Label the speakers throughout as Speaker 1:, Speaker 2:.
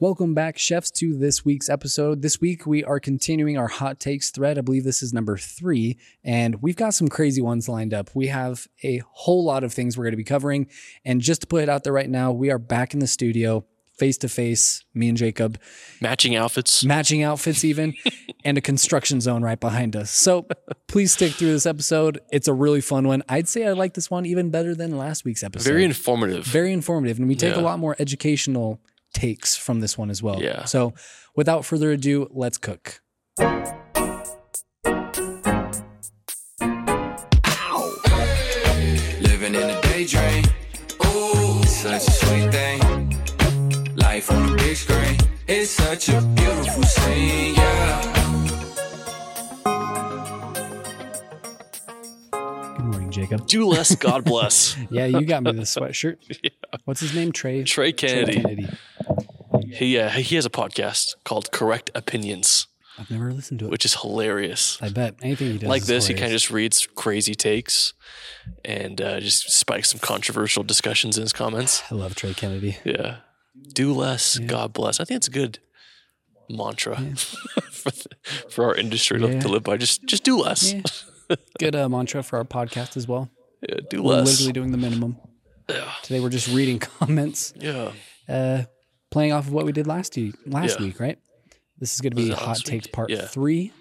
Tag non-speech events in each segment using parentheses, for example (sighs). Speaker 1: Welcome back, chefs, to this week's episode. This week, we are continuing our hot takes thread. I believe this is number three, and we've got some crazy ones lined up. We have a whole lot of things we're going to be covering. And just to put it out there right now, we are back in the studio, face to face, me and Jacob,
Speaker 2: Matching outfits.
Speaker 1: matching outfits, even, and a construction zone right behind us. So please stick through this episode. It's a really fun one. I'd say I like this one even better than last week's episode
Speaker 2: Very informative.
Speaker 1: very informative and we take
Speaker 2: Yeah.
Speaker 1: a lot more educational takes from this one as well
Speaker 2: Yeah.
Speaker 1: so without further ado let's cook
Speaker 3: Living in a daydream. Ooh, such a sweet thing. Life on the big screen. It's such a beautiful scene, yeah.
Speaker 1: good morning jacob
Speaker 2: Do less, God bless.
Speaker 1: yeah you got me this
Speaker 2: (laughs)
Speaker 1: sweatshirt what's his name (laughs) trey
Speaker 2: Trey Kennedy.
Speaker 1: kennedy
Speaker 2: He uh, he has a podcast called Correct Opinions,
Speaker 1: i've never listened to it
Speaker 2: which is hilarious.
Speaker 1: i bet anything he does
Speaker 2: Like
Speaker 1: is
Speaker 2: this, he kind of
Speaker 1: hilarious.
Speaker 2: just reads crazy takes and uh, just spikes some controversial discussions in his comments.
Speaker 1: i love trey
Speaker 2: (laughs)
Speaker 1: kennedy
Speaker 2: Yeah. Do less, God bless. I think it's a good mantra (laughs) for, the, for our industry to,
Speaker 1: Yeah.
Speaker 2: to live by. Just just do less.
Speaker 1: yeah. Eh. good uh, mantra for our podcast as well
Speaker 2: Yeah, do
Speaker 1: we're
Speaker 2: less.
Speaker 1: literally doing the minimum today we're just reading (laughs) comments
Speaker 2: Yeah.
Speaker 1: uh playing off of what we did last week last
Speaker 2: Yeah.
Speaker 1: week right this is going to be
Speaker 2: it
Speaker 1: hot
Speaker 2: last week?
Speaker 1: takes part
Speaker 2: Yeah.
Speaker 1: three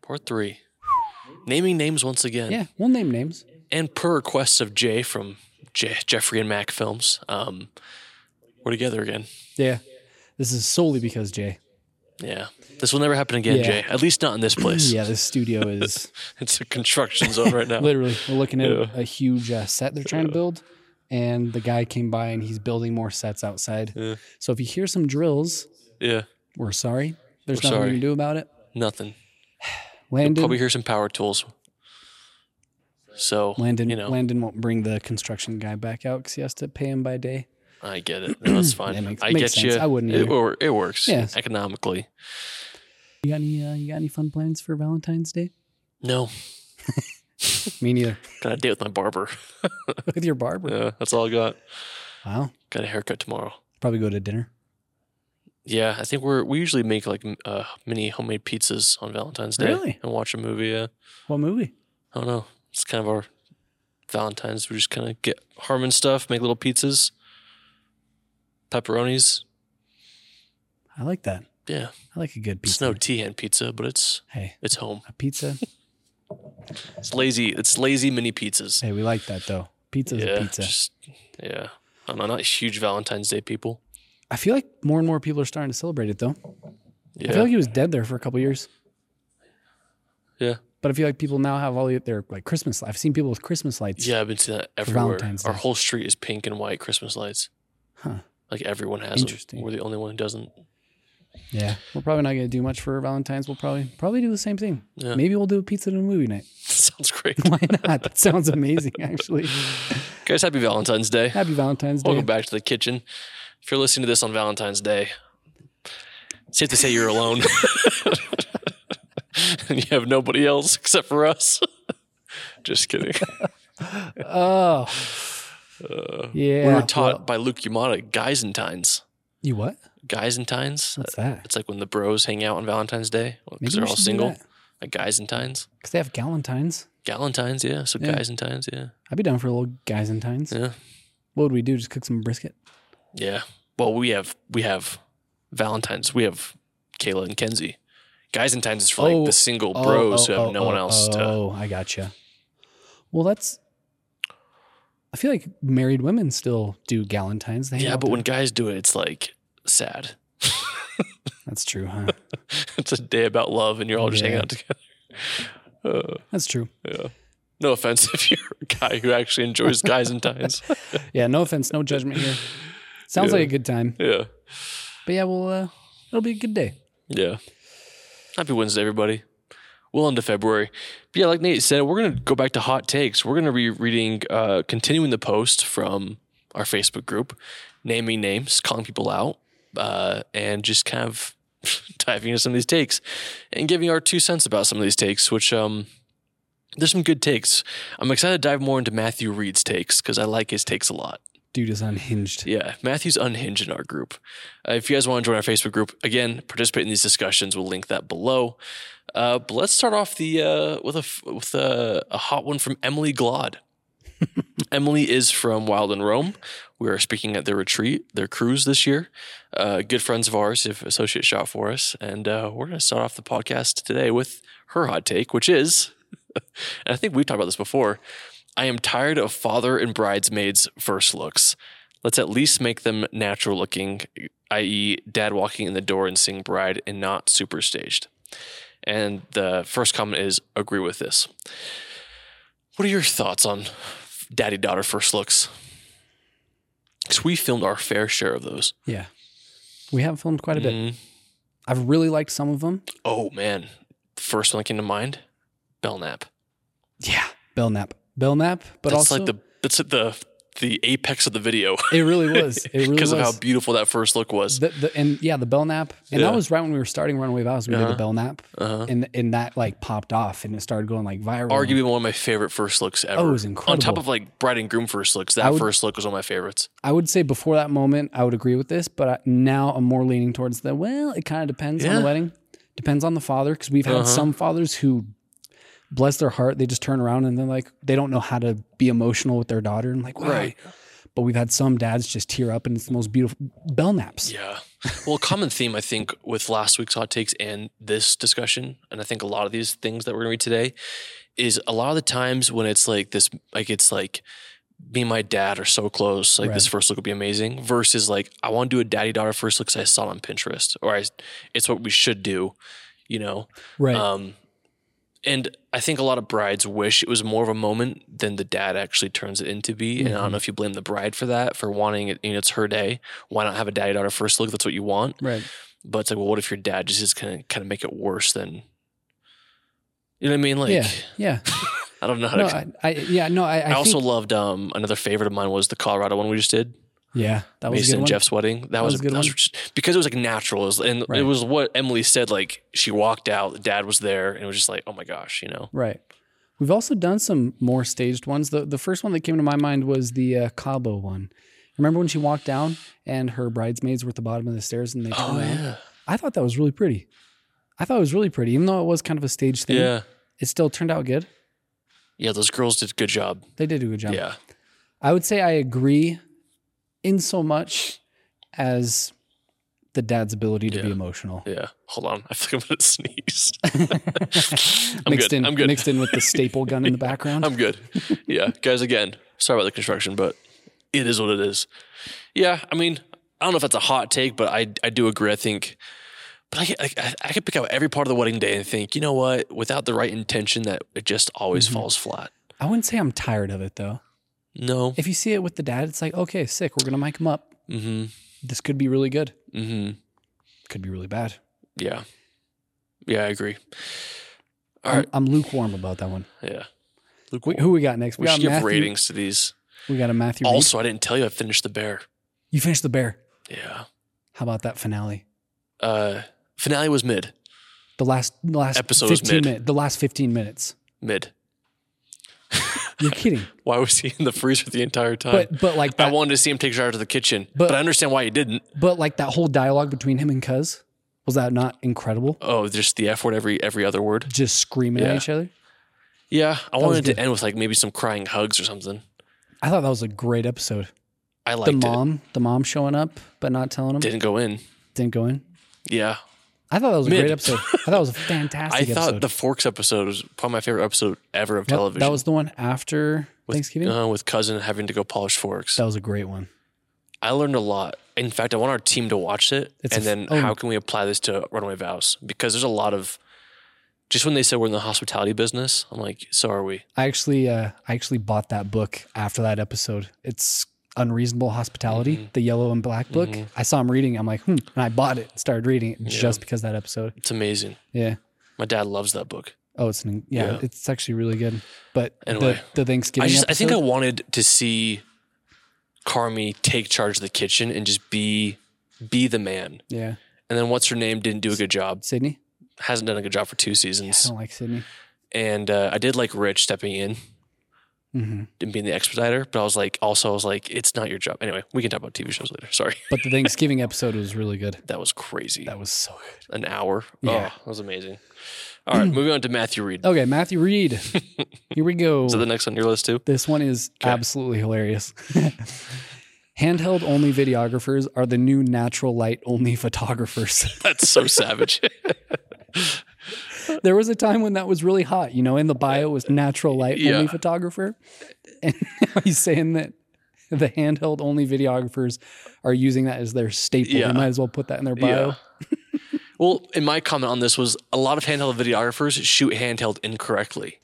Speaker 2: Part three. Naming names once again.
Speaker 1: yeah we'll name names
Speaker 2: and per request of Jay from J- Jeffrey and Mac Films, um, we're together again.
Speaker 1: Yeah. This is solely because Jay.
Speaker 2: Yeah, this will never happen again,
Speaker 1: Yeah.
Speaker 2: Jay. At least not in this place.
Speaker 1: (laughs) Yeah, this studio is
Speaker 2: (laughs) it's a construction zone right
Speaker 1: (laughs)
Speaker 2: now.
Speaker 1: literally we're looking at
Speaker 2: Yeah.
Speaker 1: a huge uh, set they're trying to build, and the guy came by and he's building more sets outside.
Speaker 2: Yeah.
Speaker 1: So if you hear some drills,
Speaker 2: (laughs) yeah,
Speaker 1: we're sorry. There's
Speaker 2: We're
Speaker 1: nothing we
Speaker 2: sorry.
Speaker 1: can do about it.
Speaker 2: nothing.
Speaker 1: Landon,
Speaker 2: Probably hear some power tools. So
Speaker 1: Landon,
Speaker 2: you know,
Speaker 1: Landon won't bring the construction guy back out because he has to pay him by day.
Speaker 2: I get it. No, it's
Speaker 1: (clears throat)
Speaker 2: fine.
Speaker 1: That makes-
Speaker 2: I
Speaker 1: makes
Speaker 2: get
Speaker 1: sense.
Speaker 2: you.
Speaker 1: I wouldn't
Speaker 2: It,
Speaker 1: either.
Speaker 2: wor- it works.
Speaker 1: Yes.
Speaker 2: economically.
Speaker 1: You got any? Uh, you got any fun plans for Valentine's Day?
Speaker 2: No,
Speaker 1: Me neither. (laughs)
Speaker 2: got a date with my barber. (laughs)
Speaker 1: With your barber.
Speaker 2: Yeah, that's all I got.
Speaker 1: Wow.
Speaker 2: Got a haircut tomorrow.
Speaker 1: Probably go to dinner.
Speaker 2: Yeah, I think we're we usually make like m- uh, mini homemade pizzas on Valentine's Day
Speaker 1: Really?
Speaker 2: and watch a movie. Yeah,
Speaker 1: What movie?
Speaker 2: I don't know. It's kind of our Valentine's. We just kind of get Harmon stuff, make little pizzas, pepperonis.
Speaker 1: I like that.
Speaker 2: Yeah,
Speaker 1: I like a good pizza.
Speaker 2: it's no tea hand pizza, but it's
Speaker 1: Hey,
Speaker 2: it's home.
Speaker 1: a pizza.
Speaker 2: It's lazy. It's lazy mini pizzas.
Speaker 1: Hey, we like that though. Pizza's
Speaker 2: yeah,
Speaker 1: a pizza.
Speaker 2: just- yeah. I don't know. Not huge Valentine's Day people.
Speaker 1: I feel like more and more people are starting to celebrate it though.
Speaker 2: Yeah,
Speaker 1: I feel like he was dead there for a couple years.
Speaker 2: Yeah.
Speaker 1: But I feel like people now have all their like Christmas. I've seen people with Christmas lights.
Speaker 2: yeah. I've been seeing that everywhere.
Speaker 1: Valentine's
Speaker 2: Our
Speaker 1: Day.
Speaker 2: whole street is pink and white Christmas lights.
Speaker 1: Huh.
Speaker 2: Like everyone has
Speaker 1: Interesting.
Speaker 2: them. We're the only one who doesn't.
Speaker 1: Yeah. We're probably not gonna do much for Valentine's. We'll probably probably do the same thing.
Speaker 2: Yeah.
Speaker 1: Maybe we'll do a pizza and a movie night.
Speaker 2: (laughs)
Speaker 1: (laughs)
Speaker 2: Sounds great.
Speaker 1: Why not? That sounds amazing, (laughs) actually.
Speaker 2: Guys, happy Valentine's Day.
Speaker 1: Happy Valentine's Day.
Speaker 2: Welcome back to the kitchen. If you're listening to this on Valentine's Day, it's safe to say you're alone. (laughs) and you have nobody else except for us. (laughs) Just kidding.
Speaker 1: Oh. yeah.
Speaker 2: Uh, we were
Speaker 1: well-
Speaker 2: taught by Luke Yamada, Geisentines.
Speaker 1: you what?
Speaker 2: Geisentines?
Speaker 1: What's that?
Speaker 2: It's like when the bros hang out on Valentine's Day
Speaker 1: Maybe
Speaker 2: because they're
Speaker 1: we
Speaker 2: all
Speaker 1: should do
Speaker 2: single.
Speaker 1: that.
Speaker 2: Like Geisentines.
Speaker 1: Because they have Galentines.
Speaker 2: Galentines, yeah. So
Speaker 1: Yeah.
Speaker 2: Geisentines, yeah.
Speaker 1: I'd be down for a little guys and tines.
Speaker 2: Yeah.
Speaker 1: What would we do? Just cook some brisket?
Speaker 2: Yeah. Well, we have we have Valentine's. We have Kayla and Kenzie. Guys in times is for like
Speaker 1: Oh,
Speaker 2: the single bros who have no one else
Speaker 1: oh,
Speaker 2: to.
Speaker 1: Oh, I gotcha. Well, that's. I feel like married women still do galantines. They hang
Speaker 2: Yeah,
Speaker 1: out
Speaker 2: but
Speaker 1: there.
Speaker 2: when guys do it, it's like sad. (laughs)
Speaker 1: that's true, huh?
Speaker 2: it's a day about love, and you're all just hanging
Speaker 1: Yeah.
Speaker 2: out together. Uh,
Speaker 1: That's true.
Speaker 2: yeah. No offense if you're a guy who actually enjoys guys in
Speaker 1: (laughs)
Speaker 2: times.
Speaker 1: Yeah, no offense, no judgment here. Sounds
Speaker 2: Yeah.
Speaker 1: like a good time,
Speaker 2: Yeah.
Speaker 1: but yeah, well, uh, it'll be a good day.
Speaker 2: Yeah. Happy Wednesday, everybody. Well into February. But yeah, like Nate said, we're going to go back to hot takes. We're going to be reading, uh, continuing the post from our Facebook group, naming names, calling people out, uh, and just kind of (laughs) diving into some of these takes and giving our two cents about some of these takes, which um, there's some good takes. I'm excited to dive more into Matthew Reed's takes because I like his takes a lot.
Speaker 1: Dude is unhinged.
Speaker 2: Yeah, Matthew's unhinged in our group. Uh, if you guys want to join our Facebook group, again, participate in these discussions. We'll link that below. Uh, but let's start off the uh, with a f- with a, a hot one from Emily Glod. (laughs) Emily is from Wild and Rome. We are speaking at their retreat, their cruise this year. Uh, good friends of ours, if associate shot for us, and uh, we're going to start off the podcast today with her hot take, which is, (laughs) and I think we've talked about this before. I am tired of father and bridesmaids' first looks. Let's at least make them natural looking, i.e., dad walking in the door and seeing bride and not super staged. And the first comment is agree with this. What are your thoughts on daddy daughter first looks? Because we filmed our fair share of those.
Speaker 1: Yeah. We have filmed quite a bit.
Speaker 2: Mhm.
Speaker 1: I've really liked some of them.
Speaker 2: Oh, man. The first one that came to mind Belknap.
Speaker 1: Yeah. Belknap. Belknap, but
Speaker 2: that's
Speaker 1: also
Speaker 2: like the that's the the apex of the video
Speaker 1: it really was.
Speaker 2: (laughs)
Speaker 1: It really
Speaker 2: because
Speaker 1: was.
Speaker 2: of how beautiful that first look was.
Speaker 1: the, the, and yeah, the Belknap. And
Speaker 2: Yeah.
Speaker 1: that was right when we were starting Runaway Vows. We did
Speaker 2: Uh-huh.
Speaker 1: the Belknap.
Speaker 2: Uh-huh.
Speaker 1: And and that like popped off and it started going like viral.
Speaker 2: Arguably one of my favorite first looks ever.
Speaker 1: Oh, it was
Speaker 2: On top
Speaker 1: incredible.
Speaker 2: of like bride and groom first looks,
Speaker 1: I
Speaker 2: that
Speaker 1: would-
Speaker 2: first look was one of my favorites.
Speaker 1: I would say before that moment, I would agree with this, but I, now I'm more leaning towards the well, it kind of depends on
Speaker 2: Yeah.
Speaker 1: the wedding, depends on the father. Because we've had
Speaker 2: Uh-huh.
Speaker 1: some fathers who, bless their heart, they just turn around and they're like, they don't know how to be emotional with their daughter. And like, wow.
Speaker 2: Right.
Speaker 1: But we've had some dads just tear up and it's the most beautiful bell naps.
Speaker 2: Yeah. Well, a common theme I think with last week's hot takes and this discussion, and I think a lot of these things that we're gonna read today, is a lot of the times when it's like this, like it's like me and my dad are so close, like this
Speaker 1: Right.
Speaker 2: first look would be amazing. Versus like I want to do a daddy daughter first look because I saw it on Pinterest, or I, it's what we should do, you know.
Speaker 1: Right.
Speaker 2: Um, and I think a lot of brides wish it was more of a moment than the dad actually turns it into be. And
Speaker 1: Mm-hmm.
Speaker 2: I don't know if you blame the bride for that, for wanting it. You know, it's her day. Why not have a daddy daughter first look? That's what you want.
Speaker 1: right.
Speaker 2: But it's like, well, what if your dad just is kind of kind of make it worse than? You know what I mean? Like,
Speaker 1: yeah.
Speaker 2: (laughs)
Speaker 1: Yeah.
Speaker 2: I don't know. How
Speaker 1: No,
Speaker 2: to, I,
Speaker 1: I, I, yeah. No, I, I,
Speaker 2: also
Speaker 1: think-
Speaker 2: loved um, another favorite of mine was the Colorado one we just did.
Speaker 1: yeah, that was a
Speaker 2: Mason
Speaker 1: good
Speaker 2: and
Speaker 1: one.
Speaker 2: Jeff's wedding. That, was,
Speaker 1: was a good
Speaker 2: that was
Speaker 1: one.
Speaker 2: just- because it was like natural, It was- and it
Speaker 1: Right.
Speaker 2: was what Emily said. Like she walked out, the dad was there, and it was just like, oh my gosh, you know.
Speaker 1: Right. We've also done some more staged ones. The the first one that came to my mind was the uh, Cabo one. Remember when she walked down and her bridesmaids were at the bottom of the stairs and they turned
Speaker 2: Oh
Speaker 1: around?
Speaker 2: yeah,
Speaker 1: I thought that was really pretty. I thought it was really pretty, even though it was kind of a staged thing.
Speaker 2: yeah,
Speaker 1: It still turned out good.
Speaker 2: yeah. Those girls did a good job.
Speaker 1: They did do a good job.
Speaker 2: Yeah,
Speaker 1: I would say I agree in so much as the dad's ability to be
Speaker 2: Yeah. (laughs)
Speaker 1: emotional. (laughs)
Speaker 2: yeah. Hold on, I think I'm gonna (laughs) sneeze. I'm
Speaker 1: mixed
Speaker 2: good.
Speaker 1: in
Speaker 2: I'm good.
Speaker 1: mixed in with the staple gun
Speaker 2: (laughs)
Speaker 1: in the background.
Speaker 2: I'm
Speaker 1: (laughs)
Speaker 2: good. Yeah, guys. Again, sorry about the construction, but it is what it is. Yeah, I mean, I don't know if that's a hot take, but I I do agree. I think, but I could- I, I- I could pick out every part of the wedding day and think, you know what? Without the right intention, that it just always
Speaker 1: Mhm.
Speaker 2: falls flat.
Speaker 1: I wouldn't say I'm tired of it though.
Speaker 2: No.
Speaker 1: If you see it with the dad, it's like, okay, sick. We're gonna mic him up.
Speaker 2: Mm-hmm.
Speaker 1: This could be really good.
Speaker 2: Mm-hmm.
Speaker 1: Could be really bad.
Speaker 2: Yeah. Yeah, I agree. All
Speaker 1: I'm,
Speaker 2: right.
Speaker 1: I'm lukewarm about that one.
Speaker 2: Yeah. Luke,
Speaker 1: We, who we got next?
Speaker 2: we
Speaker 1: got
Speaker 2: should give
Speaker 1: Matthew-
Speaker 2: ratings to these.
Speaker 1: We got a Matthew. Reed.
Speaker 2: Also, I didn't tell you I finished the bear.
Speaker 1: you finished the bear.
Speaker 2: Yeah.
Speaker 1: How about that finale?
Speaker 2: Uh finale was mid.
Speaker 1: The last the last
Speaker 2: Episode was
Speaker 1: 15
Speaker 2: mid.
Speaker 1: minute- The last fifteen minutes.
Speaker 2: Mid.
Speaker 1: You're
Speaker 2: (laughs)
Speaker 1: kidding.
Speaker 2: Why was he in the freezer the entire time?
Speaker 1: but but like
Speaker 2: I
Speaker 1: that.
Speaker 2: wanted to see him take a shower to the kitchen, but,
Speaker 1: But-
Speaker 2: I understand why he didn't.
Speaker 1: But like that whole dialogue between him and Cuz was that not incredible?
Speaker 2: Oh, just the F word every every other word.
Speaker 1: Just screaming
Speaker 2: Yeah.
Speaker 1: at each other.
Speaker 2: Yeah, I
Speaker 1: was
Speaker 2: wanted to
Speaker 1: good.
Speaker 2: end with like maybe some crying hugs or something.
Speaker 1: I thought that was a great episode.
Speaker 2: I liked
Speaker 1: the
Speaker 2: it.
Speaker 1: mom, the mom showing up but not telling him.
Speaker 2: Didn't go in.
Speaker 1: Didn't go in.
Speaker 2: Yeah,
Speaker 1: I thought that was a
Speaker 2: Mid.
Speaker 1: great episode. I thought it was a
Speaker 2: (laughs) I
Speaker 1: fantastic
Speaker 2: thought
Speaker 1: episode.
Speaker 2: the Forks episode was probably my favorite episode ever of
Speaker 1: Yep,
Speaker 2: television.
Speaker 1: That was the one after Thanksgiving.
Speaker 2: uh, with cousin having to go polish forks.
Speaker 1: that was a great one.
Speaker 2: I learned a lot. In fact, I want our team to watch it,
Speaker 1: It's
Speaker 2: and
Speaker 1: a
Speaker 2: then
Speaker 1: f- oh.
Speaker 2: how can we apply this to Runaway Vows? Because there's a lot of just when they said we're in the hospitality business, I'm like, so are we?
Speaker 1: I actually, uh, I actually bought that book after that episode. It's Unreasonable Hospitality,
Speaker 2: Mm-hmm.
Speaker 1: the yellow and black book. I saw him reading. it. I'm like, hmm, and I bought it. and Started reading it just because of that episode.
Speaker 2: It's amazing.
Speaker 1: Yeah.
Speaker 2: My dad loves that book.
Speaker 1: Oh, it's an, yeah,
Speaker 2: Yeah.
Speaker 1: It's actually really good. But
Speaker 2: Anyway,
Speaker 1: the, the Thanksgiving.
Speaker 2: I just I think I
Speaker 1: episode-
Speaker 2: wanted to see Carmi take charge of the kitchen and just be be the man.
Speaker 1: yeah,
Speaker 2: And then what's her name didn't do a good job.
Speaker 1: Sydney.
Speaker 2: Hasn't done a good job for two
Speaker 1: I
Speaker 2: seasons.
Speaker 1: don't like Sydney.
Speaker 2: And uh, I did like Rich stepping in.
Speaker 1: hmm
Speaker 2: in being the expediter, but I was like, also, I was like, it's not your job. Anyway, we can talk about TV shows later. Sorry. (laughs)
Speaker 1: But the Thanksgiving episode was really good.
Speaker 2: That was crazy.
Speaker 1: That was so good.
Speaker 2: An hour.
Speaker 1: Yeah. Oh.
Speaker 2: Oh, that was amazing. All
Speaker 1: (clears throat)
Speaker 2: right, moving on to Matthew Reed.
Speaker 1: Okay, Matthew
Speaker 2: (laughs)
Speaker 1: Reed. Here we go.
Speaker 2: Is that the next on your
Speaker 1: (laughs)
Speaker 2: list too?
Speaker 1: This one
Speaker 2: (laughs)
Speaker 1: is absolutely hilarious. (laughs) Handheld only videographers are the new natural light only (laughs)
Speaker 2: (laughs)
Speaker 1: photographers.
Speaker 2: That's so savage.
Speaker 1: there was a time when that was really hot, you know, in the bio was natural light
Speaker 2: Yeah.
Speaker 1: only photographer. And (laughs) now he's saying that the handheld only videographers are using that as their staple.
Speaker 2: Yeah.
Speaker 1: They might as well put that in their bio.
Speaker 2: Yeah. (laughs) well, and my comment on this was a lot of handheld videographers shoot handheld incorrectly.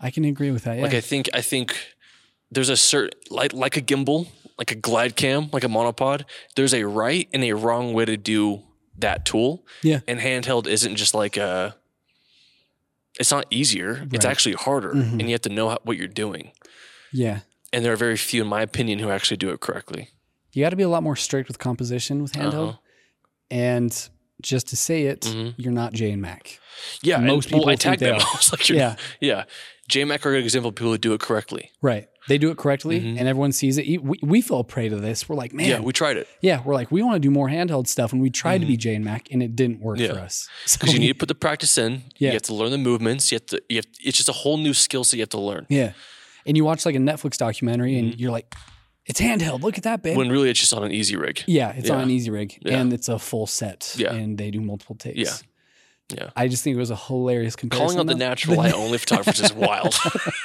Speaker 1: I can agree with that. Yeah.
Speaker 2: Like I think I think there's a certain like like a gimbal, like a glide cam, like a monopod, there's a right and a wrong way to do that tool.
Speaker 1: Yeah.
Speaker 2: And handheld isn't just like a it's not easier. It's
Speaker 1: Right.
Speaker 2: actually harder
Speaker 1: Mhm.
Speaker 2: and you have to know how, what you're doing.
Speaker 1: yeah.
Speaker 2: And there are very few in my opinion who actually do it correctly.
Speaker 1: You got to be a lot more strict with composition with handheld.
Speaker 2: Uh-huh.
Speaker 1: And just to say it,
Speaker 2: Mhm.
Speaker 1: you're not Jane Mac.
Speaker 2: Yeah, and-
Speaker 1: Most people
Speaker 2: well, I
Speaker 1: think
Speaker 2: tagged
Speaker 1: they
Speaker 2: them. (laughs)
Speaker 1: are.
Speaker 2: I was like, you're-
Speaker 1: Yeah.
Speaker 2: yeah. JMac are a good example of people who do it correctly.
Speaker 1: Right. They do it correctly
Speaker 2: Mhm.
Speaker 1: and everyone sees it. E- We, we fell prey to this. We're like, man,
Speaker 2: Yeah, we tried it.
Speaker 1: yeah, we're like, we want to do more handheld stuff. And we tried to be J and Mac and it didn't work
Speaker 2: Yeah.
Speaker 1: for us. (laughs) So
Speaker 2: Because you need to put the practice in.
Speaker 1: Yeah.
Speaker 2: You have to learn the movements. You have to. You have. It's just a whole new skill set you have to learn.
Speaker 1: Yeah. And you watch like a Netflix documentary and you're like, it's handheld. Look at that, babe.
Speaker 2: Mm-hmm. When really it's just on an easy rig.
Speaker 1: yeah, it's on
Speaker 2: Yeah.
Speaker 1: an easy rig
Speaker 2: Yeah.
Speaker 1: and it's a full set.
Speaker 2: Yeah.
Speaker 1: And they do multiple takes.
Speaker 2: Yeah. Yeah.
Speaker 1: I just think it was a hilarious comparison.
Speaker 2: Calling out the
Speaker 1: though.
Speaker 2: natural light only
Speaker 1: (laughs)
Speaker 2: photographers is wild.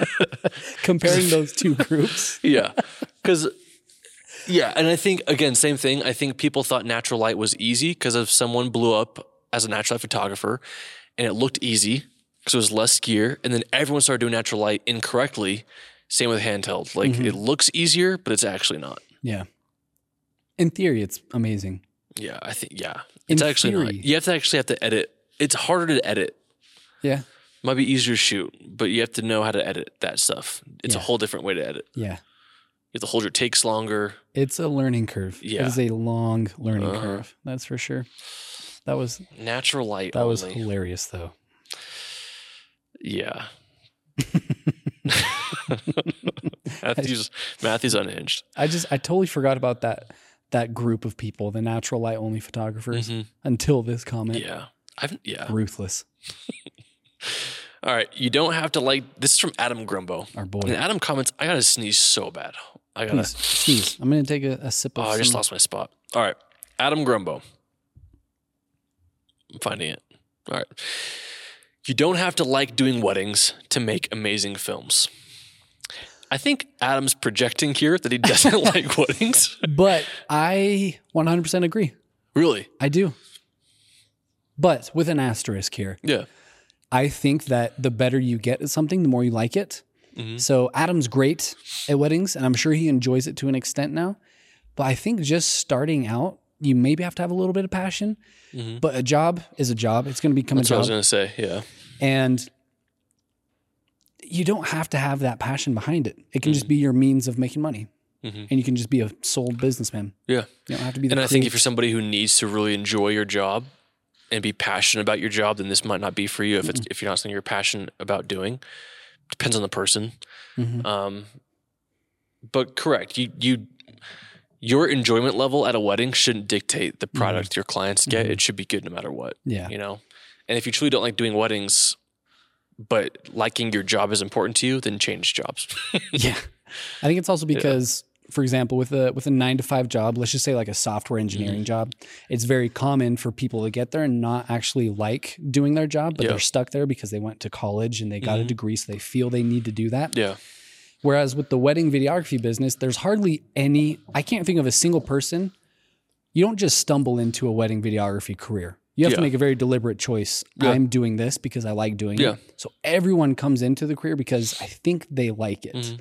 Speaker 2: (laughs)
Speaker 1: comparing those two groups.
Speaker 2: yeah. (laughs) Because. Yeah, and I think again, same thing. I think people thought natural light was easy because if someone blew up as a natural light photographer, and it looked easy because it was less gear, and then everyone started doing natural light incorrectly. Same with handheld. Like
Speaker 1: Mhm.
Speaker 2: it looks easier, but it's actually not.
Speaker 1: Yeah. In theory, it's amazing.
Speaker 2: Yeah, I think yeah.
Speaker 1: In
Speaker 2: It's actually not.
Speaker 1: theory.
Speaker 2: You have to actually have to edit. It's harder to edit.
Speaker 1: Yeah.
Speaker 2: Might be easier to shoot, but you have to know how to edit that stuff. It's
Speaker 1: Yeah.
Speaker 2: a whole different way to edit.
Speaker 1: Yeah.
Speaker 2: You have to hold your takes longer.
Speaker 1: It's a learning curve. It
Speaker 2: Yeah.
Speaker 1: is a long learning
Speaker 2: Uh-huh.
Speaker 1: curve. That's for sure. That was
Speaker 2: Natural light
Speaker 1: that was
Speaker 2: only.
Speaker 1: hilarious though.
Speaker 2: (laughs) yeah. Matthew's Matthew's unhinged.
Speaker 1: I just I totally forgot about that that group of people, the natural light only photographers
Speaker 2: Mhm.
Speaker 1: until this comment.
Speaker 2: Yeah. I've yeah.
Speaker 1: Ruthless,
Speaker 2: All right. You don't have to like this is from Adam Grumbo.
Speaker 1: our boy.
Speaker 2: And Adam comments, I gotta sneeze so bad. I gotta
Speaker 1: Please, please. I'm gonna take a, a sip
Speaker 2: Oh,
Speaker 1: of
Speaker 2: I just
Speaker 1: some-
Speaker 2: lost my spot. All right. Adam Grumbo. I'm finding it. All right. You don't have to like doing weddings to make amazing films. I think Adam's projecting here that he doesn't (laughs) like weddings.
Speaker 1: but I 100 percent agree.
Speaker 2: Really?
Speaker 1: I do. But with an asterisk here.
Speaker 2: Yeah.
Speaker 1: I think that the better you get at something, the more you like it.
Speaker 2: Mhm.
Speaker 1: So Adam's great at weddings, and I'm sure he enjoys it to an extent now. But I think just starting out, you maybe have to have a little bit of passion.
Speaker 2: Mhm.
Speaker 1: But a job is a job. It's going to become
Speaker 2: That's
Speaker 1: a
Speaker 2: what I
Speaker 1: job,
Speaker 2: was going to say. Yeah.
Speaker 1: and you don't have to have that passion behind it. It can
Speaker 2: Mm-hmm.
Speaker 1: just be your means of making money,
Speaker 2: Mhm.
Speaker 1: and you can just be a sole businessman.
Speaker 2: Yeah.
Speaker 1: You don't have to be. The
Speaker 2: And I think if
Speaker 1: creative-
Speaker 2: you're somebody who needs to really enjoy your job and be passionate about your job, then this might not be for you if it's if you're not something you're passionate about doing. Depends on the person.
Speaker 1: Mhm.
Speaker 2: Um, but correct, you you your enjoyment level at a wedding shouldn't dictate the product your clients get. It should be good no matter what.
Speaker 1: yeah,
Speaker 2: You know, and if you truly don't like doing weddings, but liking your job is important to you, then change (laughs) jobs.
Speaker 1: yeah. I think it's also because, for example, with a with a nine to five job, let's just say like a software engineering job, it's very common for people to get there and not actually like doing their job, but
Speaker 2: Yeah.
Speaker 1: they're stuck there because they went to college and they got a degree, so they feel they need to do that.
Speaker 2: yeah,
Speaker 1: Whereas with the wedding videography business, there's hardly any. I can't think of a single person. You don't just stumble into a wedding videography career. You have to
Speaker 2: Yeah.
Speaker 1: make a very deliberate choice.
Speaker 2: Yeah.
Speaker 1: I'm doing this because I like doing
Speaker 2: Yeah.
Speaker 1: it. So everyone comes into the career because I think they like it.
Speaker 2: Mm-hmm.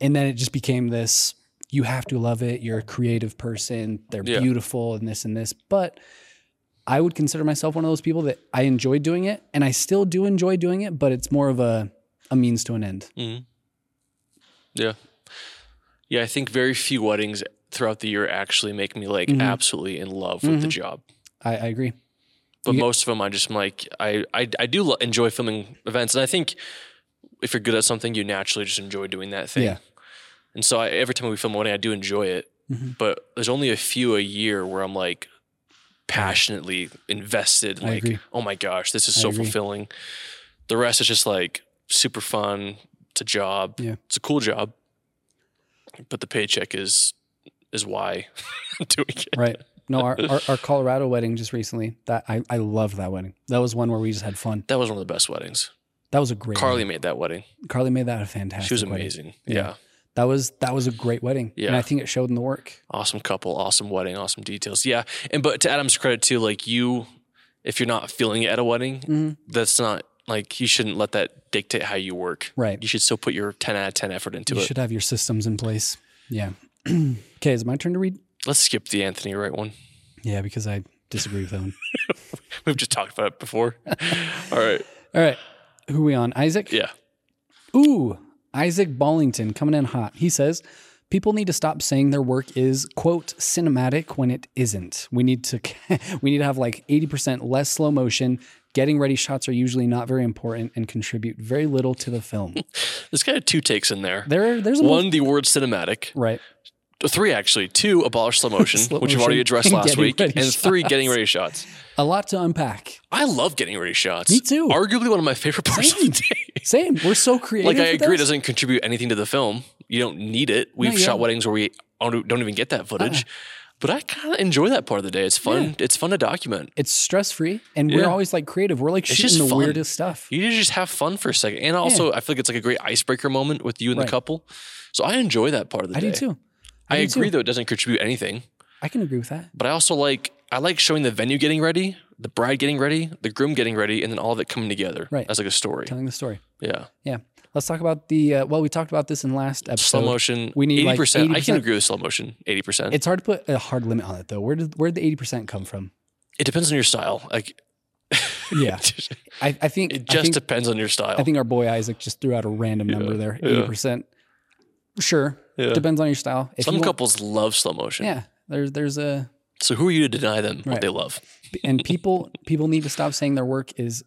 Speaker 1: And then it just became this you have to love it. You're a creative person. They're
Speaker 2: Yeah.
Speaker 1: beautiful and this and this. But I would consider myself one of those people that I enjoy doing it and I still do enjoy doing it, but it's more of a, a means to an end.
Speaker 2: Mm-hmm. yeah, yeah. I think very few weddings throughout the year actually make me like absolutely in love with the job.
Speaker 1: I, I agree.
Speaker 2: but most of them I just am like I I, I do lo- enjoy filming events, and I think if you're good at something, you naturally just enjoy doing that thing.
Speaker 1: Yeah.
Speaker 2: And so I, every time we film one, I do enjoy it.
Speaker 1: Mhm.
Speaker 2: But there's only a few a year where I'm like passionately invested.
Speaker 1: I
Speaker 2: Like,
Speaker 1: agree.
Speaker 2: oh my gosh, this is
Speaker 1: I
Speaker 2: so
Speaker 1: agree.
Speaker 2: fulfilling. The rest is just like super fun. It's a job.
Speaker 1: Yeah.
Speaker 2: It's a cool job. But the paycheck is is why (laughs) I'm doing it.
Speaker 1: Right. No, our, our,
Speaker 2: (laughs)
Speaker 1: our Colorado wedding just recently, that I, I loved that wedding. That was one where we just had fun.
Speaker 2: That was one of the best weddings.
Speaker 1: That was a great
Speaker 2: Carly
Speaker 1: wedding.
Speaker 2: made that wedding.
Speaker 1: Carly made that a fantastic
Speaker 2: She was
Speaker 1: wedding.
Speaker 2: amazing.
Speaker 1: Yeah.
Speaker 2: yeah.
Speaker 1: That was that was a great wedding.
Speaker 2: Yeah.
Speaker 1: And I think it showed in the work.
Speaker 2: awesome couple, awesome wedding, awesome details. Yeah. And but to Adam's credit too, like you if you're not feeling it at a wedding,
Speaker 1: Mhm.
Speaker 2: that's not like you shouldn't let that dictate how you work.
Speaker 1: Right.
Speaker 2: You should still put your 10 out of 10 effort into
Speaker 1: you
Speaker 2: it.
Speaker 1: should have your systems in place. Yeah. (clears throat) okay, is it my turn to read?
Speaker 2: Let's skip the Anthony Wright one. (laughs)
Speaker 1: Yeah, because I disagree with that one.
Speaker 2: We've just talked about
Speaker 1: (laughs)
Speaker 2: it before. All right.
Speaker 1: All right. Who are we on? Isaac?
Speaker 2: Yeah.
Speaker 1: Ooh, Isaac Ballington coming in hot. He says, People need to stop saying their work is quote cinematic when it isn't. We need to (laughs) we need to have like 80% less slow motion. Getting ready shots are usually not very important and contribute very little to the film.
Speaker 2: (laughs) There's kind of two takes in there.
Speaker 1: There there's a
Speaker 2: one, the word cinematic.
Speaker 1: right.
Speaker 2: Three, actually. Two, abolish slow
Speaker 1: (laughs)
Speaker 2: motion,
Speaker 1: Slow
Speaker 2: which we've already
Speaker 1: motion
Speaker 2: addressed
Speaker 1: and
Speaker 2: last
Speaker 1: getting
Speaker 2: week.
Speaker 1: ready
Speaker 2: And three,
Speaker 1: shots.
Speaker 2: getting ready shots.
Speaker 1: A lot to
Speaker 2: (laughs)
Speaker 1: unpack.
Speaker 2: I love getting ready shots.
Speaker 1: Me too.
Speaker 2: Arguably one of my favorite parts
Speaker 1: Same.
Speaker 2: of the day.
Speaker 1: (laughs) Same. We're so creative.
Speaker 2: like I
Speaker 1: with
Speaker 2: agree, it
Speaker 1: those.
Speaker 2: doesn't contribute anything to the film. You don't need it. We've
Speaker 1: yeah. Uh-uh.
Speaker 2: shot weddings where we don't don't even get that footage, but I kind of enjoy that part of the day. It's fun. It's fun to document.
Speaker 1: It's stress free, and we're
Speaker 2: Yeah.
Speaker 1: always like creative. We're like
Speaker 2: just
Speaker 1: shooting the
Speaker 2: fun.
Speaker 1: weirdest stuff.
Speaker 2: You just have fun for a second, and also I feel like it's like a great icebreaker moment with you and
Speaker 1: Right.
Speaker 2: the couple. So I enjoy that part of the
Speaker 1: I
Speaker 2: day.
Speaker 1: do too. do
Speaker 2: I, agree
Speaker 1: too.
Speaker 2: though it doesn't contribute anything,
Speaker 1: I can agree with that.
Speaker 2: but I also like I like showing the venue getting ready, the bride getting ready, the groom getting ready, and then all of it coming together
Speaker 1: Right.
Speaker 2: as like a story.
Speaker 1: Telling the story.
Speaker 2: Yeah,
Speaker 1: Yeah. Let's talk about the. Uh, well, we talked about this in last episode.
Speaker 2: slow motion.
Speaker 1: we need, like,
Speaker 2: 80%. I can
Speaker 1: 80%.
Speaker 2: agree with slow motion. Eighty percent.
Speaker 1: It's hard to put a hard limit on it though. Where did where did the eighty percent come
Speaker 2: (laughs)
Speaker 1: from?
Speaker 2: It depends on your style. Like (laughs)
Speaker 1: Yeah, I, I think
Speaker 2: It
Speaker 1: I
Speaker 2: just
Speaker 1: think,
Speaker 2: depends on your style.
Speaker 1: I think our boy Isaac just threw out a random number there.
Speaker 2: yeah.
Speaker 1: Eighty percent. Sure,
Speaker 2: Yeah.
Speaker 1: depends on your style. If
Speaker 2: Some
Speaker 1: you want-
Speaker 2: couples love slow motion.
Speaker 1: yeah. There's there's a
Speaker 2: So who are you to deny them
Speaker 1: Right.
Speaker 2: what they love?
Speaker 1: and people people need to stop saying their work is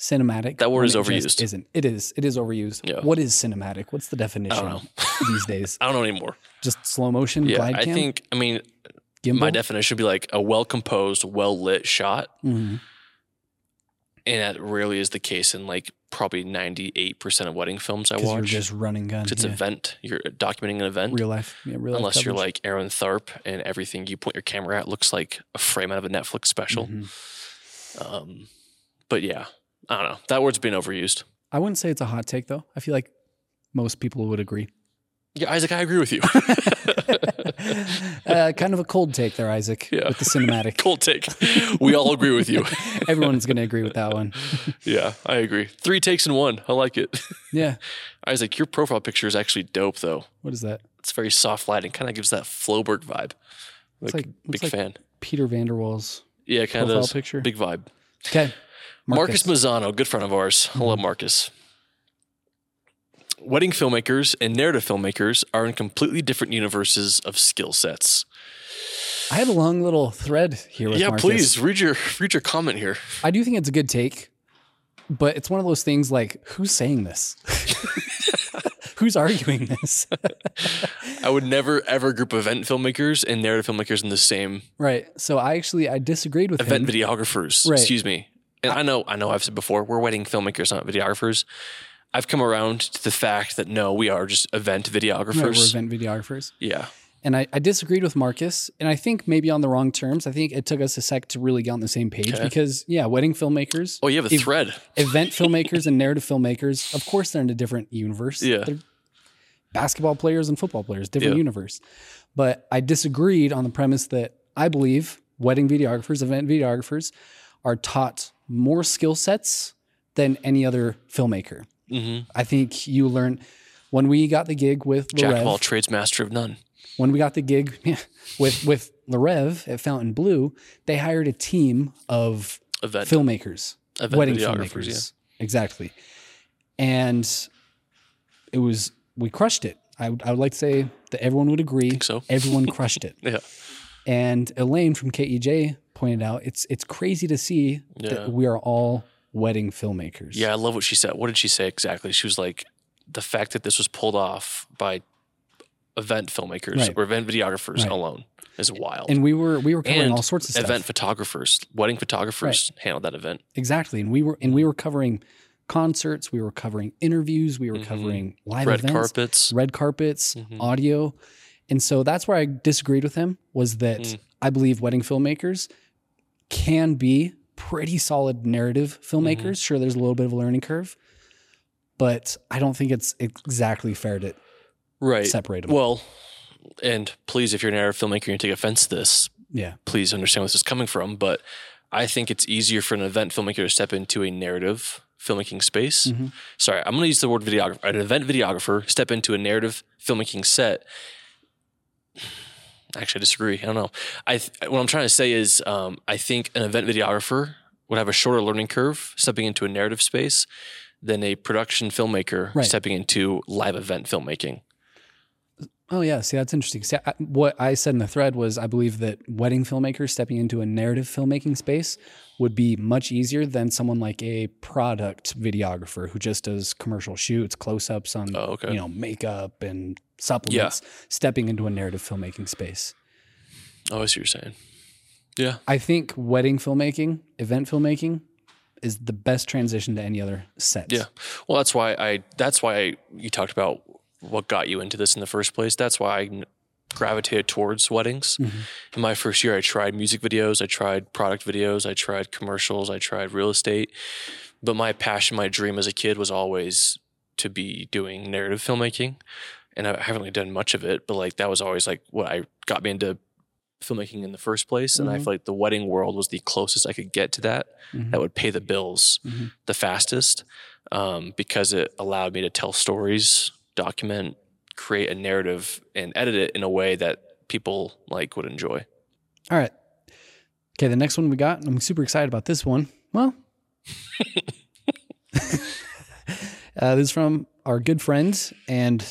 Speaker 1: cinematic.
Speaker 2: That word
Speaker 1: when
Speaker 2: is
Speaker 1: it just
Speaker 2: overused.
Speaker 1: Isn't it is it is overused.
Speaker 2: Yeah.
Speaker 1: What is cinematic? What's the definition
Speaker 2: know.
Speaker 1: (laughs) these days?
Speaker 2: I don't know anymore.
Speaker 1: Just slow motion
Speaker 2: Yeah,
Speaker 1: glide
Speaker 2: I
Speaker 1: cam.
Speaker 2: think. I mean,
Speaker 1: gimbal?
Speaker 2: my definition would be like a well composed, well lit shot,
Speaker 1: Mhm.
Speaker 2: and that rarely is the case in like probably ninety eight percent of wedding films I
Speaker 1: 'Cause you're
Speaker 2: watch.
Speaker 1: just running guns.
Speaker 2: 'Cause it's an event. You're documenting an event.
Speaker 1: real life. Yeah, real life
Speaker 2: Unless you're
Speaker 1: coverage.
Speaker 2: like Aaron Tharp and everything you point your camera at looks like a frame out of a Netflix special.
Speaker 1: Mhm.
Speaker 2: Um, but yeah, I don't know. That word's been overused.
Speaker 1: I wouldn't say it's a hot take though. I feel like most people would
Speaker 2: (laughs)
Speaker 1: agree.
Speaker 2: Yeah, Isaac, I agree with you.
Speaker 1: (laughs)
Speaker 2: (laughs)
Speaker 1: uh, kind of a cold take there, Isaac.
Speaker 2: Yeah.
Speaker 1: With the
Speaker 2: (laughs)
Speaker 1: cinematic,
Speaker 2: Cold take. We all agree with
Speaker 1: (laughs)
Speaker 2: you.
Speaker 1: everyone's going to agree with that one.
Speaker 2: Yeah, I agree. Three takes in one. I like it.
Speaker 1: Yeah.
Speaker 2: Isaac, your profile picture is actually dope, though.
Speaker 1: What is that?
Speaker 2: It's very soft lighting, kind of gives that Floberg vibe. Like,
Speaker 1: It's like,
Speaker 2: big
Speaker 1: it's like
Speaker 2: fan.
Speaker 1: Peter Vanderwaal's
Speaker 2: Yeah, kind
Speaker 1: profile
Speaker 2: of
Speaker 1: picture.
Speaker 2: big vibe.
Speaker 1: Okay.
Speaker 2: Marcus, Mazzano, good friend of ours. I
Speaker 1: Mm-hmm.
Speaker 2: love Marcus. Wedding filmmakers and narrative filmmakers are in completely different universes of skill sets.
Speaker 1: I have a long little thread here with
Speaker 2: yeah,
Speaker 1: Marcus.
Speaker 2: please read your read your comment here.
Speaker 1: I do think it's a good take, but it's one of those things like who's saying this? (laughs) who's arguing this? (laughs)
Speaker 2: I would never ever group event filmmakers and narrative filmmakers in the same
Speaker 1: right. So I actually I disagreed with
Speaker 2: event
Speaker 1: him.
Speaker 2: videographers.
Speaker 1: Right.
Speaker 2: Excuse me. And I know, I know, I've said before, we're wedding filmmakers, not videographers. I've come around to the fact that no, we are just event
Speaker 1: Right, we're
Speaker 2: videographers.
Speaker 1: event videographers.
Speaker 2: yeah,
Speaker 1: And I, I disagreed with Marcus, and I think maybe on the wrong terms. I think it took us a sec to really get on the same page
Speaker 2: Okay.
Speaker 1: because, yeah, wedding filmmakers,
Speaker 2: Oh, you have a
Speaker 1: If-
Speaker 2: thread. (laughs)
Speaker 1: event filmmakers, and narrative filmmakers, of course, they're in a different universe.
Speaker 2: Yeah.
Speaker 1: They're basketball players and football players, different
Speaker 2: Yeah.
Speaker 1: universe. But I disagreed on the premise that I believe wedding videographers, event videographers are taught more skill sets than any other filmmaker.
Speaker 2: hmm
Speaker 1: I think you learn when we got the gig with
Speaker 2: Jack of
Speaker 1: Larev-
Speaker 2: all trades, master of none.
Speaker 1: when we got the gig (laughs) yeah, with with Larev at Fountain Blue, they hired a team of
Speaker 2: Event,
Speaker 1: filmmakers,
Speaker 2: event
Speaker 1: wedding
Speaker 2: videographers.
Speaker 1: filmmakers, exactly. And it was we crushed it. I would, I would like to say that everyone would agree.
Speaker 2: think so. (laughs)
Speaker 1: Everyone crushed it.
Speaker 2: Yeah, yeah.
Speaker 1: E And Elaine from KEJ pointed out it's it's crazy to see
Speaker 2: Yeah.
Speaker 1: that we are all wedding filmmakers.
Speaker 2: Yeah, I love what she said. What did she say exactly? She was like, the fact that this was pulled off by event filmmakers
Speaker 1: Right.
Speaker 2: or event videographers
Speaker 1: Right.
Speaker 2: alone is wild.
Speaker 1: And we were we were covering
Speaker 2: And
Speaker 1: all sorts of stuff.
Speaker 2: event photographers, wedding photographers handled that event.
Speaker 1: Exactly. And we were and we were covering concerts, we were covering interviews, we were
Speaker 2: Mhm.
Speaker 1: covering live
Speaker 2: Red
Speaker 1: events,
Speaker 2: carpets.
Speaker 1: red carpets,
Speaker 2: Mhm.
Speaker 1: audio. And so that's where I disagreed with him was that
Speaker 2: Mm.
Speaker 1: I believe wedding filmmakers can be pretty solid narrative
Speaker 2: Mm-hmm.
Speaker 1: filmmakers. Sure, there's a little bit of a learning curve, but I don't think it's exactly fair to
Speaker 2: Right.
Speaker 1: separate them.
Speaker 2: Well, and please, if you're an narrative filmmaker and you take offense to this,
Speaker 1: yeah.
Speaker 2: please understand where this is coming from. But I think it's easier for an event filmmaker to step into a narrative filmmaking space.
Speaker 1: Mhm.
Speaker 2: Sorry, I'm going to use the word videographer. An event videographer step into a narrative filmmaking set. Actually, I disagree. I don't know. I th- what I'm trying to say is, um, I think an event videographer would have a shorter learning curve stepping into a narrative space than a production filmmaker
Speaker 1: Right.
Speaker 2: stepping into live event filmmaking.
Speaker 1: Oh yeah, see that's interesting. See, I, what I said in the thread was I believe that wedding filmmakers stepping into a narrative filmmaking space would be much easier than someone like a product videographer who just does commercial shoots, close-ups on
Speaker 2: Oh, okay.
Speaker 1: you know makeup and supplements, stepping into a narrative filmmaking space.
Speaker 2: Oh, I see what you're saying. Yeah.
Speaker 1: I think wedding filmmaking, event filmmaking, is the best transition to any other set.
Speaker 2: Yeah. Well, that's why I. That's why you talked about what got you into this in the first place. That's why I n- gravitated towards weddings.
Speaker 1: Mhm.
Speaker 2: In my first year, I tried music videos, I tried product videos, I tried commercials, I tried real estate. But my passion, my dream as a kid was always to be doing narrative filmmaking, and I haven't really done much of it. But like that was always like what I got me into filmmaking in the first place and i
Speaker 1: Mhm.
Speaker 2: feel like the wedding world was the closest i could get to that
Speaker 1: Mhm.
Speaker 2: that would pay the bills
Speaker 1: Mhm.
Speaker 2: the fastest um, because it allowed me to tell stories, document, create a narrative, and edit it in a way that people like would enjoy.
Speaker 1: All right. Okay, the next one we got, I'm super excited about this one. Well, (laughs) uh, this is from our good friend and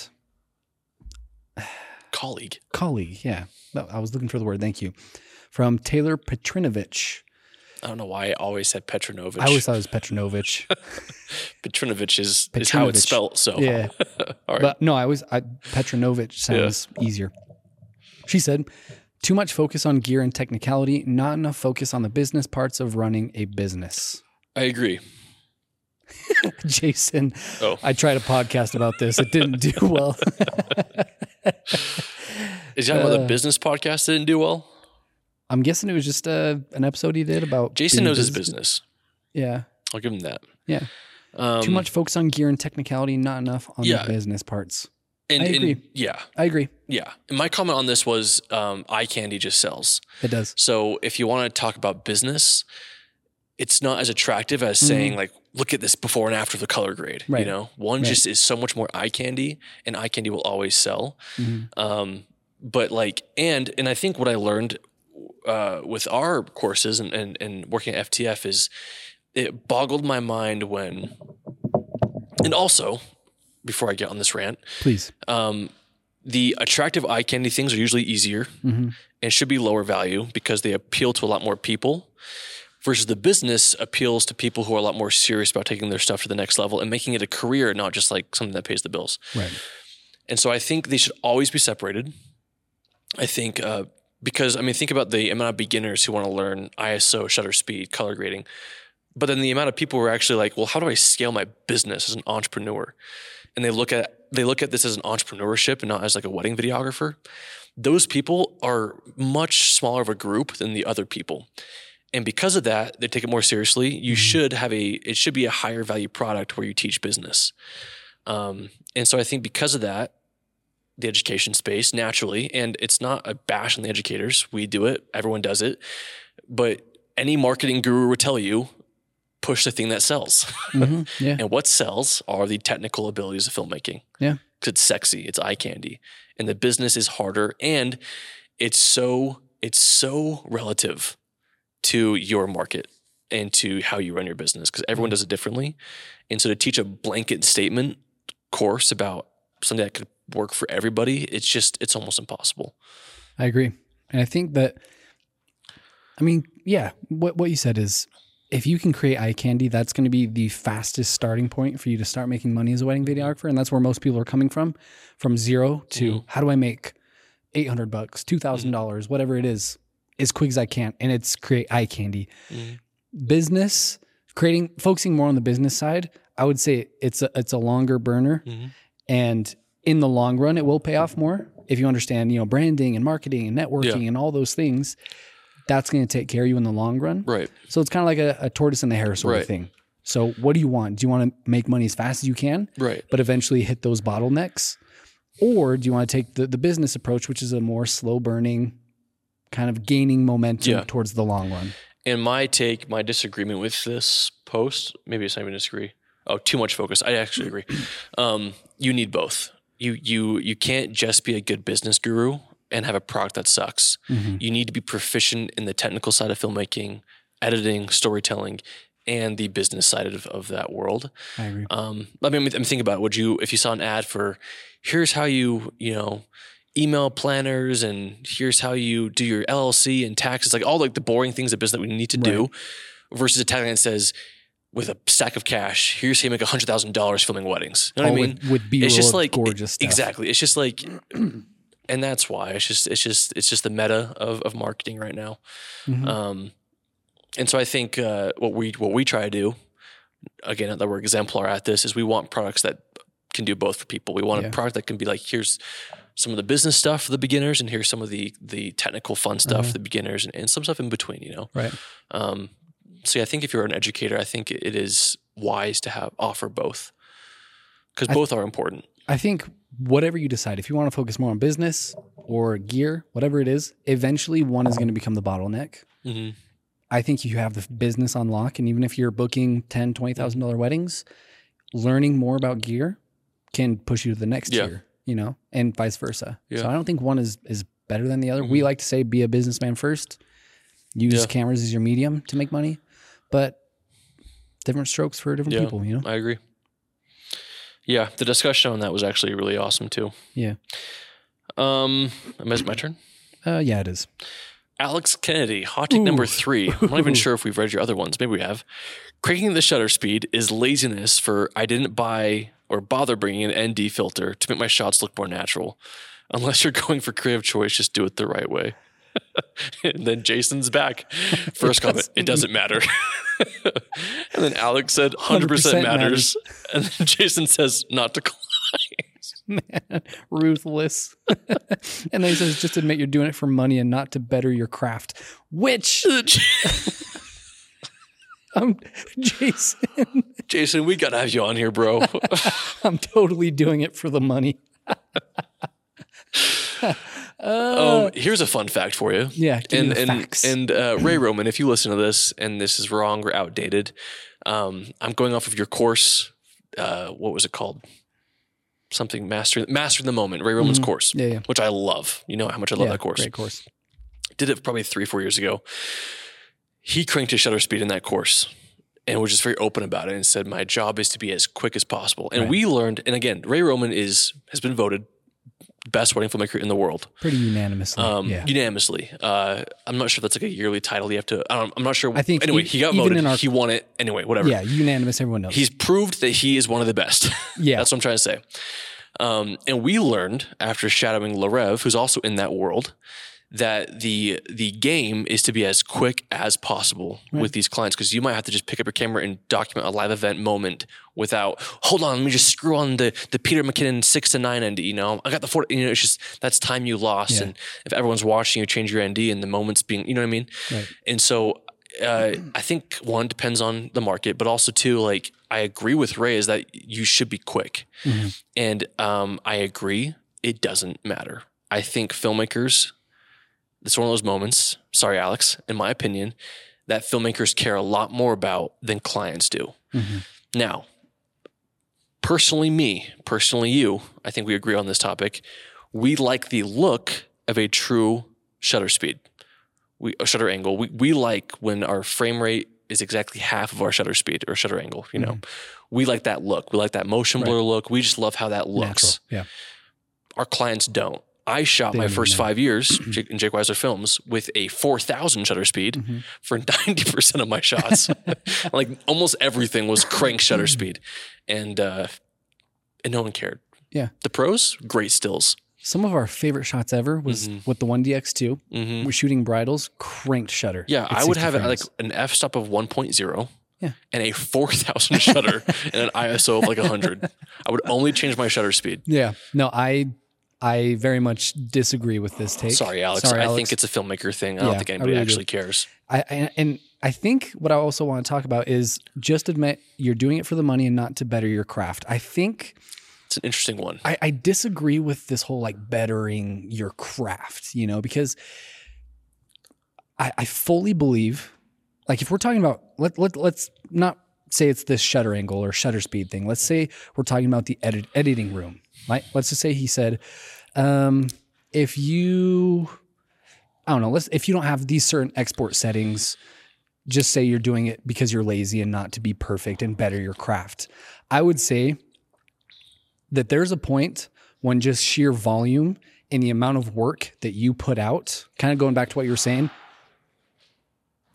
Speaker 2: Colleague,
Speaker 1: colleague. Yeah, No, I was looking for the word. Thank you. From Taylor Petrinovich.
Speaker 2: I don't know why I always said Petrinovich.
Speaker 1: I always thought it was Petrinovich.
Speaker 2: Petrinovich is, is how it's
Speaker 1: Petrinovich.
Speaker 2: spelled. So
Speaker 1: Yeah.
Speaker 2: (laughs) all right.
Speaker 1: But no, I was I, Petrinovich sounds easier. She said, "Too much focus on gear and technicality, not enough focus on the business parts of running a business."
Speaker 2: I agree.
Speaker 1: (laughs) Jason,
Speaker 2: Oh,
Speaker 1: I tried a podcast about this. It didn't do
Speaker 2: (laughs)
Speaker 1: well. (laughs)
Speaker 2: is that why the
Speaker 1: uh,
Speaker 2: business podcast didn't do well?
Speaker 1: I'm guessing it was just uh, an episode he did about
Speaker 2: Jason
Speaker 1: being
Speaker 2: knows his
Speaker 1: busy.
Speaker 2: business.
Speaker 1: Yeah,
Speaker 2: I'll give him that.
Speaker 1: yeah.
Speaker 2: Um,
Speaker 1: Too much focus on gear and technicality, not enough on
Speaker 2: Yeah.
Speaker 1: the business parts.
Speaker 2: And,
Speaker 1: I
Speaker 2: and-
Speaker 1: agree.
Speaker 2: yeah,
Speaker 1: I agree.
Speaker 2: yeah. And my comment on this was um, eye candy just sells.
Speaker 1: It does.
Speaker 2: So if you want to talk about business, it's not as attractive as saying like, look at this before and after the color grade.
Speaker 1: Mm-hmm.
Speaker 2: You
Speaker 1: Right.
Speaker 2: know, one
Speaker 1: Right.
Speaker 2: just is so much more eye candy, and eye candy will always sell.
Speaker 1: Mhm.
Speaker 2: Um, but like, and and I think what I learned uh, with our courses and, and and working at FTF is it boggled my mind when, and also before I get on this rant,
Speaker 1: Please.
Speaker 2: um, the attractive eye candy things are usually easier
Speaker 1: Mhm.
Speaker 2: and should be lower value because they appeal to a lot more people versus the business appeals to people who are a lot more serious about taking their stuff to the next level and making it a career not just like something that pays the bills
Speaker 1: Right.
Speaker 2: and so i think they should always be separated i think uh, because i mean think about the amount of beginners who want to learn iso shutter speed color grading but then the amount of people who are actually like well how do i scale my business as an entrepreneur and they look at they look at this as an entrepreneurship and not as like a wedding videographer those people are much smaller of a group than the other people and because of that they take it more seriously you should have a it should be a higher value product where you teach business um, and so i think because of that the education space naturally and it's not a bash on the educators we do it everyone does it but any marketing guru would tell you push the thing that sells
Speaker 1: Mhm. Yeah.
Speaker 2: and what sells are the technical abilities of filmmaking.
Speaker 1: Yeah.
Speaker 2: Because it's sexy, it's eye candy. And the business is harder and it's so it's so relative to your market and to how you run your business because everyone does it differently. And so to teach a blanket statement course about something that could work for everybody, it's just it's almost impossible.
Speaker 1: I agree. And I think that, I mean, yeah, what, what you said is if you can create eye candy, that's going to be the fastest starting point for you to start making money as a wedding videographer. And that's where most people are coming from from zero to how do I make 800 bucks, $2,000, dollars whatever it is, as quick as I can. And it's create eye candy.
Speaker 2: Mhm.
Speaker 1: Business, creating, focusing more on the business side, I would say it's a, it's a longer burner.
Speaker 2: Mhm.
Speaker 1: And in the long run, it will pay off more if you understand, you know, branding and marketing and networking and all those things. That's going to take care of you in the long run.
Speaker 2: Right.
Speaker 1: So it's kind of like a, a tortoise and the hare sort of
Speaker 2: Right.
Speaker 1: thing. So what do you want? Do you want to make money as fast as you can,
Speaker 2: Right.
Speaker 1: but eventually hit those bottlenecks? Or do you want to take the, the business approach, which is a more slow burning, kind of gaining momentum
Speaker 2: Yeah.
Speaker 1: towards the long run?
Speaker 2: And my take, my disagreement with this post, maybe it's not even disagree. Oh, too much focus. I actually agree. Um, you need both. You you you can't just be a good business guru and have a product that sucks.
Speaker 1: Mm-hmm.
Speaker 2: You need to be proficient in the technical side of filmmaking, editing, storytelling, and the business side of, of that world.
Speaker 1: I agree.
Speaker 2: Um, I mean, I mean, think about it. Would you, if you saw an ad for, here's how you, you know, email planners and here's how you do your LLC and taxes, like all like the boring things of business that we need to do, versus a tagline that says, with a stack of cash, here's how you make hundred thousand dollars filming weddings. You know
Speaker 1: All
Speaker 2: what I mean?
Speaker 1: Oh, with, with B-roll
Speaker 2: it's just like
Speaker 1: gorgeous stuff.
Speaker 2: Exactly. It's just like, (clears throat) and that's why it's just it's just it's just the meta of of marketing right now.
Speaker 1: Mhm.
Speaker 2: Um, and so I think uh, what we what we try to do, again, not that we're exemplar at this, is we want products that can do both for people. We want
Speaker 1: Yeah.
Speaker 2: a product that can be like here's some of the business stuff for the beginners, and here's some of the the technical fun stuff for the beginners, and, and some stuff in between. You know,
Speaker 1: Mm-hmm. Right.
Speaker 2: um, so yeah, I think if you're an educator, I think it is wise to have offer both because
Speaker 1: I-
Speaker 2: both are important.
Speaker 1: I think whatever you decide, if you want to focus more on business or gear, whatever it is, eventually one is going to become the bottleneck.
Speaker 2: Mm-hmm.
Speaker 1: I think you have the business on lock. And even if you're booking ten, twenty thousand dollar weddings, learning more about gear can push you to the next
Speaker 2: Yeah.
Speaker 1: tier, you know, and vice versa. So
Speaker 2: Yeah. Mm-hmm.
Speaker 1: I don't think one is is better than the other. We like to say be a businessman first. Use
Speaker 2: Yeah.
Speaker 1: cameras as your medium to make money, but different strokes for different
Speaker 2: Yeah.
Speaker 1: people, you know.
Speaker 2: I agree. Yeah, the discussion on that was actually really awesome too.
Speaker 1: Yeah.
Speaker 2: Um, am I- is it my turn?
Speaker 1: Uh, yeah, it is.
Speaker 2: Alex Kennedy, hot take number three. I'm not even sure if we've read your other ones. Maybe we have. Cranking the shutter speed is laziness for I didn't buy or bother bringing an ND filter to make my shots look more natural. Unless you're (laughs) going for creative choice, just do it the right way. (laughs) and then Jason's back. First comment, it doesn't matter. (laughs) and then Alex said, 100%,
Speaker 1: 100%
Speaker 2: matters. (laughs) And then Jason says, not to call.
Speaker 1: Ruthless. (laughs) and then he says, just admit you're doing it for money and not to better your craft. Which (laughs) I'm Jason.
Speaker 2: (laughs) Jason, we got to have you on here, bro. (laughs)
Speaker 1: I'm totally doing it for the money.
Speaker 2: Um, here's a fun fact for you.
Speaker 1: Yeah, give me
Speaker 2: and
Speaker 1: the
Speaker 2: and
Speaker 1: facts.
Speaker 2: and uh,
Speaker 1: (clears throat)
Speaker 2: Ray Roman, if you listen to this and this is wrong or outdated, um, I'm going off of your course. Uh, what was it called? Something master master the moment. Ray Roman's course,
Speaker 1: Mm-hmm. Yeah, yeah.
Speaker 2: which I love. You know how much I love
Speaker 1: Yeah,
Speaker 2: that course.
Speaker 1: Great course.
Speaker 2: Did it probably three four years ago. He cranked his shutter speed in that course. And was just very open about it and said, My job is to be as quick as possible. And
Speaker 1: Right.
Speaker 2: we learned, and again, Ray Roman is has been voted best wedding filmmaker in the world
Speaker 1: Pretty unanimously.
Speaker 2: um,
Speaker 1: yeah.
Speaker 2: unanimously. Uh, I'm not sure if that's like a yearly title you have to. I don't, I'm not sure.
Speaker 1: I think
Speaker 2: anyway,
Speaker 1: e-
Speaker 2: he got
Speaker 1: even
Speaker 2: voted.
Speaker 1: in our-
Speaker 2: he won it. Anyway, whatever.
Speaker 1: yeah, unanimous. Everyone knows.
Speaker 2: He's proved that he is one of the best. (laughs)
Speaker 1: yeah.
Speaker 2: that's what I'm trying to say. Um, and we learned after shadowing Larev, who's also in that world, that the the game is to be as quick as possible with these clients because you might have to just pick up your camera and document a live event moment without hold on let me just screw on the the Peter McKinnon six to nine ND you know I got the four you know it's just that's time you lost
Speaker 1: Yeah.
Speaker 2: and if everyone's watching you change your ND and the moments being you know what I mean
Speaker 1: Right.
Speaker 2: and so uh, I think one depends on the market but also two like I agree with Ray is that you should be quick
Speaker 1: Mhm.
Speaker 2: and um, I agree, it doesn't matter. I think filmmakers, it's one of those moments, sorry, Alex, in my opinion, that filmmakers care a lot more about than clients do.
Speaker 1: Mhm.
Speaker 2: Now, personally, me, personally, you, I think we agree on this topic. We like the look of a true shutter speed, we, a shutter angle. We, we like when our frame rate is exactly half of our shutter speed or shutter angle, you know? We like that look. We like that motion blur look. We just love how that looks.
Speaker 1: Natural. Yeah.
Speaker 2: Our clients don't. I shot
Speaker 1: Damn,
Speaker 2: my first
Speaker 1: man.
Speaker 2: five years Jake- in Jake Weiser films with a 4,000 shutter speed
Speaker 1: Mm-hmm.
Speaker 2: for 90% of
Speaker 1: (laughs)
Speaker 2: my shots. like almost everything was crank shutter speed. And, uh, and no one cared.
Speaker 1: Yeah.
Speaker 2: The pros, great stills.
Speaker 1: Some of our favorite shots ever was
Speaker 2: Mm-hmm.
Speaker 1: with the 1DX2.
Speaker 2: Mhm.
Speaker 1: We're shooting bridles, cranked shutter.
Speaker 2: Yeah,
Speaker 1: at
Speaker 2: I would
Speaker 1: 60
Speaker 2: have it
Speaker 1: frames.
Speaker 2: like an f stop of 1.0
Speaker 1: Yeah.
Speaker 2: and
Speaker 1: (laughs)
Speaker 2: a 4,000 shutter and an ISO of like 100. I would only change my shutter speed.
Speaker 1: Yeah. No, I I very much disagree with this take.
Speaker 2: Sorry, Alex.
Speaker 1: Sorry,
Speaker 2: I
Speaker 1: Alex.
Speaker 2: think it's a filmmaker thing. I
Speaker 1: Yeah,
Speaker 2: don't think
Speaker 1: I
Speaker 2: anybody
Speaker 1: really do.
Speaker 2: actually cares.
Speaker 1: I, I and I think what I also want to talk about is just admit you're doing it for the money and not to better your craft. I think
Speaker 2: It's an interesting one.
Speaker 1: I, I disagree with this whole like bettering your craft, you know, because I, I fully believe, like, if we're talking about let let let's not say it's this shutter angle or shutter speed thing. Let's say we're talking about the edit editing room. Like, let's just say he said, um, if you, I don't know, let's if you don't have these certain export settings, just say you're doing it because you're lazy and not to be perfect and better your craft. I would say that there's a point when just sheer volume and the amount of work that you put out, kind of going back to what you were saying,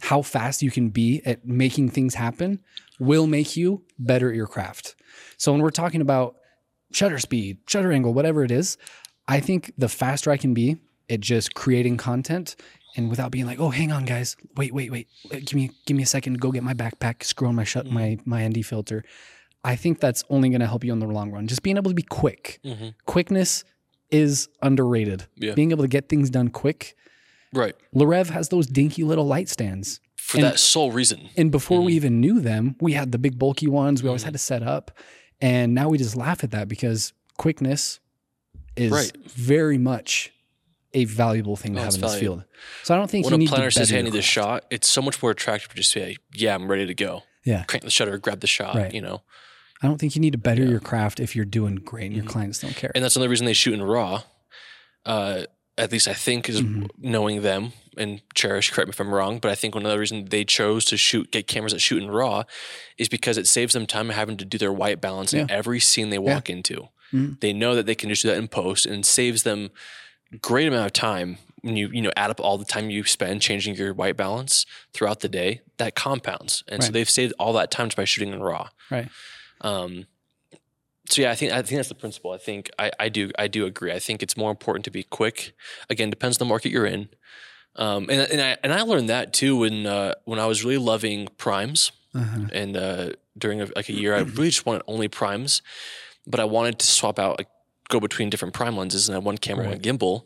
Speaker 1: how fast you can be at making things happen will make you better at your craft. So when we're talking about shutter speed, shutter angle, whatever it is, I think the faster I can be at just creating content and without being like, oh, hang on, guys, wait, wait, wait, give me give me a second to go get my backpack, screw on my shut my my ND filter. I think that's only going to help you in the long run. Just being able to be quick.
Speaker 2: Mhm.
Speaker 1: Quickness is underrated.
Speaker 2: Yeah.
Speaker 1: Being able to get things done quick.
Speaker 2: Right.
Speaker 1: Larev has those dinky little light stands.
Speaker 2: For
Speaker 1: And-
Speaker 2: that sole reason.
Speaker 1: And before
Speaker 2: Mm-hmm.
Speaker 1: we even knew them, we had the big bulky ones we always had to set up. And now we just laugh at that because quickness is
Speaker 2: Right.
Speaker 1: very much a valuable thing to
Speaker 2: Oh,
Speaker 1: have
Speaker 2: it's
Speaker 1: in this
Speaker 2: valuable.
Speaker 1: field. So I don't think
Speaker 2: When
Speaker 1: you
Speaker 2: a
Speaker 1: need
Speaker 2: planner
Speaker 1: to
Speaker 2: says,
Speaker 1: better
Speaker 2: hey, I need
Speaker 1: your
Speaker 2: this
Speaker 1: craft.
Speaker 2: shot, it's so much more attractive to just say, yeah, I'm ready to go.
Speaker 1: Yeah.
Speaker 2: Crank the shutter, grab the shot,
Speaker 1: Right.
Speaker 2: you know.
Speaker 1: I don't think you need to better your craft if you're doing great and your clients don't care.
Speaker 2: And that's another reason they shoot in raw. Uh, at least I think is
Speaker 1: Mhm.
Speaker 2: knowing them and cherish. Correct me if I'm wrong, but I think another reason they chose to shoot get cameras that shoot in raw is because it saves them time having to do their white balance in every scene they walk into.
Speaker 1: Mhm.
Speaker 2: They know that they can just do that in post and saves them great amount of time when you you know add up all the time you spend changing your white balance throughout the day. That compounds, and so
Speaker 1: Right.
Speaker 2: they've saved all that time just by shooting in raw.
Speaker 1: right.
Speaker 2: Um, so yeah, I think I think that's the principle. I think I, I do I do agree. I think it's more important to be quick. Again, depends on the market you're in. Um, and and I and I learned that too when uh, when I was really loving primes
Speaker 1: Uh-huh.
Speaker 2: and uh, during a, like a year I really just wanted only primes, but I wanted to swap out like go between different prime lenses and I had one camera and one gimbal,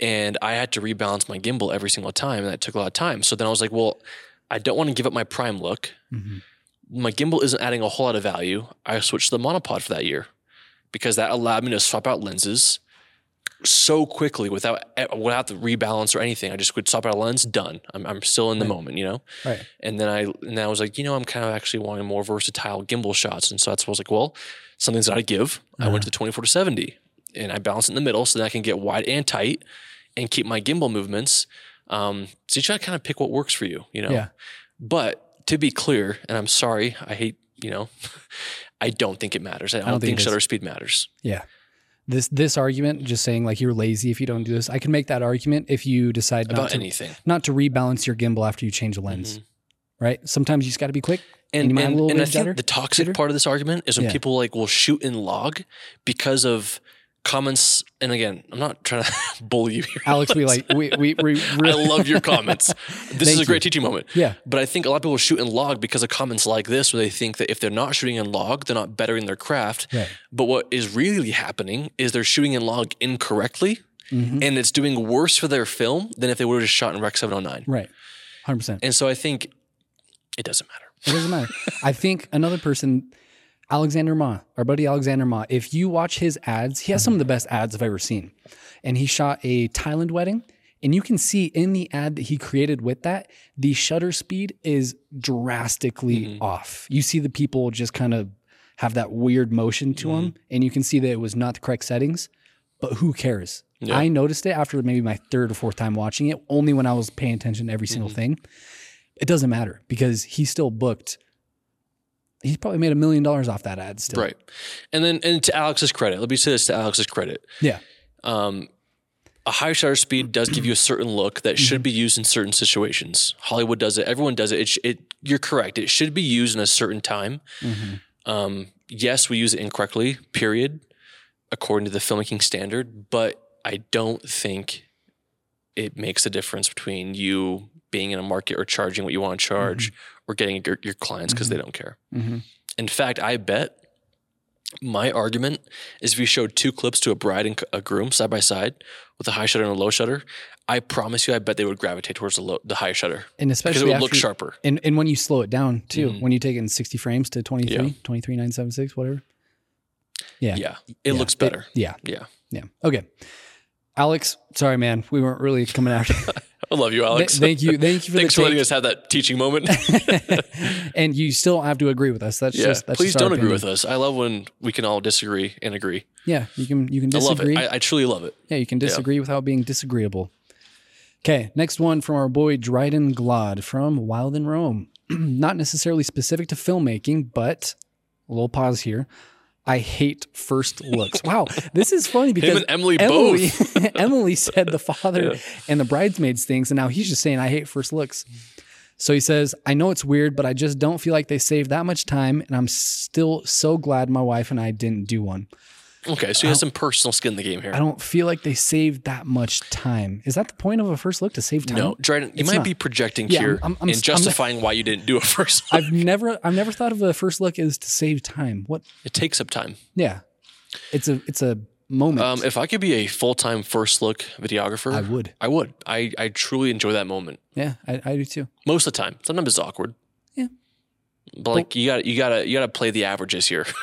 Speaker 2: and I had to rebalance my gimbal every single time, and that took a lot of time. So then I was like, well, I don't want to give up my prime look
Speaker 1: Mhm.
Speaker 2: my gimbal isn't adding a whole lot of value. I switched to the monopod for that year because that allowed me to swap out lenses so quickly without eh, without the rebalance or anything. I just would swap out a lens, done. I'm, I'm still in the
Speaker 1: Right.
Speaker 2: moment, you know.
Speaker 1: Right.
Speaker 2: And then I and then I was like, you know, I'm kind of actually wanting more versatile gimbal shots, and so that's what I was like, well, something's got to give. I
Speaker 1: Uh-huh.
Speaker 2: went to the 24 to 70, and I balance it in the middle so that I can get wide and tight, and keep my gimbal movements. Um, so you try to kind of pick what works for you, you know.
Speaker 1: Yeah.
Speaker 2: But to be clear, and I'm sorry, I hate, you know, (laughs) I don't think it matters. I don't,
Speaker 1: think
Speaker 2: think,
Speaker 1: it
Speaker 2: shutter speed matters.
Speaker 1: Yeah. This this argument, just saying like you're lazy if you don't do this, I can make that argument if you decide not
Speaker 2: About
Speaker 1: to,
Speaker 2: anything.
Speaker 1: not to rebalance your gimbal after you change the lens.
Speaker 2: Mm-hmm.
Speaker 1: Right? Sometimes you just gotta be quick.
Speaker 2: And,
Speaker 1: you might have a
Speaker 2: and,
Speaker 1: little
Speaker 2: and I
Speaker 1: ridge
Speaker 2: think
Speaker 1: jitter,
Speaker 2: the toxic
Speaker 1: jitter.
Speaker 2: part of this argument is when
Speaker 1: Yeah.
Speaker 2: people like will shoot in log because of comments. And again, I'm not trying to (laughs) bully you here.
Speaker 1: Alex, we like we we, we
Speaker 2: (laughs) I
Speaker 1: really
Speaker 2: love your comments. This
Speaker 1: Thank
Speaker 2: is
Speaker 1: you.
Speaker 2: a great teaching moment.
Speaker 1: (laughs)
Speaker 2: (laughs)
Speaker 1: Yeah.
Speaker 2: But I think a lot of people shoot in log because of comments like this, where they think that if they're not shooting in log, they're not bettering their craft.
Speaker 1: Right.
Speaker 2: But what is really happening is they're shooting in log incorrectly,
Speaker 1: Mhm.
Speaker 2: and it's doing worse for their film than if they would have just shot in Rec 709.
Speaker 1: Right. Hundred percent.
Speaker 2: And so I think it doesn't matter.
Speaker 1: It doesn't matter. I think another person, Alexander Ma, our buddy Alexander Ma, if you watch his ads, he has some of the best ads I've ever seen. And he shot a Thailand wedding. And you can see in the ad that he created with that, the shutter speed is drastically
Speaker 2: Mm-hmm.
Speaker 1: off. You see the people just kind of have that weird motion
Speaker 2: Mm-hmm.
Speaker 1: to them. And you can see that it was not the correct settings, but who cares?
Speaker 2: Yeah.
Speaker 1: I noticed it after maybe my third or fourth time watching it, only when I was paying attention to every single
Speaker 2: Mm-hmm.
Speaker 1: thing it doesn't matter because he still booked. He's probably made a million dollars off that ad still.
Speaker 2: Right. And then, and to Alex's credit, let me say this to Alex's credit.
Speaker 1: Yeah.
Speaker 2: Um, a high shutter speed does give you a certain look that should be used in certain situations. Hollywood does it. Everyone does it. It, sh- it you're correct. It should be used in a certain time.
Speaker 1: Mhm.
Speaker 2: Um, yes, we use it incorrectly. Period, according to the filmmaking standard. But I don't think it makes a difference between you being in a market or charging what you want to charge or getting your, your clients because they don't care.
Speaker 1: Mhm.
Speaker 2: In fact, I bet my argument is if you showed two clips to a bride and a groom side by side with a high shutter and a low shutter, I promise you, I bet they would gravitate towards the, low, the high shutter
Speaker 1: And
Speaker 2: because
Speaker 1: especially
Speaker 2: it would
Speaker 1: after
Speaker 2: look
Speaker 1: you-
Speaker 2: sharper.
Speaker 1: And, and when you slow it down too,
Speaker 2: Mhm.
Speaker 1: when you take it in 60 frames to 23,
Speaker 2: Yeah.
Speaker 1: 23.976, whatever. Yeah.
Speaker 2: Yeah, it
Speaker 1: Yeah.
Speaker 2: looks better.
Speaker 1: Yeah.
Speaker 2: Yeah.
Speaker 1: Yeah. Okay. Alex, sorry, man. We weren't really coming out. (laughs)
Speaker 2: I love you, (laughs) Alex.
Speaker 1: thank
Speaker 2: (laughs)
Speaker 1: you. Thank you for
Speaker 2: Thanks for
Speaker 1: the
Speaker 2: letting
Speaker 1: take.
Speaker 2: us have that teaching
Speaker 1: (laughs)
Speaker 2: moment.
Speaker 1: and you still have to agree with us. That's
Speaker 2: yeah,
Speaker 1: just that's
Speaker 2: please
Speaker 1: just
Speaker 2: don't agree with us. I love when we can all disagree and agree.
Speaker 1: Yeah, you can you can disagree.
Speaker 2: I love it. I, I truly love it.
Speaker 1: yeah, you can disagree without being disagreeable. Okay, next one from our boy Dryden Glod from Wild in Rome. (clears throat) Not necessarily specific to filmmaking, but a little pause here. I hate first looks. Wow, this is funny
Speaker 2: Him
Speaker 1: because
Speaker 2: and Emily,
Speaker 1: Emily,
Speaker 2: both.
Speaker 1: (laughs) Emily said the father
Speaker 2: Yeah.
Speaker 1: and the bridesmaids things, and now he's just saying, I hate first looks. So he says, I know it's weird, but I just don't feel like they saved that much time, and I'm still so glad my wife and I didn't do one.
Speaker 2: Okay, so you have some personal skin in the game here.
Speaker 1: I don't feel like they saved that much time. Is that the point of a first look to save time?
Speaker 2: No, Dryden, you
Speaker 1: It's
Speaker 2: might
Speaker 1: not.
Speaker 2: be projecting
Speaker 1: Yeah,
Speaker 2: here
Speaker 1: I'm- I'm- I'm-
Speaker 2: and justifying why you didn't do it (laughs) first.
Speaker 1: I've never I've never thought of a first look as to save time. What
Speaker 2: it takes up time.
Speaker 1: yeah. It's a it's a moment.
Speaker 2: Um, if I could be a full time first look videographer,
Speaker 1: I would.
Speaker 2: I would. I, I truly enjoy that moment
Speaker 1: Yeah, I, I do too.
Speaker 2: most of the time. Sometimes it's awkward.
Speaker 1: Yeah.
Speaker 2: But like you got to you got to you got to play the averages here. (laughs)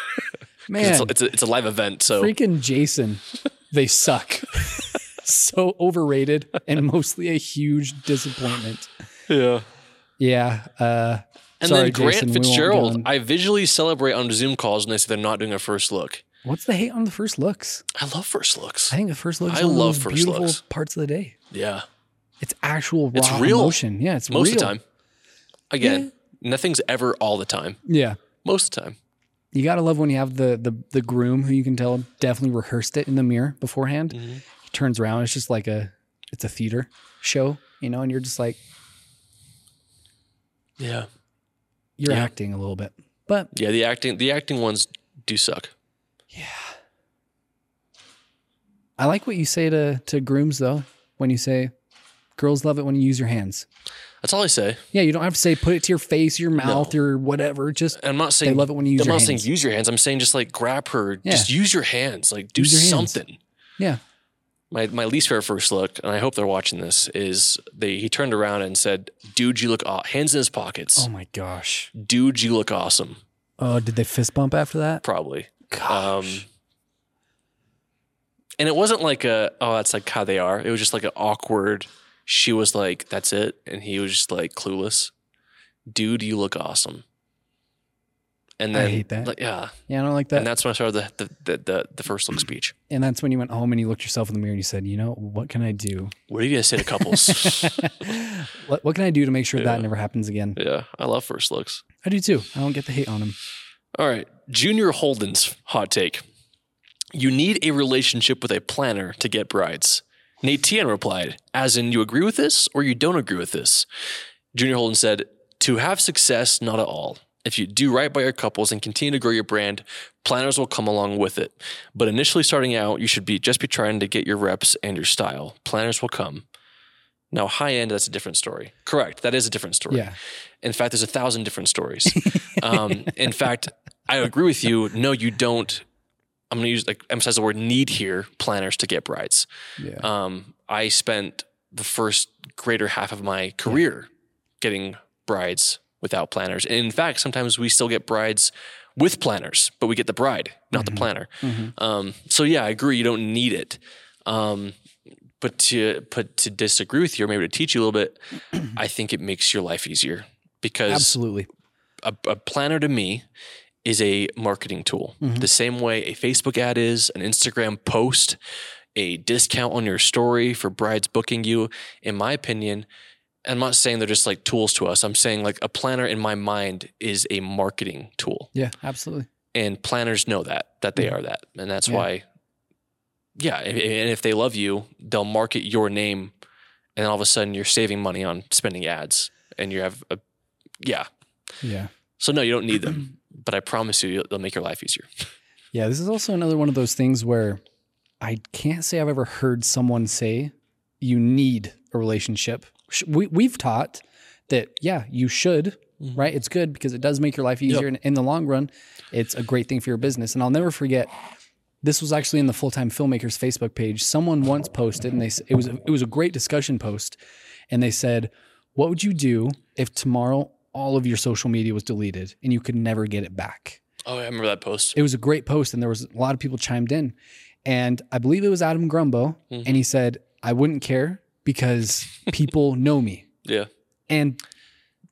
Speaker 2: 'Cause
Speaker 1: Man,
Speaker 2: it's, a, it's a it's a live event, so
Speaker 1: freaking Jason, they suck. (laughs) so overrated and mostly a huge disappointment.
Speaker 2: yeah.
Speaker 1: Yeah. Uh
Speaker 2: And
Speaker 1: sorry,
Speaker 2: then Grant
Speaker 1: Jason, we won't get
Speaker 2: Fitzgerald,
Speaker 1: on-
Speaker 2: I visually celebrate on Zoom calls when they say they're not doing a first look.
Speaker 1: What's the hate on the first looks?
Speaker 2: I love first looks.
Speaker 1: I think the first looks
Speaker 2: I
Speaker 1: I one
Speaker 2: love
Speaker 1: of those
Speaker 2: first
Speaker 1: beautiful
Speaker 2: looks.
Speaker 1: parts of the day.
Speaker 2: yeah,
Speaker 1: It's actual raw
Speaker 2: It's real.
Speaker 1: emotion. Yeah, it's
Speaker 2: most of the
Speaker 1: real.
Speaker 2: time. Again, nothing's ever all the time.
Speaker 1: Yeah.
Speaker 2: Most of the time.
Speaker 1: you gotta love when you have the the the groom who you can tell definitely rehearsed it in the mirror beforehand.
Speaker 2: Mhm.
Speaker 1: He turns around, it's just like a it's a theater show, you know, and you're just like
Speaker 2: Yeah.
Speaker 1: you're
Speaker 2: Yeah.
Speaker 1: acting a little bit. But
Speaker 2: Yeah, the acting the acting ones do suck.
Speaker 1: I like what you say to to grooms though when you say girls love it when you use your hands.
Speaker 2: That's all I say.
Speaker 1: Yeah, you don't have to say put it to your face, your mouth, or whatever. Just
Speaker 2: And I'm not saying
Speaker 1: they love it when you use
Speaker 2: I'm
Speaker 1: your
Speaker 2: not
Speaker 1: hands.
Speaker 2: saying use your hands. I'm saying just like grab her. Just use your hands. Like do
Speaker 1: Use your hands.
Speaker 2: something.
Speaker 1: yeah.
Speaker 2: My my least favorite first look, and I hope they're watching this, is they he turned around and said, "Dude, you look aw-. hands in his pockets.
Speaker 1: Oh my gosh.
Speaker 2: Dude, you look awesome."
Speaker 1: Oh, did they fist bump after that?
Speaker 2: Probably. Um,
Speaker 1: Gosh.
Speaker 2: and it wasn't like a oh that's like how they are. It was just like an awkward. She was like, "That's it," and he was just like clueless. Dude, you look awesome. And
Speaker 1: I
Speaker 2: then
Speaker 1: hate that.
Speaker 2: like, yeah,
Speaker 1: yeah, I don't like that.
Speaker 2: and that's when I started the the, the, the, the first look speech.
Speaker 1: and that's when you went home and you looked yourself in the mirror and you said, you know, what can I do? (laughs)
Speaker 2: What are you gonna say to couples?
Speaker 1: what, what can I do to make sure that
Speaker 2: Yeah.
Speaker 1: never happens again?
Speaker 2: yeah, I love first looks.
Speaker 1: I do too. I don't get the hate on him.
Speaker 2: All right, Junior Holden's hot take: You need a relationship with a planner to get brides. Nate Tien replied, "As in, you agree with this or you don't agree with this." Junior Holden said, "To have success, not at all. If you do right by your couples and continue to grow your brand, planners will come along with it. But initially, starting out, you should be just be trying to get your reps and your style. Planners will come." Now, high end, that's a different story. Correct. That is a different story.
Speaker 1: Yeah.
Speaker 2: In fact, there's a thousand different stories. um, in fact, I agree with you. No, you don't. I'm going to use like emphasize the word need here. Planners to get brides.
Speaker 1: Yeah.
Speaker 2: Um, I spent the first greater half of my career getting brides without planners, and in fact, sometimes we still get brides with planners, but we get the bride, not the planner. Um, so yeah, I agree. You don't need it. Um, but to but to disagree with you, or maybe to teach you a little bit, (clears throat) I think it makes your life easier because
Speaker 1: Absolutely.
Speaker 2: a, a planner to me is a marketing tool.
Speaker 1: Mhm.
Speaker 2: The same way a Facebook ad is, an Instagram post, a discount on your story for brides booking you. In my opinion, I'm not saying they're just like tools to us. I'm saying like a planner in my mind is a marketing tool.
Speaker 1: Yeah. Absolutely.
Speaker 2: And planners know that, that they are that. And that's
Speaker 1: Yeah.
Speaker 2: why yeah, and and if they love you, they'll market your name, and all of a sudden you're saving money on spending ads, and you have a yeah.
Speaker 1: Yeah.
Speaker 2: So no, you don't
Speaker 1: (clears throat)
Speaker 2: need them, but I promise you, they'll make your life easier.
Speaker 1: Yeah, this is also another one of those things where I can't say I've ever heard someone say you need a relationship. Sh- We, we've taught that, yeah, you should, right? It's good because it does make your life easier. And in the long run, it's a great thing for your business. And I'll never forget. This was actually in the full time filmmakers Facebook page. Someone once posted, and they s- it was it was a great discussion post, and they said, "What would you do if tomorrow all of your social media was deleted and you could never get it back?"
Speaker 2: Oh, I remember that post.
Speaker 1: it was a great post and there was a lot of people chimed in and i believe it was adam grumbo and
Speaker 2: Mm-hmm.
Speaker 1: he said i wouldn't care
Speaker 2: (laughs)
Speaker 1: because people know me
Speaker 2: Yeah,
Speaker 1: and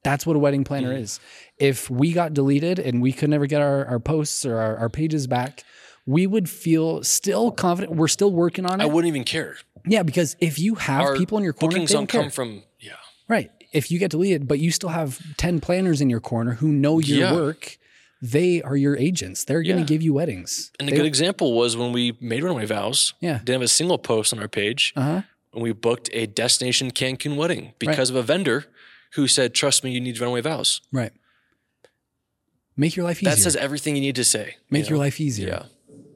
Speaker 1: that's what a wedding planner
Speaker 2: Mm.
Speaker 1: is if we got deleted and we could never get our, our posts or our, our pages back we would feel still confident we're still working on it
Speaker 2: I wouldn't even care.
Speaker 1: yeah because if you have
Speaker 2: Our
Speaker 1: people in your corner
Speaker 2: Bookings
Speaker 1: they
Speaker 2: don't
Speaker 1: don't care.
Speaker 2: come from yeah.
Speaker 1: Right. If you get deleted, but you still have 10 planners in your corner who know your
Speaker 2: Yeah.
Speaker 1: work, they are your agents. They're going to
Speaker 2: Yeah.
Speaker 1: give you weddings.
Speaker 2: And a
Speaker 1: They-
Speaker 2: good example was when we made runaway vows.
Speaker 1: Yeah.
Speaker 2: Didn't have a single post on our page.
Speaker 1: Uh-huh.
Speaker 2: And we booked a destination Cancun wedding because of a vendor who said, Trust me, you need runaway vows.
Speaker 1: Right. Make your life easier.
Speaker 2: That says everything you need to say.
Speaker 1: Make your
Speaker 2: life.
Speaker 1: life easier.
Speaker 2: Yeah.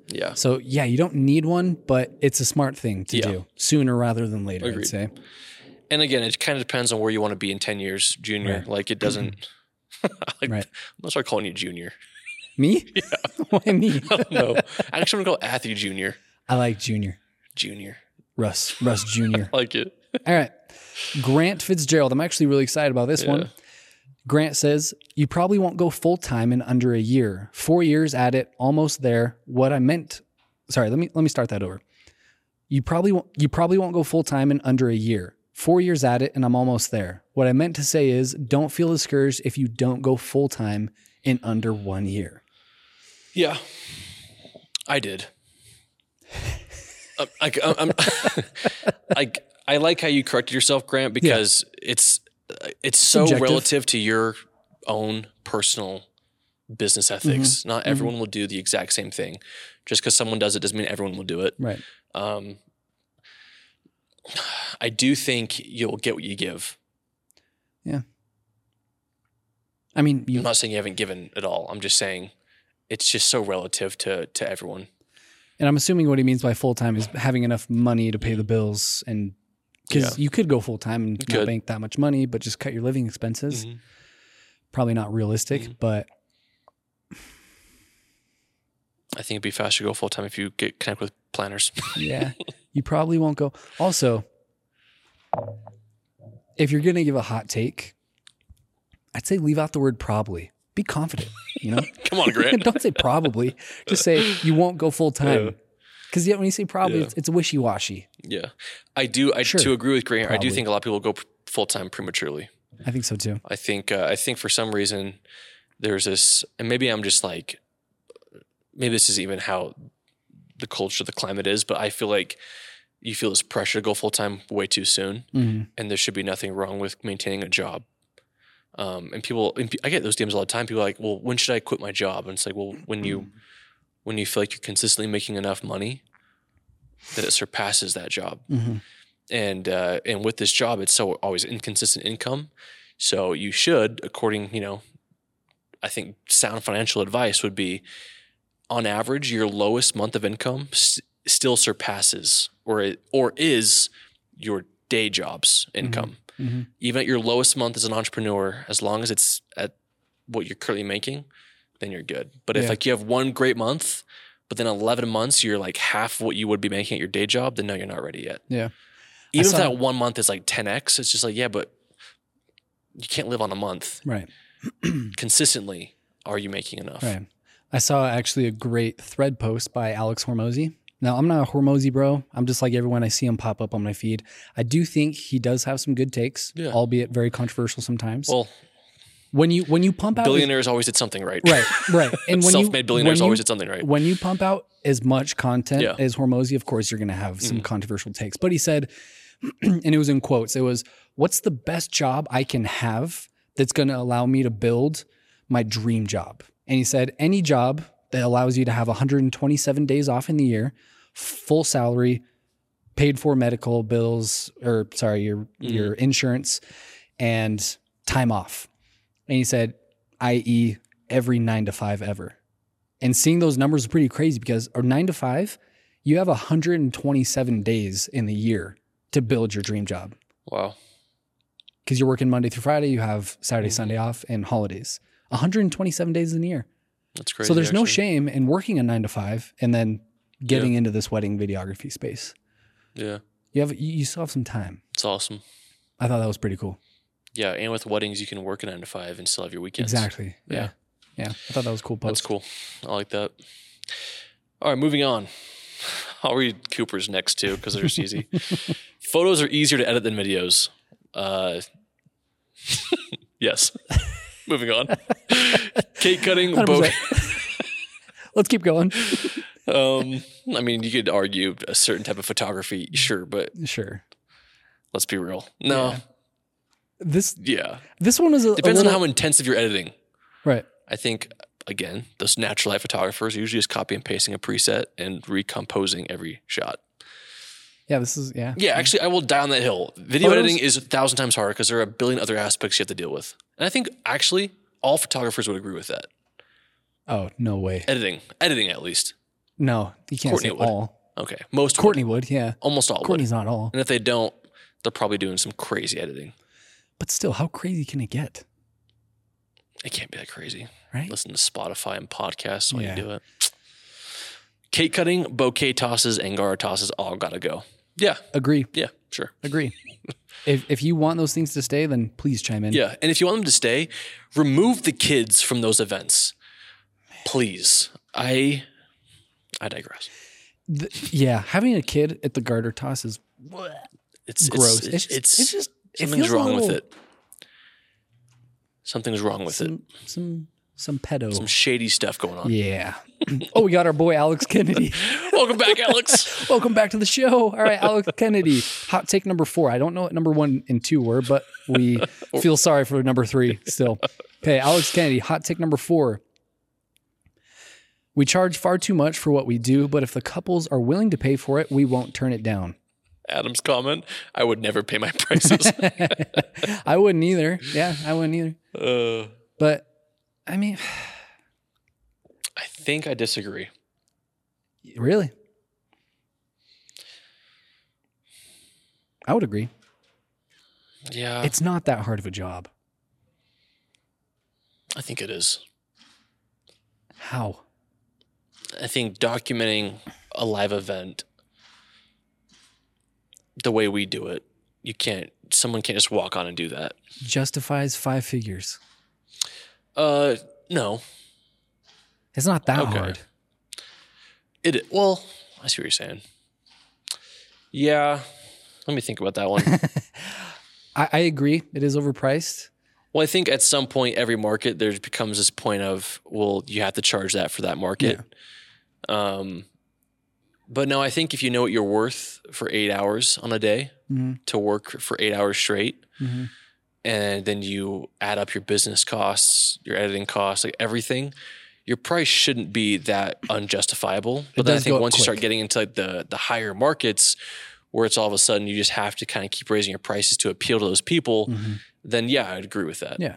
Speaker 2: Yeah.
Speaker 1: So yeah, you don't need one, but it's a smart thing to
Speaker 2: Yeah.
Speaker 1: do sooner rather than later. I'd
Speaker 2: Agreed.
Speaker 1: say.
Speaker 2: And again, it kind of depends on where you want to be in 10 years, junior.
Speaker 1: Right.
Speaker 2: Like it doesn't.
Speaker 1: (clears throat)
Speaker 2: (laughs) like,
Speaker 1: Right.
Speaker 2: I'm going to start calling you junior. (laughs)
Speaker 1: Me? (laughs) Why me? (laughs)
Speaker 2: no. I actually want to call Athy junior.
Speaker 1: I like Junior.
Speaker 2: Junior.
Speaker 1: Russ. Russ Junior.
Speaker 2: I like it.
Speaker 1: All right. Grant Fitzgerald. I'm actually really excited about this one. Grant says, You probably won't go full time in under a year. Four years at it, almost there. What I meant sorry, let me let me start that over. You probably won't you probably won't go full time in under a year. Four years at it, and I'm almost there. What I meant to say is don't feel discouraged if you don't go full time in under one year.
Speaker 2: Yeah, I did. Um, (laughs) I, I'm, I, I like how you corrected yourself, Grant, because it's uh, it's so
Speaker 1: Subjective.
Speaker 2: relative to your own personal business ethics. Not everyone will do the exact same thing. Just because someone does it doesn't mean everyone will do it.
Speaker 1: Right.
Speaker 2: Um, I do think you'll get what you give.
Speaker 1: I mean, you
Speaker 2: I'm not saying you haven't given at all. I'm just saying it's just so relative to to everyone.
Speaker 1: and I'm assuming what he means by full time is having enough money to pay the bills and because you could go full time and not
Speaker 2: could.
Speaker 1: bank that much money, but just cut your living expenses.
Speaker 2: Mhm.
Speaker 1: Probably not realistic,
Speaker 2: Mm-hmm.
Speaker 1: but
Speaker 2: I think it'd be faster to go full time if you get connect with planners. (laughs)
Speaker 1: yeah, you probably won't go. Also, if you're going to give a hot take, I'd say leave out the word probably. Be confident, you
Speaker 2: (laughs)
Speaker 1: know?
Speaker 2: Come on,
Speaker 1: (laughs)
Speaker 2: Grant.
Speaker 1: Don't say probably. Just say you won't go full time. Because yet when you say probably,
Speaker 2: Yeah.
Speaker 1: it's, it's wishy washy.
Speaker 2: yeah, I do. I
Speaker 1: Sure.
Speaker 2: do agree with Grant. I
Speaker 1: Probably.
Speaker 2: do think a lot of people go full time prematurely.
Speaker 1: I think so too.
Speaker 2: I think. Uh, I think for some reason there's this, and maybe I'm just like, maybe this is even how the culture, the climate is. But I feel like you feel this pressure to go full time way too soon,
Speaker 1: Mhm.
Speaker 2: and there should be nothing wrong with maintaining a job. Um, and people, and I get those DMs all the time. People are like, well, when should I quit my job? And it's like, well, when you when you feel like you're consistently making enough money that it surpasses that job.
Speaker 1: Mhm.
Speaker 2: And uh, and with this job, it's so always inconsistent income. So you should, according you know, I think sound financial advice would be, on average, your lowest month of income s- still surpasses or i- or is your day job's income.
Speaker 1: Mhm.
Speaker 2: Even at your lowest month as an entrepreneur, as long as it's at what you're currently making, then you're good. But if
Speaker 1: Yeah.
Speaker 2: like you have one great month, but then 11 months you're like half what you would be making at your day job, then no, you're not ready yet.
Speaker 1: Yeah.
Speaker 2: Even if
Speaker 1: saw-
Speaker 2: that one month is like 10x, it's just like, yeah, but you can't live on a month
Speaker 1: Right.
Speaker 2: consistently. Are you making enough?
Speaker 1: Mm. Right. I saw actually a great thread post by Alex Hormozzi. Now, I'm not a Hormozzi bro. I'm just like everyone I see him pop up on my feed. I do think he does have some good takes,
Speaker 2: Yeah.
Speaker 1: albeit very controversial sometimes.
Speaker 2: Well,
Speaker 1: when you when you pump out
Speaker 2: billionaires always did something right. (laughs)
Speaker 1: right, right. And when you-
Speaker 2: Self-made billionaires
Speaker 1: when you-
Speaker 2: always did something right.
Speaker 1: when you pump out as much content
Speaker 2: Yeah. Mm-hmm.
Speaker 1: as Hormozy, of course, you're going to have some controversial takes. But he said, (clears throat) and it was in quotes, it was, What's the best job I can have that's going to allow me to build my dream job? And he said, Any job that allows you to have 127 days off in the year, full salary, paid for medical bills or sorry, your your insurance and time off. And he said, i.e., every nine to five ever. And seeing those numbers is pretty crazy because or nine to five, you have 127 days in the year to build your dream job
Speaker 2: Wow.
Speaker 1: because you're working Monday through Friday, you have Saturday,
Speaker 2: Mhm.
Speaker 1: Sunday off, and holidays. 127 days in a year.
Speaker 2: That's crazy.
Speaker 1: so there's no
Speaker 2: actually.
Speaker 1: shame in working a nine to five and then getting into this wedding videography space.
Speaker 2: Yeah.
Speaker 1: You have you you still have some time.
Speaker 2: It's awesome.
Speaker 1: I thought that was pretty cool.
Speaker 2: Yeah. And with weddings, you can work a nine to five and still have your weekends.
Speaker 1: Exactly. Yeah. yeah.
Speaker 2: Yeah.
Speaker 1: I thought that was a cool
Speaker 2: That's
Speaker 1: post.
Speaker 2: cool. I like that. All right, moving on. (laughs) I'll read Cooper's next too because they're just easy.
Speaker 1: (laughs)
Speaker 2: Photos are easier to edit than videos. Uh, (laughs) yes. (laughs) moving
Speaker 1: (laughs)
Speaker 2: on. Cake cutting, boat.
Speaker 1: 100%. (laughs) Let's keep
Speaker 2: (laughs)
Speaker 1: going.
Speaker 2: Um, I mean, you could argue a certain type of photography, sure, but
Speaker 1: Sure.
Speaker 2: let's be real. No,
Speaker 1: This
Speaker 2: yeah.
Speaker 1: this one is a, a
Speaker 2: Depends
Speaker 1: little,
Speaker 2: on how intensive you're editing.
Speaker 1: right.
Speaker 2: I think again, those natural light photographers usually just copy and pasting a preset and recomposing every shot.
Speaker 1: Yeah. This is yeah.
Speaker 2: Yeah, actually, I will die on that hill. Video
Speaker 1: Hmm. Photos-
Speaker 2: editing is a thousand times harder because there are a billion other aspects you have to deal with. And I think actually all photographers would agree with that.
Speaker 1: Oh no way.
Speaker 2: Editing, editing at least.
Speaker 1: No, you can't
Speaker 2: Courtney
Speaker 1: say
Speaker 2: would.
Speaker 1: all.
Speaker 2: Okay, most would.
Speaker 1: Courtney would. Yeah.
Speaker 2: almost all would.
Speaker 1: Courtney's not all.
Speaker 2: And if they don't, they're probably doing some crazy editing.
Speaker 1: But still, how crazy can it get?
Speaker 2: It can't be that crazy.
Speaker 1: Right.
Speaker 2: Listen to Spotify and podcasts while
Speaker 1: Yeah.
Speaker 2: you do it. Cake cutting, bouquet tosses, angara tosses, all gotta go. Yeah, (laughs)
Speaker 1: Agree.
Speaker 2: yeah, sure.
Speaker 1: Agree. if if you want those things to stay, then please chime in.
Speaker 2: Yeah, and if you want them to stay, remove the kids from those events, please. I I digress.
Speaker 1: Th- yeah. Having a kid at the garter toss is
Speaker 2: It's it's-
Speaker 1: gross.
Speaker 2: It's, it's,
Speaker 1: just it
Speaker 2: something's
Speaker 1: feels a
Speaker 2: wrong with
Speaker 1: little-
Speaker 2: it. Something's wrong with it.
Speaker 1: some some some pedo.
Speaker 2: Some shady stuff going on.
Speaker 1: yeah. (clears throat) oh, we got our boy Alex
Speaker 2: (laughs)
Speaker 1: Kennedy. (laughs)
Speaker 2: Welcome back, Alex.
Speaker 1: Welcome back to the show. All right, Alex Kennedy. Hot take number four. I don't know what number one and two were, but
Speaker 2: (laughs)
Speaker 1: we feel sorry for number three still. Okay, Alex Kennedy. Hot take number four. We charge far too much for what we do, but if the couples are willing to pay for it, we won't turn it down.
Speaker 2: Adam's comment. I would never pay
Speaker 1: (laughs)
Speaker 2: my (laughs) prices.
Speaker 1: I wouldn't either. Yeah, I wouldn't either.
Speaker 2: uh,
Speaker 1: But I mean, (sighs)
Speaker 2: I think I disagree.
Speaker 1: really, I would agree.
Speaker 2: Yeah,
Speaker 1: It's not that hard of a job.
Speaker 2: I think it is.
Speaker 1: How?
Speaker 2: I think documenting a live event the way we do it, you can't. Someone can't just walk on and do that.
Speaker 1: Justifies five figures.
Speaker 2: Uh, no.
Speaker 1: It's not that
Speaker 2: Okay.
Speaker 1: hard.
Speaker 2: It well, I see what you're saying. Yeah, let me think about that one.
Speaker 1: I, I agree. It is overpriced.
Speaker 2: well, I think at some point every market there becomes this point of well, you have to charge that for that market. Um, but no, I think if you know what you're worth for eight hours on a day
Speaker 1: Mhm.
Speaker 2: to work for eight hours straight,
Speaker 1: Mhm.
Speaker 2: and then you add up your business costs, your editing costs, like everything, your price shouldn't be that unjustifiable. But then I
Speaker 1: does go
Speaker 2: think
Speaker 1: up
Speaker 2: once you start
Speaker 1: quick.
Speaker 2: getting into like the the higher markets, where it's all of a sudden you just have to kind of keep raising your prices to appeal to those people, then yeah, I'd agree with that.
Speaker 1: Mm-hmm. Yeah.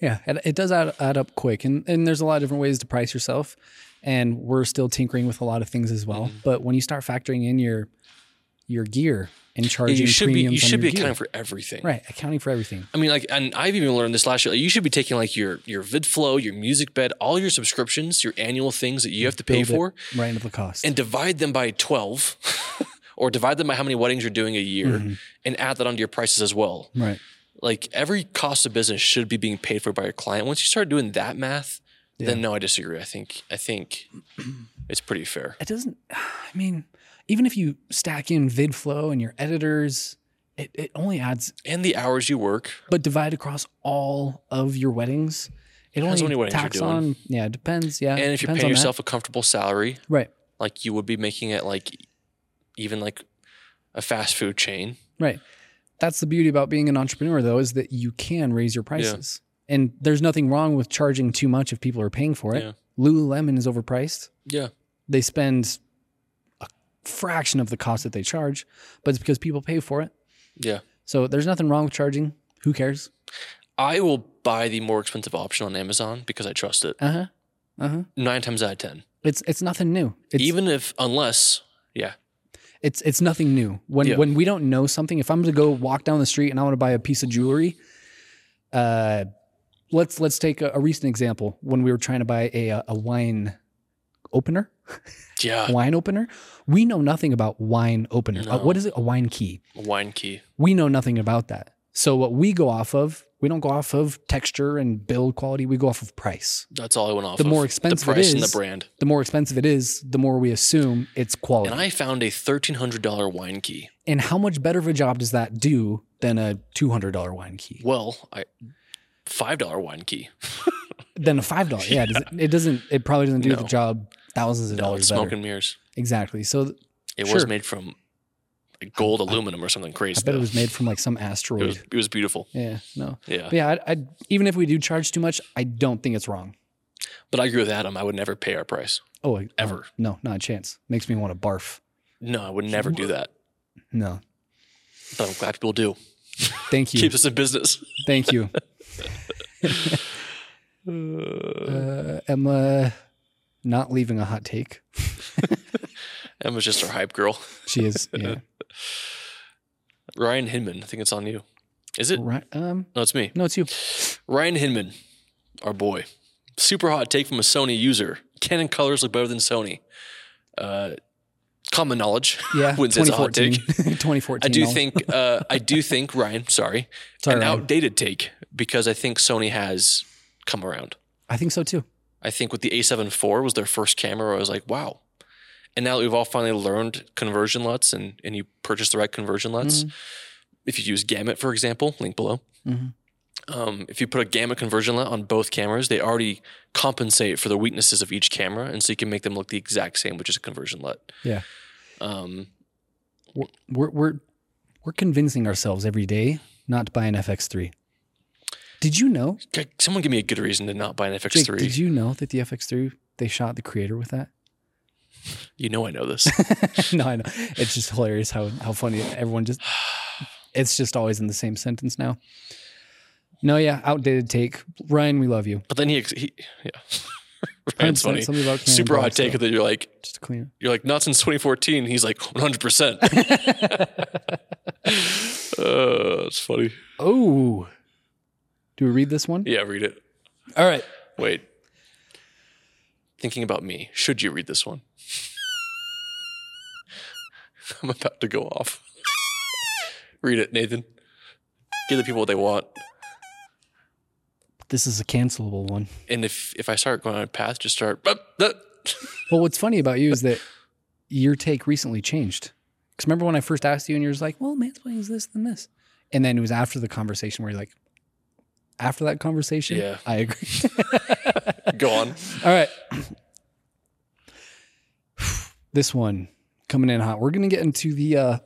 Speaker 1: Yeah, it, it does add, add up quick. And, and there's a lot of different ways to price yourself. And we're still tinkering with a lot of things as well.
Speaker 2: Mm-hmm.
Speaker 1: But when you start factoring in your your gear and charging
Speaker 2: you should be
Speaker 1: premiums
Speaker 2: you
Speaker 1: on
Speaker 2: should be
Speaker 1: your
Speaker 2: accounting
Speaker 1: gear,
Speaker 2: for everything.
Speaker 1: right, accounting for everything.
Speaker 2: I mean, like, and I've even learned this last year. Like, you should be taking like your your VidFlow, your Music Bed, all your subscriptions, your annual things that you have to pay
Speaker 1: Build it
Speaker 2: for,
Speaker 1: right into the cost.
Speaker 2: and divide them by twelve, (laughs) or divide them by how many weddings you're doing a year,
Speaker 1: Mm-hmm.
Speaker 2: and add that onto your prices as well.
Speaker 1: right.
Speaker 2: Like every cost of business should be being paid for by your client. Once you start doing that math, then no, I disagree. I think I think it's pretty fair.
Speaker 1: it doesn't (sighs) i mean even if you stack in vidflow and your editors it, it only adds
Speaker 2: And the hours you work,
Speaker 1: but divide across all of your weddings it
Speaker 2: Depends
Speaker 1: only
Speaker 2: how many weddings you're
Speaker 1: tacks
Speaker 2: doing.
Speaker 1: on yeah it depends yeah
Speaker 2: and if you
Speaker 1: Uh, depends
Speaker 2: pay
Speaker 1: on that.
Speaker 2: yourself a comfortable salary,
Speaker 1: right
Speaker 2: like you would be making it like even like a fast food chain.
Speaker 1: right that's the beauty about being an entrepreneur though is that you can raise your prices and there's nothing wrong with charging too much if people are paying for it
Speaker 2: Yeah.
Speaker 1: lululemon is overpriced
Speaker 2: Yeah.
Speaker 1: they spend a fraction of the cost that they charge, but it's because people pay for it.
Speaker 2: Yeah.
Speaker 1: So there's nothing wrong with charging. Who cares?
Speaker 2: I will buy the more expensive option on Amazon because I trust it.
Speaker 1: Uh huh. Uh huh.
Speaker 2: Nine times out of ten.
Speaker 1: It's it's nothing new. It's,
Speaker 2: Uh-huh. Even if unless yeah.
Speaker 1: it's it's nothing new. When
Speaker 2: Yeah.
Speaker 1: when we don't know something, if I'm going to go walk down the street and I want to buy a piece of jewelry, uh, let's let's take a, a recent example when we were trying to buy a a, a wine opener,
Speaker 2: Yeah.
Speaker 1: wine opener. We know nothing about wine opener. Uh,
Speaker 2: Uh. No.
Speaker 1: what is it? A wine key.
Speaker 2: Wine key.
Speaker 1: We know nothing about that. So what we go off of, we don't go off of texture and build quality. We go off of price.
Speaker 2: That's all I went off
Speaker 1: The
Speaker 2: of.
Speaker 1: more expensive it
Speaker 2: the price and
Speaker 1: is,
Speaker 2: the brand.
Speaker 1: The more expensive it is, the more we assume it's quality.
Speaker 2: And I found a thirteen hundred dollar wine key.
Speaker 1: and how much better of a job does that do than a two hundred dollar wine key?
Speaker 2: Well, I five dollar wine key.
Speaker 1: than a five dollar. Yeah, does it, it doesn't. It probably doesn't do the
Speaker 2: No.
Speaker 1: job thousands of
Speaker 2: No,
Speaker 1: dollars
Speaker 2: it's
Speaker 1: better.
Speaker 2: smoke and mirrors.
Speaker 1: Exactly. So th-
Speaker 2: It
Speaker 1: Sure.
Speaker 2: was made from like gold, aluminum, or something
Speaker 1: I
Speaker 2: crazy.
Speaker 1: bet it
Speaker 2: though.
Speaker 1: was made from like some
Speaker 2: It was, Uh.
Speaker 1: asteroid.
Speaker 2: it was beautiful.
Speaker 1: Yeah. No.
Speaker 2: Yeah.
Speaker 1: But yeah. I, I even if we do charge too much, I don't think it's wrong.
Speaker 2: But I agree with Adam. I would never pay our price.
Speaker 1: Oh, I-
Speaker 2: Ever.
Speaker 1: oh, no, not a chance. Makes me want to barf.
Speaker 2: No, I would never do that.
Speaker 1: No.
Speaker 2: But I'm glad people do.
Speaker 1: Thank you.
Speaker 2: Keeps us in business. (laughs)
Speaker 1: Thank you. uh, Emma, not leaving a hot take.
Speaker 2: Emma's just our hype girl.
Speaker 1: She
Speaker 2: (laughs)
Speaker 1: is. Yeah.
Speaker 2: Ryan Hinman. I think it's on you. Is it?
Speaker 1: right. Um.
Speaker 2: No, it's me.
Speaker 1: No, it's you.
Speaker 2: Ryan Hinman, our boy. Super hot take from a Sony user. Canon colors look better than Sony. Uh,
Speaker 1: (laughs)
Speaker 2: common knowledge.
Speaker 1: Yeah.
Speaker 2: Wouldn't say it's a hot
Speaker 1: 2014. (laughs)
Speaker 2: take.
Speaker 1: 2014.
Speaker 2: I do
Speaker 1: no.
Speaker 2: think uh, I do think Ryan, sorry,
Speaker 1: Sorry,
Speaker 2: an
Speaker 1: Ryan.
Speaker 2: outdated take because I think Sony has come around.
Speaker 1: I think so too.
Speaker 2: I think with the A7 IV was their first camera. Where I was like, wow. And now that we've all finally learned conversion LUTs and and you purchase the right conversion LUTs.
Speaker 1: Mm-hmm.
Speaker 2: If you use gamut, for example, link below.
Speaker 1: Mhm.
Speaker 2: Um, if you put a gamut conversion LUT on both cameras, they already compensate for the weaknesses of each camera, and so you can make them look the exact same, which is a conversion LUT.
Speaker 1: Yeah.
Speaker 2: Um,
Speaker 1: we're we're we're, we're convincing ourselves every day not to buy an FX3. Did you know,
Speaker 2: g- someone give me a good reason to not buy an FX3.
Speaker 1: Jake? Did you know that the FX3 they shot the creator with that? (laughs)
Speaker 2: you know I know this.
Speaker 1: no, I know. It's just hilarious how how funny everyone just. It's just always in the same sentence now. No, yeah, outdated take. Ryan, we love you.
Speaker 2: But then he, ex- he yeah, (laughs) Ryan's
Speaker 1: 100%
Speaker 2: funny.
Speaker 1: something about Canon
Speaker 2: Super hot
Speaker 1: Box,
Speaker 2: take
Speaker 1: though.
Speaker 2: that you're like,
Speaker 1: Just to clean
Speaker 2: you're like not since 2014. He's like 100.
Speaker 1: (laughs)
Speaker 2: percent uh, That's funny.
Speaker 1: it. Oh, do we read this one?
Speaker 2: Yeah, read it.
Speaker 1: All right.
Speaker 2: Wait. Thinking about me. Should you read this one? (laughs) I'm about to go off. read it, Nathan. Give the people what they want.
Speaker 1: This is a cancelable one.
Speaker 2: And if if I start going on a path, just start.
Speaker 1: Well, what's funny about you is that your take recently changed. Because remember when I first asked you and you was like, well, mansplaining is this and this. And then it was after the conversation where you're like, after that conversation,
Speaker 2: Yeah.
Speaker 1: I agree.
Speaker 2: (laughs)
Speaker 1: (laughs)
Speaker 2: Go on.
Speaker 1: All right. This one coming in hot. We're going to get into the, uh,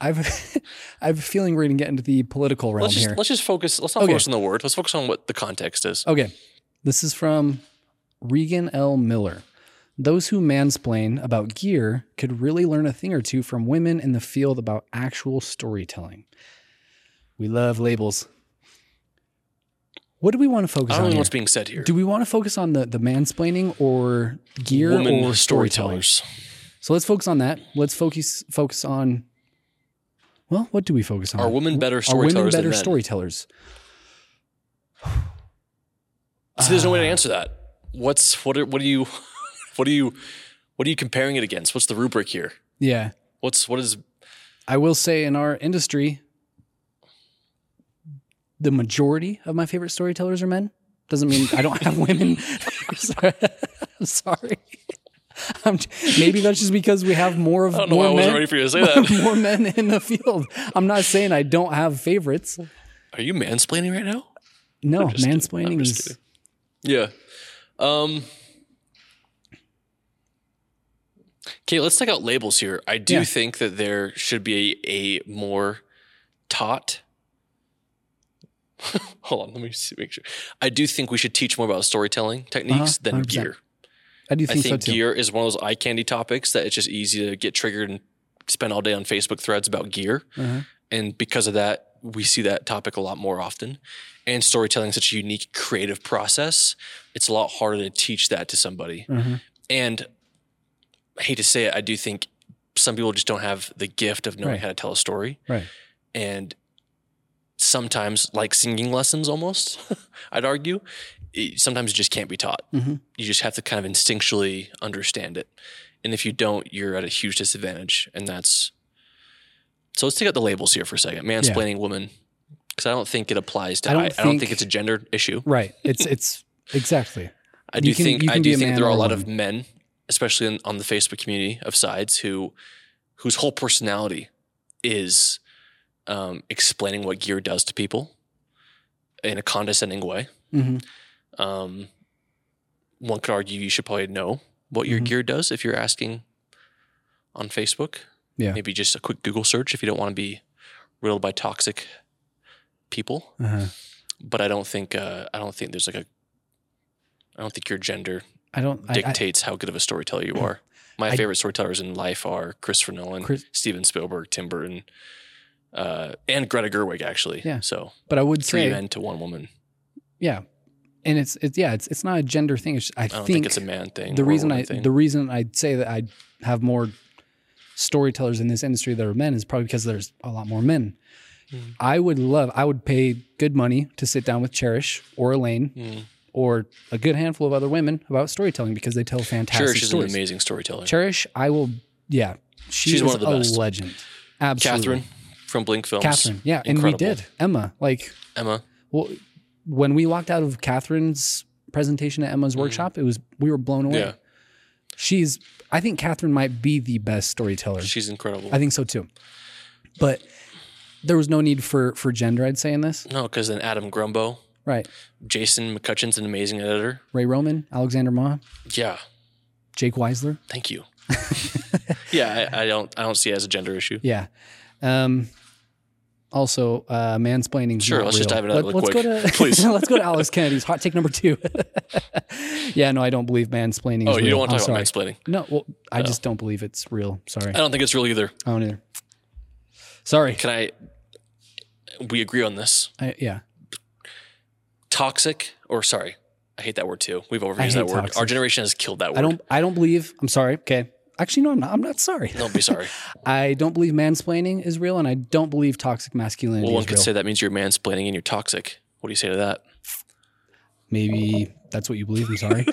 Speaker 1: I've, (laughs) I have a feeling we're going to get into the political realm
Speaker 2: Let's just
Speaker 1: here.
Speaker 2: let's just focus. Let's not
Speaker 1: Okay.
Speaker 2: focus on the word. Let's focus on what the context is.
Speaker 1: Okay. This is from Regan L. Miller. Those who mansplain about gear could really learn a thing or two from women in the field about actual storytelling. We love labels. What do we want to
Speaker 2: I
Speaker 1: focus
Speaker 2: don't
Speaker 1: on?
Speaker 2: know
Speaker 1: Here?
Speaker 2: what's being said here.
Speaker 1: Do we want to focus on the, the mansplaining or gear
Speaker 2: Woman
Speaker 1: or storytelling?
Speaker 2: storytellers.
Speaker 1: So let's focus on that. Let's focus focus on. Well, what do we focus on?
Speaker 2: Are women better
Speaker 1: Uh, Are
Speaker 2: storytellers?
Speaker 1: women
Speaker 2: than
Speaker 1: better
Speaker 2: men?
Speaker 1: storytellers?
Speaker 2: So there's no way
Speaker 1: Ah.
Speaker 2: to answer that. What's what? Are, what are you? (laughs) What are you? What are you comparing it against? What's the rubric here?
Speaker 1: Yeah.
Speaker 2: What's what is?
Speaker 1: I will say in our industry, the majority of my favorite storytellers are men. Doesn't mean I don't have
Speaker 2: (laughs)
Speaker 1: women. (laughs) Sorry. I'm sorry. I'm, j- maybe that's just because we have more of
Speaker 2: I don't know
Speaker 1: more
Speaker 2: why I wasn't ready
Speaker 1: men, (laughs)
Speaker 2: for you to say that.
Speaker 1: more men in the field. I'm not saying I don't have favorites.
Speaker 2: Are you mansplaining right now?
Speaker 1: No,
Speaker 2: just kidding.
Speaker 1: Oh,
Speaker 2: I'm
Speaker 1: mansplaining
Speaker 2: just
Speaker 1: is
Speaker 2: kidding. Yeah. Um. Okay, let's take out labels here. I do
Speaker 1: Yeah.
Speaker 2: think that there should be a, a more taught. (laughs) Hold on, let me see, make sure. I do think we should teach more about storytelling
Speaker 1: Uh-huh,
Speaker 2: techniques than
Speaker 1: 100%.
Speaker 2: gear.
Speaker 1: I do
Speaker 2: I
Speaker 1: think,
Speaker 2: think,
Speaker 1: so too.
Speaker 2: gear is one of those eye candy topics that it's just easy to get triggered and spend all day on Facebook threads about gear.
Speaker 1: Uh-huh.
Speaker 2: And because of that, we see that topic a lot more often. And storytelling is such a unique creative process. It's a lot harder to teach that to somebody.
Speaker 1: Uh-huh.
Speaker 2: And I hate to say it, I do think some people just don't have the gift of knowing
Speaker 1: Right.
Speaker 2: how to tell a story.
Speaker 1: Right.
Speaker 2: And sometimes, like singing lessons almost, (laughs) I'd argue, it, sometimes it just can't be taught.
Speaker 1: Mhm.
Speaker 2: You just have to kind of instinctually understand it. And if you don't, you're at a huge disadvantage. And that's so let's take out the labels here for a second mansplaining woman. Because I don't think it applies to, I
Speaker 1: I
Speaker 2: I
Speaker 1: don't
Speaker 2: don't, think,
Speaker 1: think-
Speaker 2: it's a gender issue.
Speaker 1: Right. It's it's exactly.
Speaker 2: I
Speaker 1: You
Speaker 2: do
Speaker 1: can-
Speaker 2: think
Speaker 1: you
Speaker 2: I
Speaker 1: can be
Speaker 2: do
Speaker 1: a
Speaker 2: think
Speaker 1: man
Speaker 2: there are a
Speaker 1: or a
Speaker 2: lot of men, especially in, on the Facebook community of sides, who whose whole personality is um, explaining what gear does to people in a condescending way.
Speaker 1: Mm-hmm.
Speaker 2: Um, one could argue you should probably know what your
Speaker 1: Mhm.
Speaker 2: gear does if you're asking on Facebook.
Speaker 1: Yeah.
Speaker 2: maybe just a quick Google search if you don't want to be riddled by toxic people
Speaker 1: Uh-huh.
Speaker 2: but I don't think uh, I don't think there's like a I don't think your gender
Speaker 1: I don't. I, I,
Speaker 2: dictates how good of a
Speaker 1: (clears throat)
Speaker 2: storyteller you are. My
Speaker 1: I-
Speaker 2: favorite storytellers in life are Christopher Nolan,
Speaker 1: Chris-
Speaker 2: Steven Spielberg, Tim Burton, uh, and Greta Gerwig. Actually,
Speaker 1: Yeah.
Speaker 2: So
Speaker 1: but I would
Speaker 2: three
Speaker 1: say,
Speaker 2: men to one woman.
Speaker 1: yeah. And it's it's yeah. It's it's not a gender thing. It's, I,
Speaker 2: I don't
Speaker 1: think,
Speaker 2: think, it's a man thing.
Speaker 1: the
Speaker 2: or a
Speaker 1: reason
Speaker 2: woman
Speaker 1: I
Speaker 2: thing.
Speaker 1: the reason I'd say that I have more storytellers in this industry that are men is probably because there's a lot more men.
Speaker 2: Mm.
Speaker 1: I would love. I would pay good money to sit down with Cherish or Elaine
Speaker 2: Mm.
Speaker 1: or a good handful of other women about storytelling because they tell fantastic
Speaker 2: Cherish is an
Speaker 1: stories.
Speaker 2: amazing storyteller.
Speaker 1: Cherish, I will. Yeah, she
Speaker 2: She's
Speaker 1: is
Speaker 2: one of the
Speaker 1: a
Speaker 2: best.
Speaker 1: legend. Absolutely,
Speaker 2: Catherine from Blink Films.
Speaker 1: Catherine. Yeah,
Speaker 2: Incredible.
Speaker 1: and we did Emma. Like
Speaker 2: Emma.
Speaker 1: well, when we walked out of Catherine's presentation at Emma's workshop, it was we were blown away.
Speaker 2: Mm-hmm. Yeah,
Speaker 1: She's. I think Catherine might be the best storyteller.
Speaker 2: she's incredible.
Speaker 1: I think so too. But there was no need for for gender, I'd say, in this.
Speaker 2: no, because then Adam Grumbo,
Speaker 1: Right.
Speaker 2: Jason McCutcheon's an amazing editor.
Speaker 1: Ray Roman, Alexander Ma,
Speaker 2: Yeah,
Speaker 1: Jake Weisler. (laughs)
Speaker 2: Thank you. yeah, I, I don't I don't see it as a gender issue.
Speaker 1: Yeah. Um, also, uh, mansplaining.
Speaker 2: Sure, let's just dive into that
Speaker 1: Let,
Speaker 2: really
Speaker 1: let's go
Speaker 2: (laughs) quick.
Speaker 1: to (laughs)
Speaker 2: Please.
Speaker 1: let's go to Alex Kennedy's hot take number two. (laughs) yeah, no, I don't believe mansplaining.
Speaker 2: Oh,
Speaker 1: is
Speaker 2: you
Speaker 1: real.
Speaker 2: don't want to
Speaker 1: I'm
Speaker 2: talk
Speaker 1: sorry.
Speaker 2: about mansplaining.
Speaker 1: No, well, I just don't believe it's real. Sorry,
Speaker 2: I
Speaker 1: I
Speaker 2: don't think it's real either.
Speaker 1: don't either. Sorry.
Speaker 2: Can I? We agree on this.
Speaker 1: I, yeah,
Speaker 2: Toxic, or sorry, I hate that word too. We've
Speaker 1: hate
Speaker 2: overused that word. Our
Speaker 1: toxic.
Speaker 2: generation has killed that word.
Speaker 1: I don't. I don't believe. I'm sorry. Okay. Actually, no, I'm not. I'm not sorry.
Speaker 2: Don't
Speaker 1: (laughs)
Speaker 2: be sorry.
Speaker 1: I don't believe mansplaining is real, and I don't believe toxic masculinity
Speaker 2: well, one
Speaker 1: is
Speaker 2: could
Speaker 1: real.
Speaker 2: say that means you're mansplaining and you're toxic. What do you say to that?
Speaker 1: Maybe that's what you believe. I'm
Speaker 2: (laughs)
Speaker 1: sorry.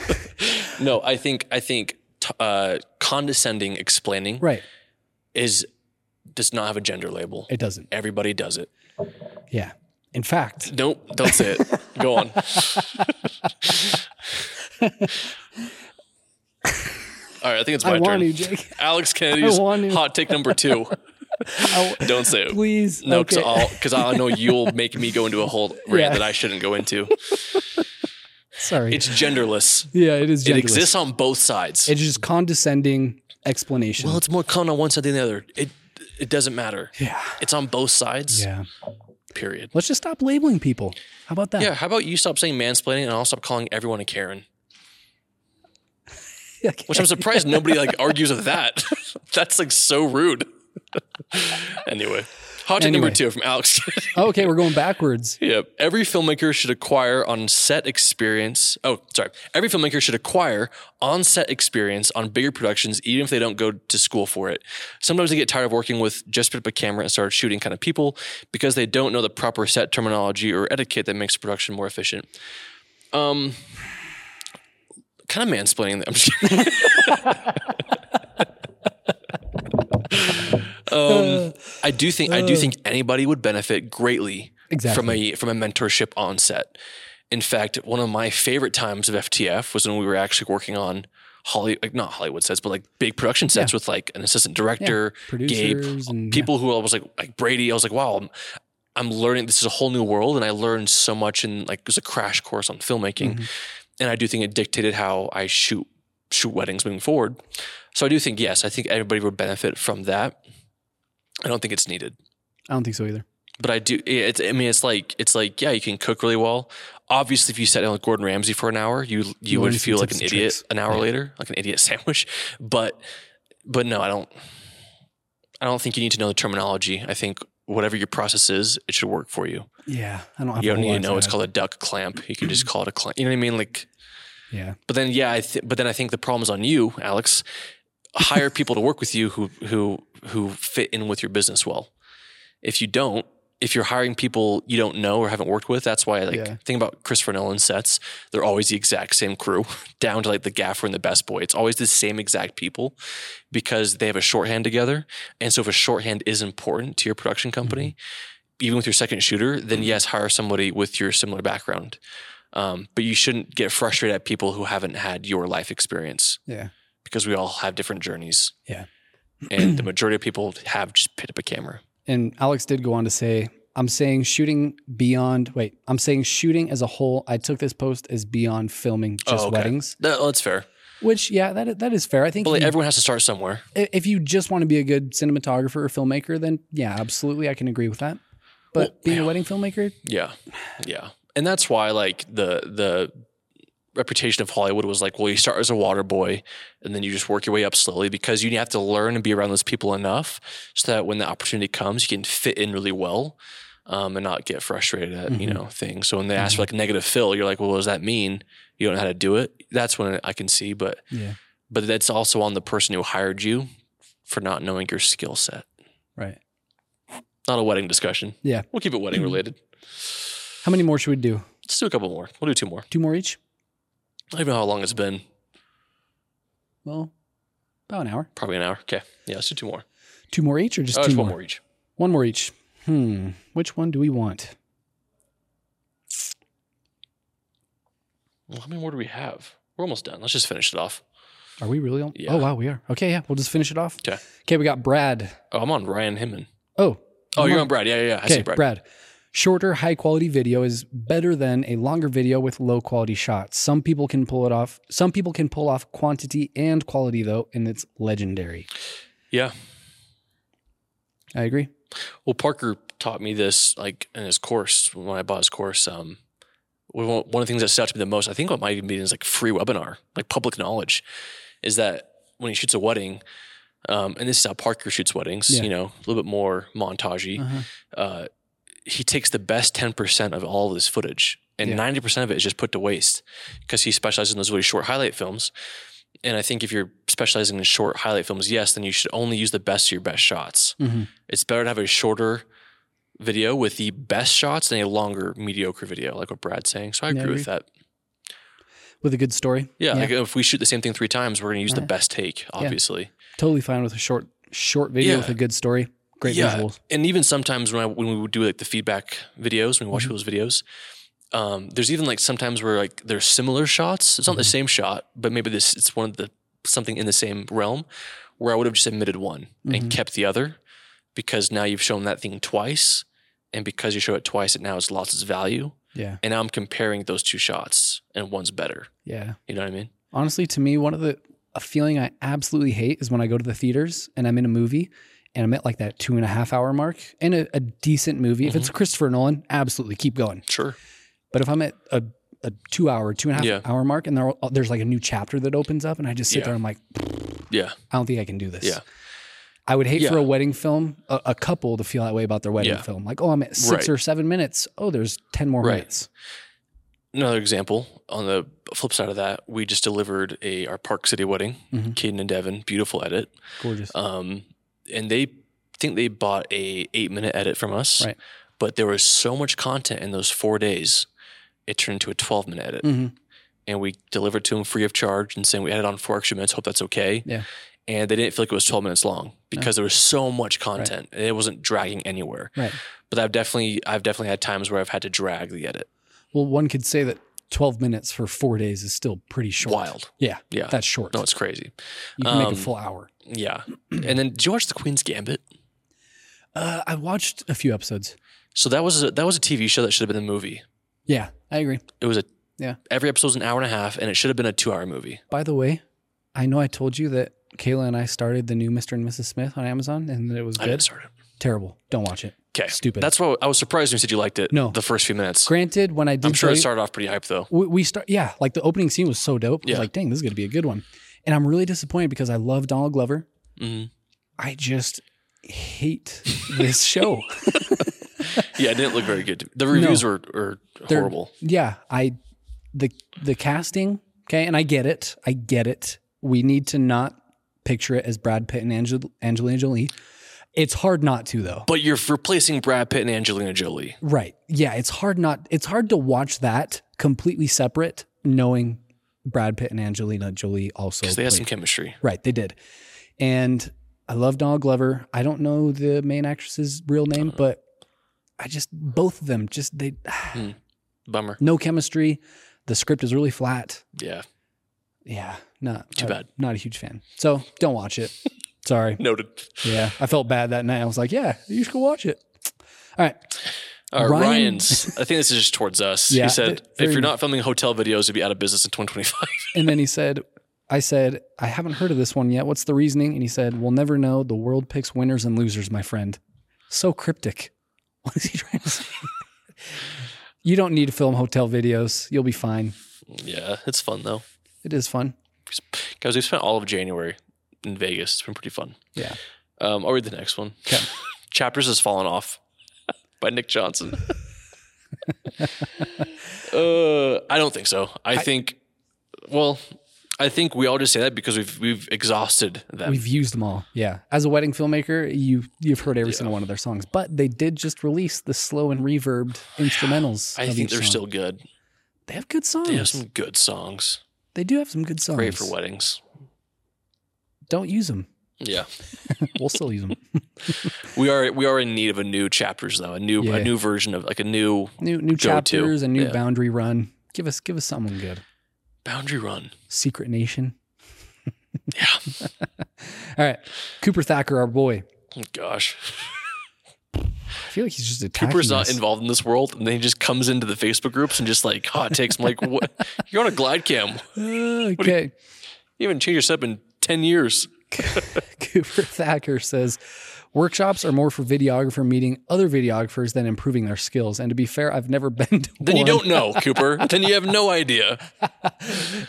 Speaker 2: No, I think I think t- uh, condescending explaining
Speaker 1: right.
Speaker 2: is does not have a gender label.
Speaker 1: It doesn't.
Speaker 2: Everybody does it.
Speaker 1: Yeah. In fact,
Speaker 2: Don't don't say
Speaker 1: (laughs)
Speaker 2: it. Go on. All right, I think it's my
Speaker 1: I
Speaker 2: turn.
Speaker 1: want you, Jake. (laughs)
Speaker 2: Alex Kennedy's
Speaker 1: I want to.
Speaker 2: hot take number two.
Speaker 1: (laughs) I w-
Speaker 2: Don't say it.
Speaker 1: please.
Speaker 2: No,
Speaker 1: okay.
Speaker 2: because I
Speaker 1: (laughs)
Speaker 2: know you'll make me go into a whole rant
Speaker 1: Yeah.
Speaker 2: that I shouldn't go into.
Speaker 1: Sorry.
Speaker 2: It's genderless.
Speaker 1: yeah, it is.
Speaker 2: It
Speaker 1: genderless.
Speaker 2: exists on both sides.
Speaker 1: It's just condescending explanation.
Speaker 2: well, it's more common on one side than the other. It it doesn't matter.
Speaker 1: yeah.
Speaker 2: It's on both sides.
Speaker 1: Yeah.
Speaker 2: Period.
Speaker 1: Let's just stop labeling people. How about that?
Speaker 2: Yeah. How about you stop saying mansplaining and I'll stop calling everyone a Karen?
Speaker 1: Okay.
Speaker 2: Which I'm surprised
Speaker 1: (laughs)
Speaker 2: nobody like argues with that. (laughs) That's like so rude. (laughs) anyway, hot take number
Speaker 1: Anyway.
Speaker 2: two from Alex. Kennedy.
Speaker 1: Oh, (laughs) okay, we're going backwards.
Speaker 2: Yep. Every filmmaker should acquire on set experience. Oh, sorry. Every filmmaker should acquire on set experience on bigger productions, even if they don't go to school for it. Sometimes I get tired of working with just put up a camera and start shooting kind of people because they don't know the proper set terminology or etiquette that makes production more efficient. Um, kind of mansplaining. I'm just kidding. (laughs) um, I do think I do think anybody would benefit greatly
Speaker 1: Exactly.
Speaker 2: from a from a mentorship on set. In fact, one of my favorite times of FTF was when we were actually working on Holly, like not Hollywood sets, but like big production sets with like an assistant director, Gabe,
Speaker 1: Producers and
Speaker 2: people who I was like like Brady. I was like, wow, I'm, I'm learning. This is a whole new world, and I learned so much. And like, it was a crash course on filmmaking.
Speaker 1: Mm-hmm.
Speaker 2: And I do think it dictated how I shoot shoot weddings moving forward. So I do think yes, I think everybody would benefit from that. I don't think it's needed.
Speaker 1: I don't think so either.
Speaker 2: But I do. yeah, It's. I mean, it's like it's like yeah, you can cook really well. Obviously, if you sat down with Gordon Ramsay for an hour, you you,
Speaker 1: learn
Speaker 2: would
Speaker 1: some
Speaker 2: feel like
Speaker 1: tips
Speaker 2: an
Speaker 1: and
Speaker 2: idiot
Speaker 1: tricks.
Speaker 2: an hour later, like an idiot (laughs) sandwich. But but no, I don't. I don't think you need to know the terminology. I think whatever your process is, it should work for you.
Speaker 1: Yeah, I don't. Have
Speaker 2: You
Speaker 1: a
Speaker 2: don't
Speaker 1: whole
Speaker 2: need to
Speaker 1: lot
Speaker 2: know it's
Speaker 1: add.
Speaker 2: called a duck clamp. You can just call it a clamp. You know what I mean? Like,
Speaker 1: Yeah,
Speaker 2: but then yeah, I th- but then I think the problem's on you, Alex. Hire people to work with you who who who fit in with your business well. If you don't, if you're hiring people you don't know or haven't worked with, that's why like
Speaker 1: Yeah.
Speaker 2: think about Christopher Nolan sets. They're always the exact same crew, (laughs) down to like the gaffer and the best boy. It's always the same exact people because they have a shorthand together. And so if a shorthand is important to your production company, even with your second shooter, then yes, hire somebody with your similar background. Um, but you shouldn't get frustrated at people who haven't had your life experience
Speaker 1: yeah.
Speaker 2: because we all have different journeys.
Speaker 1: Yeah.
Speaker 2: and the majority of people have just picked up a camera.
Speaker 1: And Alex did go on to say, "I'm saying shooting beyond. Wait, I'm saying shooting as a whole. I took this post as beyond filming just
Speaker 2: Oh, okay.
Speaker 1: weddings,
Speaker 2: That- that's fair.
Speaker 1: which yeah, that i- that is fair. I think
Speaker 2: But like,
Speaker 1: if you-
Speaker 2: everyone has to start somewhere.
Speaker 1: if you just want to be a good cinematographer or filmmaker, then yeah, absolutely, I can agree with that. But
Speaker 2: Well,
Speaker 1: being a
Speaker 2: yeah.
Speaker 1: wedding filmmaker,
Speaker 2: Yeah. Yeah. And that's why like the the reputation of Hollywood was like, well, you start as a water boy and then you just work your way up slowly because you have to learn and be around those people enough so that when the opportunity comes, you can fit in really well. Um, and not get frustrated at you
Speaker 1: Mhm.
Speaker 2: know things. So when they ask
Speaker 1: Mm-hmm.
Speaker 2: for like a negative fill, you're like, well, what does that mean? You don't know how to do it. That's when I can see, but
Speaker 1: yeah,
Speaker 2: but that's also on the person who hired you for not knowing your skill set.
Speaker 1: right.
Speaker 2: Not a wedding discussion.
Speaker 1: Yeah.
Speaker 2: we'll keep it
Speaker 1: (clears throat)
Speaker 2: wedding related.
Speaker 1: How many more should we do?
Speaker 2: Let's do a couple more. We'll do two more.
Speaker 1: Two more each?
Speaker 2: I don't even know how long it's been.
Speaker 1: Well, about an hour.
Speaker 2: Probably an hour. Okay. Yeah, let's do two more.
Speaker 1: Two more each, or just
Speaker 2: Oh,
Speaker 1: two
Speaker 2: just
Speaker 1: more?
Speaker 2: one more each.
Speaker 1: One more each. Hmm. Which one do we want?
Speaker 2: Well, how many more do we have? We're almost done. Let's just finish it off.
Speaker 1: Are we really on?
Speaker 2: Yeah.
Speaker 1: Oh wow, we are. Okay, yeah, we'll just finish it off.
Speaker 2: 'Kay.
Speaker 1: Okay, we got Brad.
Speaker 2: Oh, I'm on Ryan Himman.
Speaker 1: Oh.
Speaker 2: Oh,
Speaker 1: I'm
Speaker 2: you're on Brad. Yeah, yeah, yeah. I
Speaker 1: Okay,
Speaker 2: see Brad.
Speaker 1: Brad. Shorter, high quality video is better than a longer video with low quality shots. Some people can pull it off. Some people can pull off quantity and quality though, and it's legendary.
Speaker 2: Yeah.
Speaker 1: I agree.
Speaker 2: Well, Parker taught me this like in his course when I bought his course. Um, one one of the things that stood out to me the most, I think, what might even be is like free webinar, like public knowledge, is that when he shoots a wedding, um, and this is how Parker shoots weddings,
Speaker 1: Yeah.
Speaker 2: you know, a little bit more montagey.
Speaker 1: Uh-huh.
Speaker 2: Uh, he takes the best ten percent of all of his footage, and
Speaker 1: Yeah.
Speaker 2: ninety percent of it is just put to waste because he specializes in those really short highlight films. And I think if you're specializing in short highlight films, yes, then you should only use the best of your best shots
Speaker 1: Mhm.
Speaker 2: it's better to have a shorter video with the best shots than a longer mediocre video, like what Brad's saying. So I
Speaker 1: Yeah, I
Speaker 2: agree with that.
Speaker 1: With a good story.
Speaker 2: Yeah, like if we shoot the same thing three times, we're going to use the
Speaker 1: Alright.
Speaker 2: best take, obviously.
Speaker 1: totally fine with a short short video
Speaker 2: Yeah.
Speaker 1: with a good story. Great
Speaker 2: Yeah.
Speaker 1: visuals.
Speaker 2: And even sometimes when I, when we would do like the feedback videos, when we watch people's videos, um, there's even like sometimes where like there's similar shots. It's not the same shot, but maybe this it's one of the something in the same realm where I would have just admitted one
Speaker 1: Mhm.
Speaker 2: and kept the other because now you've shown that thing twice, and because you show it twice, it now has lost its value.
Speaker 1: Yeah.
Speaker 2: and now I'm comparing those two shots, and one's better.
Speaker 1: Yeah.
Speaker 2: You know what I mean?
Speaker 1: Honestly, to me, one of the a feeling I absolutely hate is when I go to the theaters and I'm in a movie and I'm at like that two and a half hour mark in a, a decent movie. If
Speaker 2: Mm-hmm.
Speaker 1: it's Christopher Nolan, absolutely keep going.
Speaker 2: Sure.
Speaker 1: But if I'm at a, a two hour, two and a half
Speaker 2: Yeah.
Speaker 1: hour mark and there, there's like a new chapter that opens up and I just sit
Speaker 2: Yeah.
Speaker 1: there and I'm like,
Speaker 2: Yeah.
Speaker 1: I don't think I can do this.
Speaker 2: Yeah.
Speaker 1: I would hate for
Speaker 2: Yeah.
Speaker 1: a wedding film, a, a couple to feel that way about their wedding
Speaker 2: Yeah.
Speaker 1: film. Like, oh, I'm at six
Speaker 2: Right.
Speaker 1: or seven minutes. Oh, there's 10 more
Speaker 2: Right.
Speaker 1: minutes.
Speaker 2: Another example on the flip side of that, we just delivered a our Park City wedding,
Speaker 1: Mhm.
Speaker 2: Caden and Devin, beautiful edit.
Speaker 1: Gorgeous.
Speaker 2: Um, and they think they bought a eight minute edit from us,
Speaker 1: Right.
Speaker 2: but there was so much content in those four days, it turned into a twelve minute edit.
Speaker 1: hmm
Speaker 2: and we delivered to them free of charge and saying we had it on four extra minutes. Hope that's okay.
Speaker 1: Yeah.
Speaker 2: And they didn't feel like it was 12 minutes long because there was so much content and it wasn't dragging anywhere.
Speaker 1: Right.
Speaker 2: But I've definitely I've definitely had times where I've had to drag the edit.
Speaker 1: Well, one could say that 12 minutes for four days is still pretty short.
Speaker 2: Wild.
Speaker 1: Yeah.
Speaker 2: Yeah.
Speaker 1: That's short.
Speaker 2: no, it's crazy.
Speaker 1: you can make
Speaker 2: um,
Speaker 1: a full hour. (clears throat)
Speaker 2: Yeah. and then did you watch The Queen's Gambit?
Speaker 1: Uh, I watched a few episodes.
Speaker 2: So that was a, that was a TV show that should have been a movie.
Speaker 1: Yeah, I agree.
Speaker 2: It was a
Speaker 1: Yeah.
Speaker 2: Every episode was an hour and a half, and it should have been a two-hour movie.
Speaker 1: By the way, I know I told you that Kayla and I started the new Mr. and Mrs. Smith on Amazon and that it was
Speaker 2: I didn't
Speaker 1: good.
Speaker 2: start it.
Speaker 1: Terrible. Don't watch it.
Speaker 2: Okay.
Speaker 1: Stupid.
Speaker 2: That's why I was surprised when you said you liked it.
Speaker 1: No.
Speaker 2: The first few minutes.
Speaker 1: Granted, when I did
Speaker 2: I'm sure it
Speaker 1: play-
Speaker 2: started off pretty hype though.
Speaker 1: we, we start yeah like the opening scene was so dope I was
Speaker 2: Yeah.
Speaker 1: like dang this is going to be a good one and i'm really disappointed because i love donald glover
Speaker 2: hmm
Speaker 1: i just hate this (laughs) show
Speaker 2: Yeah, it didn't look very good. The reviews were, were
Speaker 1: They're-
Speaker 2: horrible.
Speaker 1: yeah i the the casting okay and i get it i get it we need to not picture it as brad pitt and Angel- angelina jolie it's hard not to though
Speaker 2: But you're replacing Brad Pitt and Angelina Jolie.
Speaker 1: right yeah it's hard not it's hard to watch that completely separate knowing brad pitt and angelina jolie also
Speaker 2: Because they had
Speaker 1: played
Speaker 2: some chemistry.
Speaker 1: Right, they did. And I love Donald Glover. I don't know the main actress's real name,
Speaker 2: Uh-huh.
Speaker 1: but I just both of them just they (sighs)
Speaker 2: Bummer.
Speaker 1: no chemistry. The script is really flat.
Speaker 2: Yeah.
Speaker 1: Yeah, not
Speaker 2: Too
Speaker 1: uh,
Speaker 2: bad.
Speaker 1: Not a huge fan. So don't watch
Speaker 2: (laughs)
Speaker 1: it. Sorry.
Speaker 2: Noted.
Speaker 1: Yeah, I felt bad that night. I was like, yeah, you should go watch it. All right.
Speaker 2: Uh,
Speaker 1: Ryan- (laughs)
Speaker 2: Ryan's, I think this is just towards us.
Speaker 1: Yeah,
Speaker 2: he said,
Speaker 1: th-
Speaker 2: if
Speaker 1: very-
Speaker 2: you're not filming hotel videos, you'll be out of business in 2025.
Speaker 1: And then he said, I said, I haven't heard of this one yet. What's the reasoning? And he said, We'll never know. The world picks winners and losers, my friend. So cryptic. (laughs) What is he trying to say? you don't need to film hotel videos. You'll be fine.
Speaker 2: yeah, it's fun though.
Speaker 1: It is fun.
Speaker 2: Guys, we spent all of January in Vegas. It's been pretty fun.
Speaker 1: Yeah.
Speaker 2: Um, I'll read the next one.
Speaker 1: Okay.
Speaker 2: (laughs) Chapters has fallen off (laughs) by
Speaker 1: (laughs)
Speaker 2: Nick Johnson. uh, I don't think so. I, think, well, I think we all just say that because we've we've exhausted them.
Speaker 1: We've used them all. Yeah. As a wedding filmmaker, you you've heard every single one of their songs. But they did just release the slow and reverbed instrumentals.
Speaker 2: I
Speaker 1: of
Speaker 2: think
Speaker 1: each
Speaker 2: they're
Speaker 1: song.
Speaker 2: still good.
Speaker 1: they have good songs.
Speaker 2: They have some good songs.
Speaker 1: They do have some good songs.
Speaker 2: Great for weddings.
Speaker 1: Don't use them.
Speaker 2: Yeah,
Speaker 1: We'll still
Speaker 2: (laughs)
Speaker 1: use them.
Speaker 2: we are we are in need of a new chapters though. A new
Speaker 1: Yeah.
Speaker 2: a new version of like a new
Speaker 1: new new
Speaker 2: Go-to.
Speaker 1: chapters, a new
Speaker 2: Yeah.
Speaker 1: boundary run. Give us give us something good.
Speaker 2: boundary run.
Speaker 1: Secret Nation.
Speaker 2: (laughs) Yeah.
Speaker 1: (laughs) All right, Cooper Thacker, our boy.
Speaker 2: Oh, Gosh,
Speaker 1: I feel like he's just attacking
Speaker 2: Cooper's not
Speaker 1: us. (laughs)
Speaker 2: involved in this world, and then he just comes into the Facebook groups and just like hot takes. I'm
Speaker 1: (laughs)
Speaker 2: like, what? You're on a glide cam.
Speaker 1: Uh, okay,
Speaker 2: You haven't changed your setup in 10 years.
Speaker 1: Cooper Thacker says workshops are more for videographer meeting other videographers than improving their skills. And to be fair, I've never (laughs) been to
Speaker 2: Then you
Speaker 1: one.
Speaker 2: don't know,
Speaker 1: (laughs)
Speaker 2: Cooper. then you have no idea.
Speaker 1: Uh,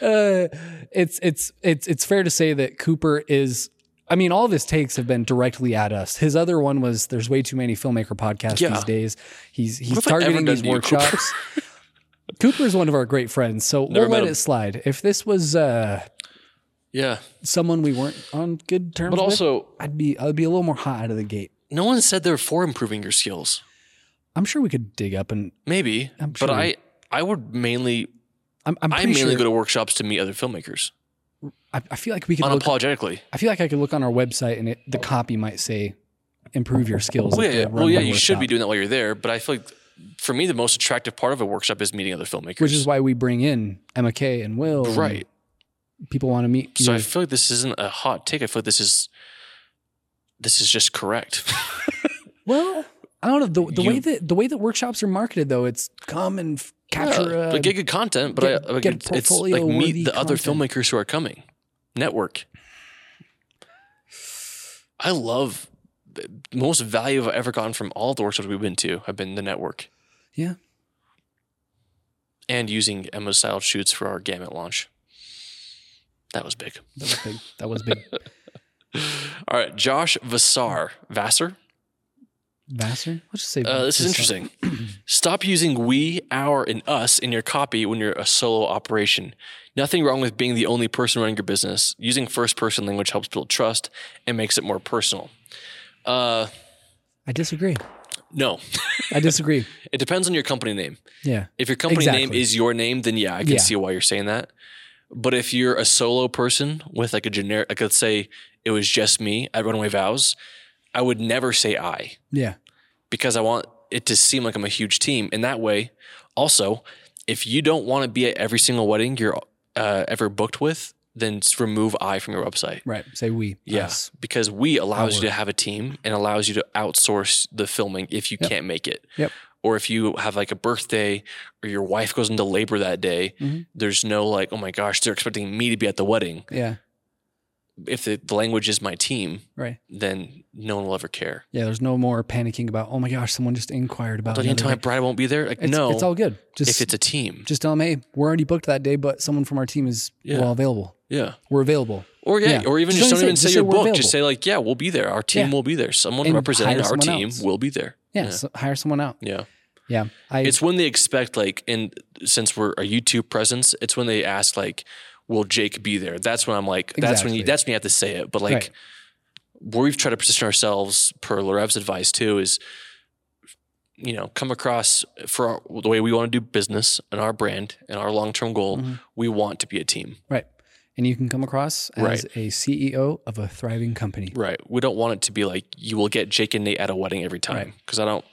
Speaker 1: (laughs) it's it's it's it's fair to say that Cooper is. I mean, all of his takes have been directly at us. His other one was there's way too many filmmaker podcasts
Speaker 2: Yeah.
Speaker 1: these days. He's he's
Speaker 2: have I ever
Speaker 1: targeting
Speaker 2: done
Speaker 1: these
Speaker 2: to you, Cooper? (laughs)
Speaker 1: workshops. Cooper is one of our great friends, so
Speaker 2: Never
Speaker 1: we'll let
Speaker 2: met him.
Speaker 1: it slide. If this was uh,
Speaker 2: Yeah.
Speaker 1: someone we weren't on good terms
Speaker 2: But
Speaker 1: with,
Speaker 2: also,
Speaker 1: I'd be I'd be a little more hot out of the gate.
Speaker 2: no one said they're for improving your skills.
Speaker 1: I'm sure we could dig up and
Speaker 2: Maybe.
Speaker 1: I'm
Speaker 2: But
Speaker 1: sure.
Speaker 2: I, I would mainly,
Speaker 1: I'm I'm
Speaker 2: I
Speaker 1: pretty
Speaker 2: mainly
Speaker 1: sure.
Speaker 2: go to workshops to meet other filmmakers
Speaker 1: I, I feel like we could. Look,
Speaker 2: unapologetically.
Speaker 1: I feel like I could look on our website and it, the copy might say, "Improve your skills."
Speaker 2: Well,
Speaker 1: at the
Speaker 2: Oh, yeah, well,
Speaker 1: Runway
Speaker 2: yeah, you should
Speaker 1: Workshop."
Speaker 2: be doing that while you're there. But I feel like for me, the most attractive part of a workshop is meeting other filmmakers.
Speaker 1: which is why we bring in Emma Kay and Will. and
Speaker 2: right.
Speaker 1: people want to meet.
Speaker 2: So I
Speaker 1: your-
Speaker 2: feel like this isn't a hot take. I feel like this is, this is just correct. (laughs)
Speaker 1: well, I don't know the, the
Speaker 2: You-
Speaker 1: way that the way that workshops are marketed though. It's come and f- capture.
Speaker 2: Yeah,
Speaker 1: uh,
Speaker 2: but get good content. But
Speaker 1: get-
Speaker 2: I, like,
Speaker 1: get
Speaker 2: it's, it's like
Speaker 1: portfolio worthy
Speaker 2: meet the other
Speaker 1: content.
Speaker 2: filmmakers who are coming. Network. I love the most value I've ever gotten from all the workshops we've been to have been the network
Speaker 1: yeah,
Speaker 2: and using Emma style shoots for our gamut launch. That was big.
Speaker 1: that was big. That was
Speaker 2: (laughs)
Speaker 1: big.
Speaker 2: All right, Josh Vassar. Vassar?
Speaker 1: Vassar, let's just say
Speaker 2: Uh, this is interesting.
Speaker 1: (clears throat)
Speaker 2: Stop using we, our, and us in your copy when you're a solo operation. Nothing wrong with being the only person running your business. Using first person language helps build trust and makes it more personal. Uh,
Speaker 1: I disagree.
Speaker 2: no, (laughs)
Speaker 1: I disagree.
Speaker 2: it depends on your company name.
Speaker 1: Yeah,
Speaker 2: If your company name
Speaker 1: Exactly.
Speaker 2: is your name, then yeah, I can
Speaker 1: Yeah.
Speaker 2: see why you're saying that. But if you're a solo person with like a generic, like let's say it was just me at Runaway Vows, I would never say I.
Speaker 1: yeah.
Speaker 2: because I want it to seem like I'm a huge team. And that way, also, if you don't want to be at every single wedding you're uh, ever booked with, then just remove I from your website.
Speaker 1: Right. Say we.
Speaker 2: Yes,
Speaker 1: us.
Speaker 2: because we allows you
Speaker 1: Our.
Speaker 2: to have a team and allows you to outsource the filming if you can't make it.
Speaker 1: Yep.
Speaker 2: Or if you have like a birthday or your wife goes into labor that day,
Speaker 1: Mhm.
Speaker 2: there's no like, oh my gosh, they're expecting me to be at the wedding.
Speaker 1: Yeah.
Speaker 2: if the, the language is my team,
Speaker 1: Right.
Speaker 2: then no one will ever care.
Speaker 1: Yeah, there's no more panicking about, oh my gosh, someone just inquired about
Speaker 2: Don't you
Speaker 1: another
Speaker 2: tell my
Speaker 1: day."
Speaker 2: bride I won't be there? Like,
Speaker 1: It's,
Speaker 2: no.
Speaker 1: it's all good. Just
Speaker 2: if it's a team.
Speaker 1: just tell them, hey, we're already booked that day, but someone from our team is
Speaker 2: Yeah.
Speaker 1: well available.
Speaker 2: Yeah.
Speaker 1: We're available.
Speaker 2: Or yeah,
Speaker 1: Yeah.
Speaker 2: or even
Speaker 1: Just
Speaker 2: just
Speaker 1: don't
Speaker 2: don't
Speaker 1: even
Speaker 2: even
Speaker 1: say- just
Speaker 2: say
Speaker 1: say
Speaker 2: you're
Speaker 1: we're
Speaker 2: booked.
Speaker 1: available.
Speaker 2: Just say like, yeah, we'll be there. Our team
Speaker 1: Yeah.
Speaker 2: will be there. Someone
Speaker 1: And
Speaker 2: representing
Speaker 1: hire
Speaker 2: our
Speaker 1: someone
Speaker 2: team
Speaker 1: else.
Speaker 2: will be there.
Speaker 1: Yeah, So hire someone out.
Speaker 2: Yeah.
Speaker 1: Yeah, I
Speaker 2: It's when they expect like, and since we're a YouTube presence, it's when they ask like, "Will Jake be there?" That's when I'm like, that's when
Speaker 1: Exactly.
Speaker 2: you that's when you have to say it. But like,
Speaker 1: Right.
Speaker 2: where we've tried to position ourselves per Larev's advice too is, you know, come across for our, the way we want to do business and our brand and our long term goal.
Speaker 1: Mhm.
Speaker 2: We want to be a team,
Speaker 1: right, and you can come across as
Speaker 2: Right.
Speaker 1: a CEO of a thriving company.
Speaker 2: right? We don't want it to be like you will get Jake and Nate at a wedding every time because I don't,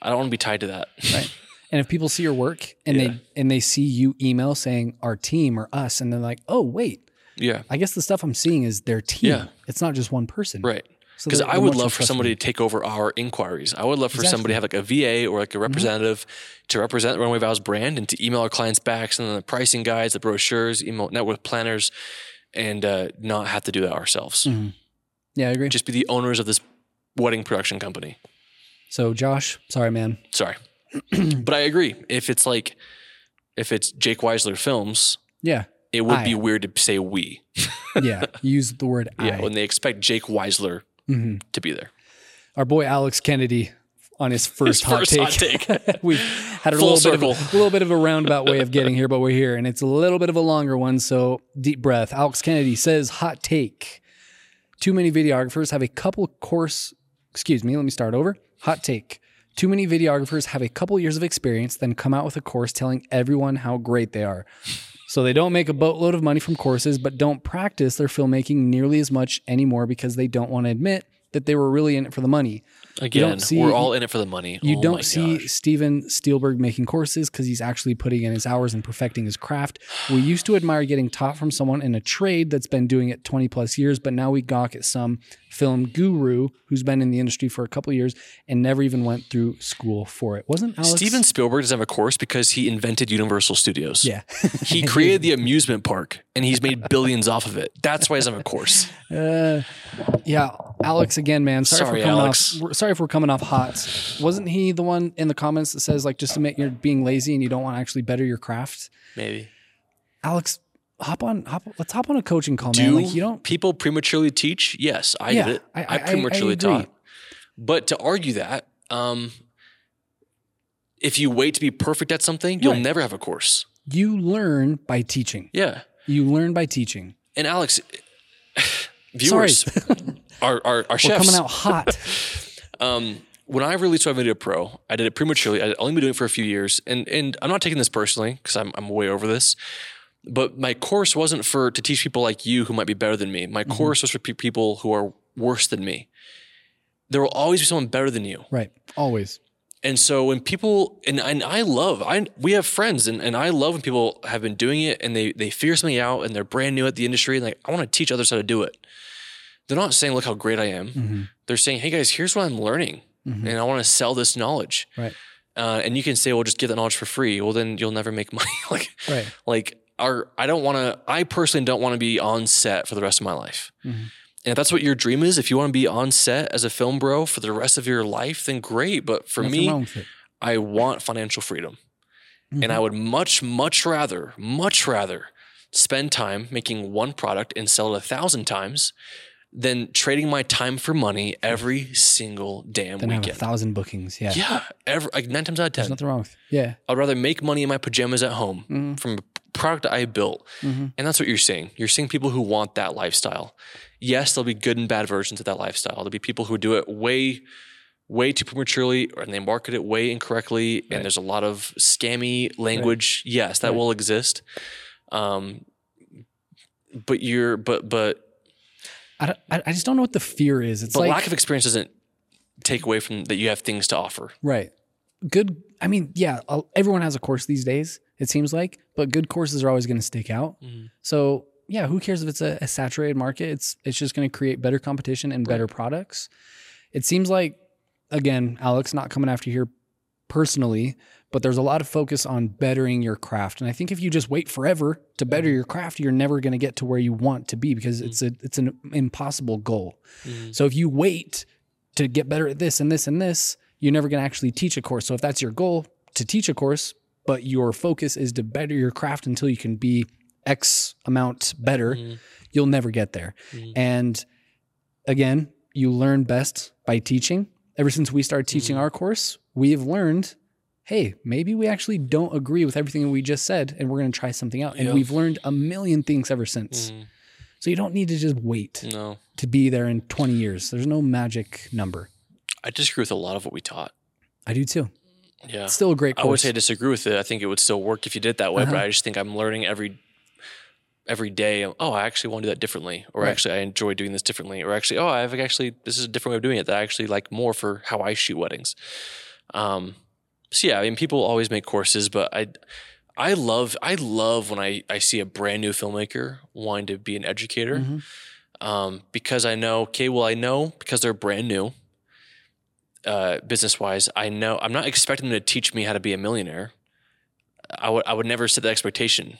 Speaker 2: I don't want to be tied to that.
Speaker 1: Right. And if people see your work and
Speaker 2: Yeah.
Speaker 1: they and they see you email saying our team or us, and they're like, oh wait,
Speaker 2: (laughs) yeah,
Speaker 1: I guess the stuff I'm seeing is their team.
Speaker 2: Yeah.
Speaker 1: It's not just one person.
Speaker 2: right.
Speaker 1: So
Speaker 2: Because
Speaker 1: they're-
Speaker 2: I
Speaker 1: they're
Speaker 2: would
Speaker 1: much more
Speaker 2: love for somebody to take over our inquiries. I would love for somebody to have like a VA or like a representative to represent the Runway Vows brand and to email our clients back, send them the pricing guides, the brochures, email network planners, and uh, not have to do that ourselves.
Speaker 1: Mhm. Yeah, I agree.
Speaker 2: Just be the owners of this wedding production company.
Speaker 1: so Josh, sorry man,
Speaker 2: Sorry. but I agree. If it's like, if it's Jake Weisler Films, (laughs)
Speaker 1: yeah,
Speaker 2: it would
Speaker 1: I.
Speaker 2: be weird to say we.
Speaker 1: yeah, you used the word I.
Speaker 2: Yeah. When they expect Jake Weisler
Speaker 1: Mhm.
Speaker 2: to be there.
Speaker 1: our boy Alex Kennedy on
Speaker 2: (laughs)
Speaker 1: his first, hot,
Speaker 2: first
Speaker 1: take.
Speaker 2: hot
Speaker 1: (laughs)
Speaker 2: take.
Speaker 1: We've had a
Speaker 2: Full
Speaker 1: little, bit of a,
Speaker 2: circle.
Speaker 1: little bit of a roundabout way of getting here, but we're here, and it's a little bit of a longer one. So deep breath. Alex Kennedy says, "Hot take: Too many videographers have a couple course. Excuse me. Let me start over. Hot take." Too many videographers have a couple years of experience, then come out with a course telling everyone how great they are. So they don't make a boatload of money from courses, but don't practice their filmmaking nearly as much anymore because they don't want to admit that they were really in it for the money.
Speaker 2: Again,
Speaker 1: see-
Speaker 2: we're all in it for the money.
Speaker 1: You
Speaker 2: Oh my
Speaker 1: don't see
Speaker 2: gosh.
Speaker 1: Steven Spielberg making courses because he's actually putting in his hours and perfecting his craft. We used to admire getting taught from someone in a trade that's been doing it 20 plus years, but now we gawk at some film guru who's been in the industry for a couple years and never even went through school for it. Wasn't Alex?
Speaker 2: Steven Spielberg doesn't have a course because he invented Universal Studios.
Speaker 1: Yeah. (laughs)
Speaker 2: He created the amusement park and he's made billions off of it. That's why he doesn't have
Speaker 1: (laughs)
Speaker 2: a course.
Speaker 1: Uh, yeah, Alex again, man. Sorry,
Speaker 2: Sorry,
Speaker 1: if we're coming
Speaker 2: Alex.
Speaker 1: Off, we're- sorry if we're coming off hot. Wasn't he the one in the comments that says like just admit you're being lazy and you don't want to actually better your craft?
Speaker 2: Maybe.
Speaker 1: Alex, hop on, hop. Let's hop on a coaching call,
Speaker 2: Do
Speaker 1: man. Like you don't.
Speaker 2: people prematurely teach? Yes, I
Speaker 1: Yeah,
Speaker 2: did it.
Speaker 1: I-
Speaker 2: I,
Speaker 1: I- I- I
Speaker 2: prematurely
Speaker 1: agree.
Speaker 2: taught. But to argue that, um, if you wait to be perfect at something, you'll
Speaker 1: Right.
Speaker 2: never have a course.
Speaker 1: You learn by teaching.
Speaker 2: Yeah.
Speaker 1: You learn by teaching.
Speaker 2: And Alex, (sighs) viewers,
Speaker 1: (laughs)
Speaker 2: our, our, our
Speaker 1: We're
Speaker 2: chefs,
Speaker 1: coming out hot.
Speaker 2: (laughs) Um, when I released my video pro, I did it prematurely. I'd only been doing it for a few years, and and I'm not taking this personally because I'm I'm way over this. But my course wasn't for to teach people like you who might be better than me.
Speaker 1: Mm-hmm.
Speaker 2: My course was for pe- people who are worse than me. There will always be someone better than you.
Speaker 1: right. Always.
Speaker 2: And so when people and and I love I we have friends and, and I love when people have been doing it and they they figure something out and they're brand new at the industry and like I want to teach others how to do it. They're not saying look how great I am.
Speaker 1: Mhm.
Speaker 2: They're saying hey guys here's what I'm learning
Speaker 1: Mhm.
Speaker 2: and I want to sell this knowledge.
Speaker 1: Right.
Speaker 2: Uh, and you can say well just get that knowledge for free. Well then you'll never make (laughs) money. like
Speaker 1: Right.
Speaker 2: like our I don't want to I personally don't want to be on set for the rest of my life.
Speaker 1: Mhm.
Speaker 2: And if that's what your dream is, if you want to be on set as a film bro for the rest of your life, then great. But for
Speaker 1: Nothing
Speaker 2: me,
Speaker 1: wrong with it.
Speaker 2: I want financial freedom.
Speaker 1: Mhm.
Speaker 2: And I would much, much rather, much rather spend time making one product and sell it a thousand times than trading my time for money every single damn
Speaker 1: Then have a
Speaker 2: weekend.
Speaker 1: thousand bookings. Yeah.
Speaker 2: yeah. Every, like nine times out of
Speaker 1: There's
Speaker 2: ten.
Speaker 1: nothing wrong with. It. Yeah.
Speaker 2: I'd rather make money in my pajamas at home
Speaker 1: Mhm.
Speaker 2: from a product I built.
Speaker 1: Mhm.
Speaker 2: And that's what you're seeing. You're seeing people who want that lifestyle. Yes, there'll be good and bad versions of that lifestyle. There'll be people who do it way, way too prematurely or- and they market it way incorrectly.
Speaker 1: Right.
Speaker 2: And there's a lot of scammy language. Yes, that
Speaker 1: Right.
Speaker 2: will exist. Um, but you're, but, but,
Speaker 1: I, don't- I I just don't know what the fear is. It's
Speaker 2: but
Speaker 1: like
Speaker 2: lack of experience doesn't take away from that you have things to offer.
Speaker 1: Right. Good. I mean, yeah, uh, everyone has a course these days, it seems like, but good courses are always going to stick out.
Speaker 2: Mhm.
Speaker 1: So, yeah, who cares if it's a, a saturated market? It's it's just going to create better competition and better products. It seems like again, Alex not coming after you here personally, but there's a lot of focus on bettering your craft. And I think if you just wait forever to better your craft, you're never going to get to where you want to be because it's a it's an impossible goal.
Speaker 2: Mm-hmm.
Speaker 1: So if you wait to get better at this and this and this, you're never going to actually teach a course. So if that's your goal to teach a course, but your focus is to better your craft until you can be X amount better,
Speaker 2: Mm-hmm.
Speaker 1: you'll never get there.
Speaker 2: Mhm.
Speaker 1: And again, you learn best by teaching. Ever since we started teaching
Speaker 2: Mm-hmm.
Speaker 1: our course, we have learned hey, maybe we actually don't agree with everything we just said and we're going to try something out. And
Speaker 2: Yeah.
Speaker 1: we've learned a million things ever since.
Speaker 2: Mm,
Speaker 1: So you don't need to just wait
Speaker 2: no,
Speaker 1: to be there in 20 years. There's no magic number.
Speaker 2: I disagree with a lot of what we taught.
Speaker 1: I do too.
Speaker 2: Yeah.
Speaker 1: It's still a great
Speaker 2: I would
Speaker 1: course.
Speaker 2: say I disagree with it. I think it would still work if you did it that way, but
Speaker 1: Uh-huh.
Speaker 2: I just think I'm learning every every day. Oh, I actually want to do that differently, or
Speaker 1: Right.
Speaker 2: actually I enjoy doing this differently, or actually, oh, I've actually this is a different way of doing it that I actually like more for how I shoot weddings. Um, so yeah, I mean, people always make courses, but I I love I love when I I see a brand new filmmaker wanting to be an educator
Speaker 1: Mhm.
Speaker 2: um, because I know, okay, well, I know because they're brand new uh, business wise. I know I'm not expecting them to teach me how to be a millionaire. I would I would never set that expectation,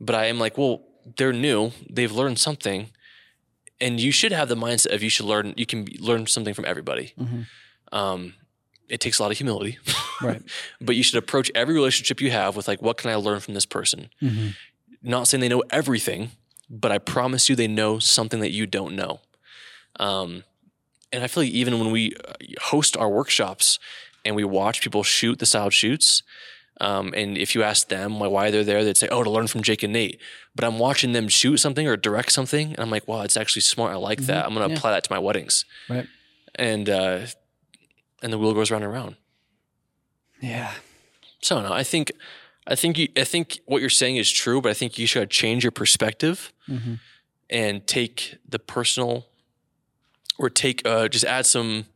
Speaker 2: but I am like, well, they're new. They've learned something, and you should have the mindset of you should learn. You can learn something from everybody.
Speaker 1: Mhm.
Speaker 2: Um, it takes a lot of humility, (laughs)
Speaker 1: Right.
Speaker 2: but you should approach every relationship you have with like, what can I learn from this person?
Speaker 1: Mhm.
Speaker 2: not saying they know everything, but I promise you they know something that you don't know. Um, and I feel like even when we uh, host our workshops and we watch people shoot the style shoots, um, and if you ask them why, why they're there, they'd say, "Oh, to learn from Jake and Nate." But I'm watching them shoot something or direct something, and I'm like, "Wow, it's actually smart. I like that.
Speaker 1: Mhm.
Speaker 2: I'm going to
Speaker 1: Yeah.
Speaker 2: apply that to my weddings."
Speaker 1: Right.
Speaker 2: And uh, and the wheel goes round and round.
Speaker 1: Yeah.
Speaker 2: So no, I think, I think you, I think what you're saying is true, but I think you should change your perspective
Speaker 1: Mhm.
Speaker 2: and take the personal, or take uh, just add some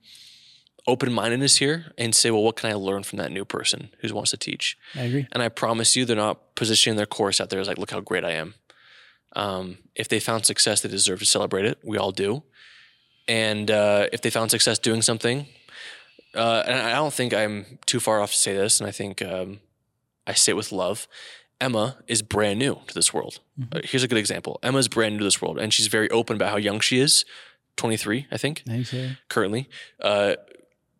Speaker 2: open mindedness here and say, well, what can I learn from that new person who wants to teach?
Speaker 1: I agree.
Speaker 2: And I promise you, they're not positioning their course out there as like, look how great I am. Um, if they found success, they deserve to celebrate it. We all do. And uh, if they found success doing something, uh, and I don't think I'm too far off to say this, and I think um, I say it with love. Emma is brand new to this world. Uh, here's a good example. Emma's brand new to this world, and she's very open about how young she is 23, I think
Speaker 1: Thanks, Harry.
Speaker 2: currently, uh,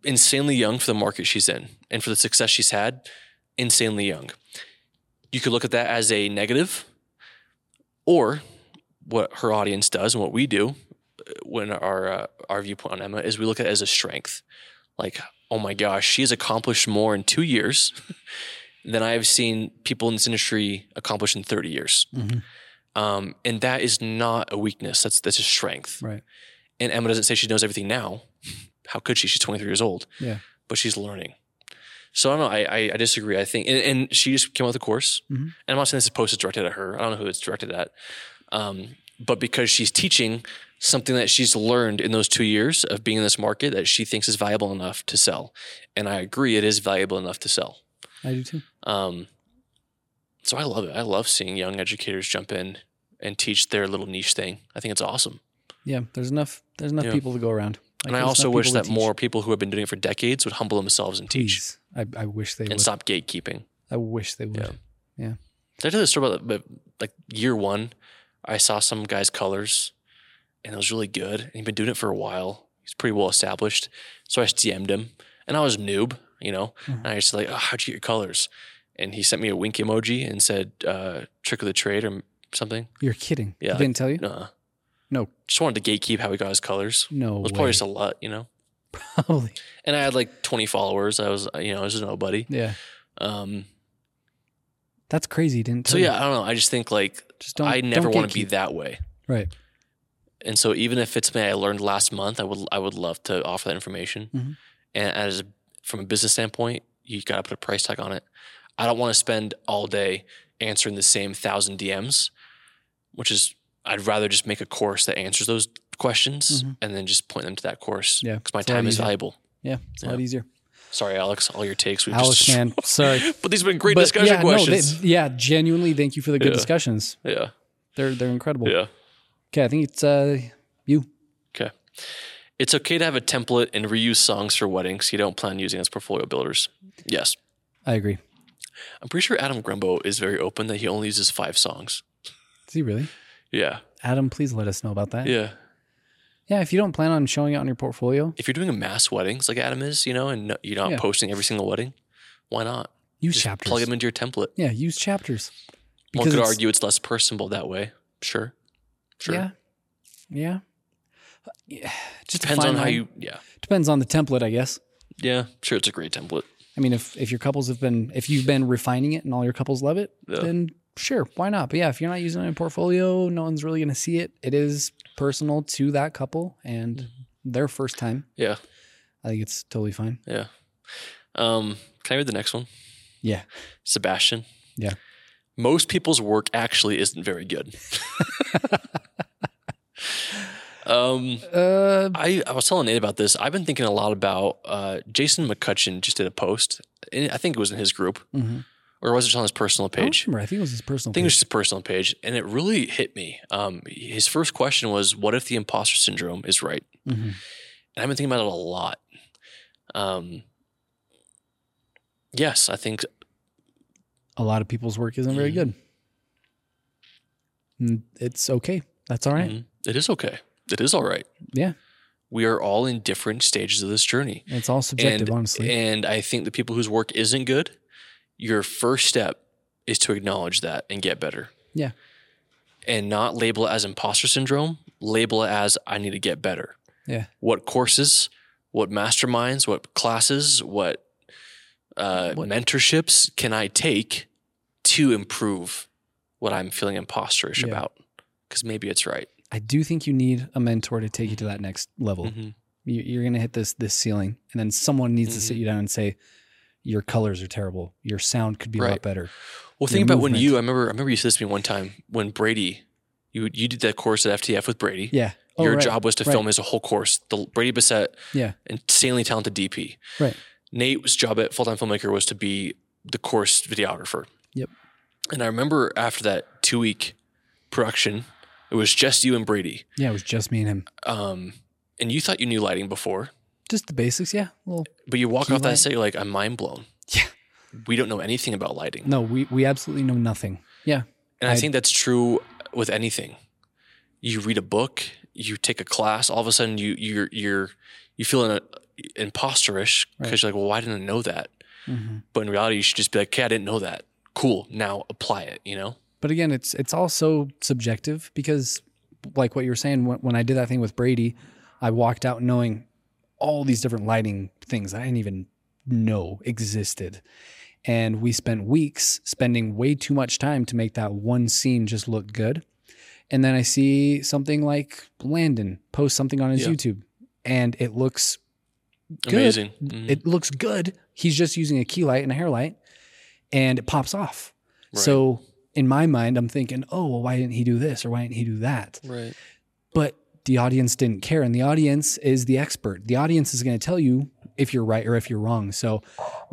Speaker 2: insanely young for the market she's in and for the success she's had, insanely young. You could look at that as a negative, or what her audience does and what we do uh, when our uh, our viewpoint on Emma is we look at it as a strength. Like, oh my gosh, she has accomplished more in two years (laughs) than I have seen people in this industry accomplish in thirty years.
Speaker 1: Mhm.
Speaker 2: Um, and that is not a weakness. That's that's a strength
Speaker 1: Right.
Speaker 2: and Emma doesn't say she knows everything now. How could she? She's 23 years old.
Speaker 1: Yeah.
Speaker 2: But she's learning. So I don't know. I, I, I disagree. I think, and, and she just came out with a course.
Speaker 1: Mhm.
Speaker 2: And I'm not saying this is posted directed at her. I don't know who it's directed at. Um, but because she's teaching something that she's learned in those two years of being in this market that she thinks is valuable enough to sell. And I agree, it is valuable enough to sell.
Speaker 1: I do too.
Speaker 2: Um, so I love it. I love seeing young educators jump in and teach their little niche thing. I think it's awesome.
Speaker 1: Yeah. There's enough. There's enough
Speaker 2: Yeah.
Speaker 1: people to go around. Like,
Speaker 2: and I
Speaker 1: there's
Speaker 2: also
Speaker 1: enough
Speaker 2: wish
Speaker 1: people
Speaker 2: that
Speaker 1: to teach.
Speaker 2: more people who have been doing it for decades would humble themselves and teach
Speaker 1: Please. I, I wish they
Speaker 2: and
Speaker 1: would.
Speaker 2: stop gatekeeping.
Speaker 1: I wish they would.
Speaker 2: Yeah. Did I tell you the story about but like year one? I saw some guy's colors and it was really good. And he'd been doing it for a while. He's pretty well established. So I just DM'd him and I was noob, you know,
Speaker 1: Mm-hmm.
Speaker 2: and I just like, oh, how'd you get your colors? And he sent me a wink emoji and said, uh, trick of the trade or something.
Speaker 1: You're kidding.
Speaker 2: Yeah.
Speaker 1: They didn't tell you?
Speaker 2: Nah.
Speaker 1: No.
Speaker 2: Just wanted to gatekeep how he got his colors.
Speaker 1: No.
Speaker 2: It was
Speaker 1: way.
Speaker 2: probably just a lot, you know?
Speaker 1: (laughs) Holy.
Speaker 2: And I had like 20 followers. I was, you know, I was just nobody.
Speaker 1: Yeah.
Speaker 2: Um,
Speaker 1: That's crazy. he Didn't.
Speaker 2: So
Speaker 1: tell you.
Speaker 2: yeah, I don't know. I just think like
Speaker 1: Just don't.
Speaker 2: I never
Speaker 1: don't
Speaker 2: want to be
Speaker 1: gatekeep.
Speaker 2: that way.
Speaker 1: Right.
Speaker 2: And so even if it's something I learned last month, I would I would love to offer that information.
Speaker 1: Mhm.
Speaker 2: And as from a business standpoint, you got to put a price tag on it. I don't want to spend all day answering the same thousand DMs, which is I'd rather just make a course that answers those questions
Speaker 1: Mhm.
Speaker 2: and then just point them to that course.
Speaker 1: Yeah,
Speaker 2: because my
Speaker 1: it's a lot
Speaker 2: time is
Speaker 1: easier.
Speaker 2: valuable.
Speaker 1: Yeah. It's a lot
Speaker 2: Yeah.
Speaker 1: easier.
Speaker 2: Sorry, Alex, all your takes. We've
Speaker 1: Alex,
Speaker 2: (laughs) just,
Speaker 1: man. Sorry.
Speaker 2: (laughs) but these have been great
Speaker 1: But
Speaker 2: discussion
Speaker 1: yeah, no, they-
Speaker 2: questions.
Speaker 1: yeah. Genuinely, thank you for the good
Speaker 2: Yeah.
Speaker 1: discussions.
Speaker 2: yeah,
Speaker 1: They're they're incredible.
Speaker 2: yeah.
Speaker 1: Okay. I think it's uh you.
Speaker 2: Okay. It's okay to have a template and reuse songs for weddings you don't plan using as portfolio builders. Yes.
Speaker 1: I agree.
Speaker 2: I'm pretty sure Adam Grumbo is very open that he only uses five songs.
Speaker 1: Is he really?
Speaker 2: Yeah.
Speaker 1: Adam, please let us know about that.
Speaker 2: Yeah.
Speaker 1: Yeah, if you don't plan on showing it on your portfolio,
Speaker 2: If you're doing a mass weddings like Adam is, you know, and no- you're not
Speaker 1: Yeah.
Speaker 2: posting every single wedding, why not?
Speaker 1: use
Speaker 2: Just
Speaker 1: chapters.
Speaker 2: plug them into your template.
Speaker 1: yeah, use chapters.
Speaker 2: One could
Speaker 1: it's-
Speaker 2: argue it's less personable that way. Sure. Sure.
Speaker 1: Yeah. Yeah. Yeah. Just a
Speaker 2: Depends
Speaker 1: fine
Speaker 2: on how
Speaker 1: line.
Speaker 2: you, yeah.
Speaker 1: depends on the template, I guess.
Speaker 2: Yeah. Sure. It's a great template.
Speaker 1: I mean, if if your couples have been if you've been refining it and all your couples love it,
Speaker 2: Yeah.
Speaker 1: then sure, why not? But yeah, if you're not using it in a portfolio, no one's really gonna see it. It is personal to that couple and
Speaker 2: Mm-hmm.
Speaker 1: their first time.
Speaker 2: Yeah.
Speaker 1: I think it's totally fine.
Speaker 2: Yeah. Um, can I read the next one?
Speaker 1: Yeah.
Speaker 2: Sebastian.
Speaker 1: Yeah.
Speaker 2: Most people's work actually isn't
Speaker 1: (laughs)
Speaker 2: very good. um,
Speaker 1: Uh
Speaker 2: I, I was telling Nate about this. I've been thinking a lot about uh, Jason McCutcheon just did a post. And I think it was in his group
Speaker 1: mhm.
Speaker 2: or was it just on his personal
Speaker 1: I don't
Speaker 2: page?
Speaker 1: remember. I think it was his
Speaker 2: I
Speaker 1: personal
Speaker 2: think it was
Speaker 1: page.
Speaker 2: just his personal page. And it really hit me. Um, his first question was, What if the imposter syndrome is right?
Speaker 1: Mhm.
Speaker 2: And I've been thinking about it a lot. Um, yes, I think
Speaker 1: A lot of people's work isn't very
Speaker 2: Mhm.
Speaker 1: good. And it's okay. That's all right.
Speaker 2: Mhm. It is okay. It is all right.
Speaker 1: Yeah.
Speaker 2: We are all in different stages of this journey.
Speaker 1: It's all subjective,
Speaker 2: and,
Speaker 1: honestly.
Speaker 2: And I think the people whose work isn't good, your first step is to acknowledge that and get better.
Speaker 1: Yeah.
Speaker 2: And not label it as imposter syndrome, label it as I need to get better.
Speaker 1: Yeah.
Speaker 2: What courses, what masterminds, what classes, what, uh,
Speaker 1: What-
Speaker 2: mentorships can I take to improve what I'm feeling imposterish
Speaker 1: Yeah.
Speaker 2: about? Because maybe it's right.
Speaker 1: I do think you need a mentor to take you to that next level.
Speaker 2: Mhm.
Speaker 1: you, you're going to hit this this ceiling and then someone needs to
Speaker 2: Mm-hmm.
Speaker 1: sit you down and say your colors are terrible your sound could be a lot
Speaker 2: Right.
Speaker 1: better your
Speaker 2: Well, think about when
Speaker 1: movement.
Speaker 2: you. I remember. I remember you said this to me one time when Brady. You you did that course at FTF with Brady.
Speaker 1: yeah Oh,
Speaker 2: Your
Speaker 1: right.
Speaker 2: job was to
Speaker 1: right.
Speaker 2: film his whole course. The Brady Bissett,
Speaker 1: Yeah.
Speaker 2: insanely talented DP.
Speaker 1: Right.
Speaker 2: Nate's job at Full Time Filmmaker was to be the course videographer.
Speaker 1: Yep.
Speaker 2: And I remember after that two week production, it was just you and Brady.
Speaker 1: yeah it was just me and him
Speaker 2: Um, and you thought you knew lighting before,
Speaker 1: just the basics yeah well
Speaker 2: but you walk
Speaker 1: Key
Speaker 2: off that
Speaker 1: light.
Speaker 2: set, you're like, I'm mind blown.
Speaker 1: Yeah.
Speaker 2: We don't know anything about lighting.
Speaker 1: no we we absolutely know nothing yeah
Speaker 2: And I,
Speaker 1: I-
Speaker 2: think that's true with anything. You read a book, you take a class, all of a sudden you you're you're you feel in a, imposterish because
Speaker 1: Right.
Speaker 2: you're like, well, why didn't I know that?
Speaker 1: Mhm.
Speaker 2: But in reality, you should just be like, okay, I didn't know that. Cool. Now apply it. You know.
Speaker 1: but again it's it's also subjective because like what you were saying when, when i did that thing with brady i walked out knowing all these different lighting things that i didn't even know existed and we spent weeks spending way too much time to make that one scene just look good and then i see something like landon post something on his
Speaker 2: Yeah.
Speaker 1: youtube and it looks Good.
Speaker 2: Amazing. Mhm.
Speaker 1: it looks good. He's just using a key light and a hair light and it pops off.
Speaker 2: Right.
Speaker 1: So in my mind, I'm thinking, oh, well, why didn't he do this or why didn't he do that?
Speaker 2: right.
Speaker 1: But the audience didn't care. And the audience is the expert. The audience is going to tell you if you're right or if you're wrong. So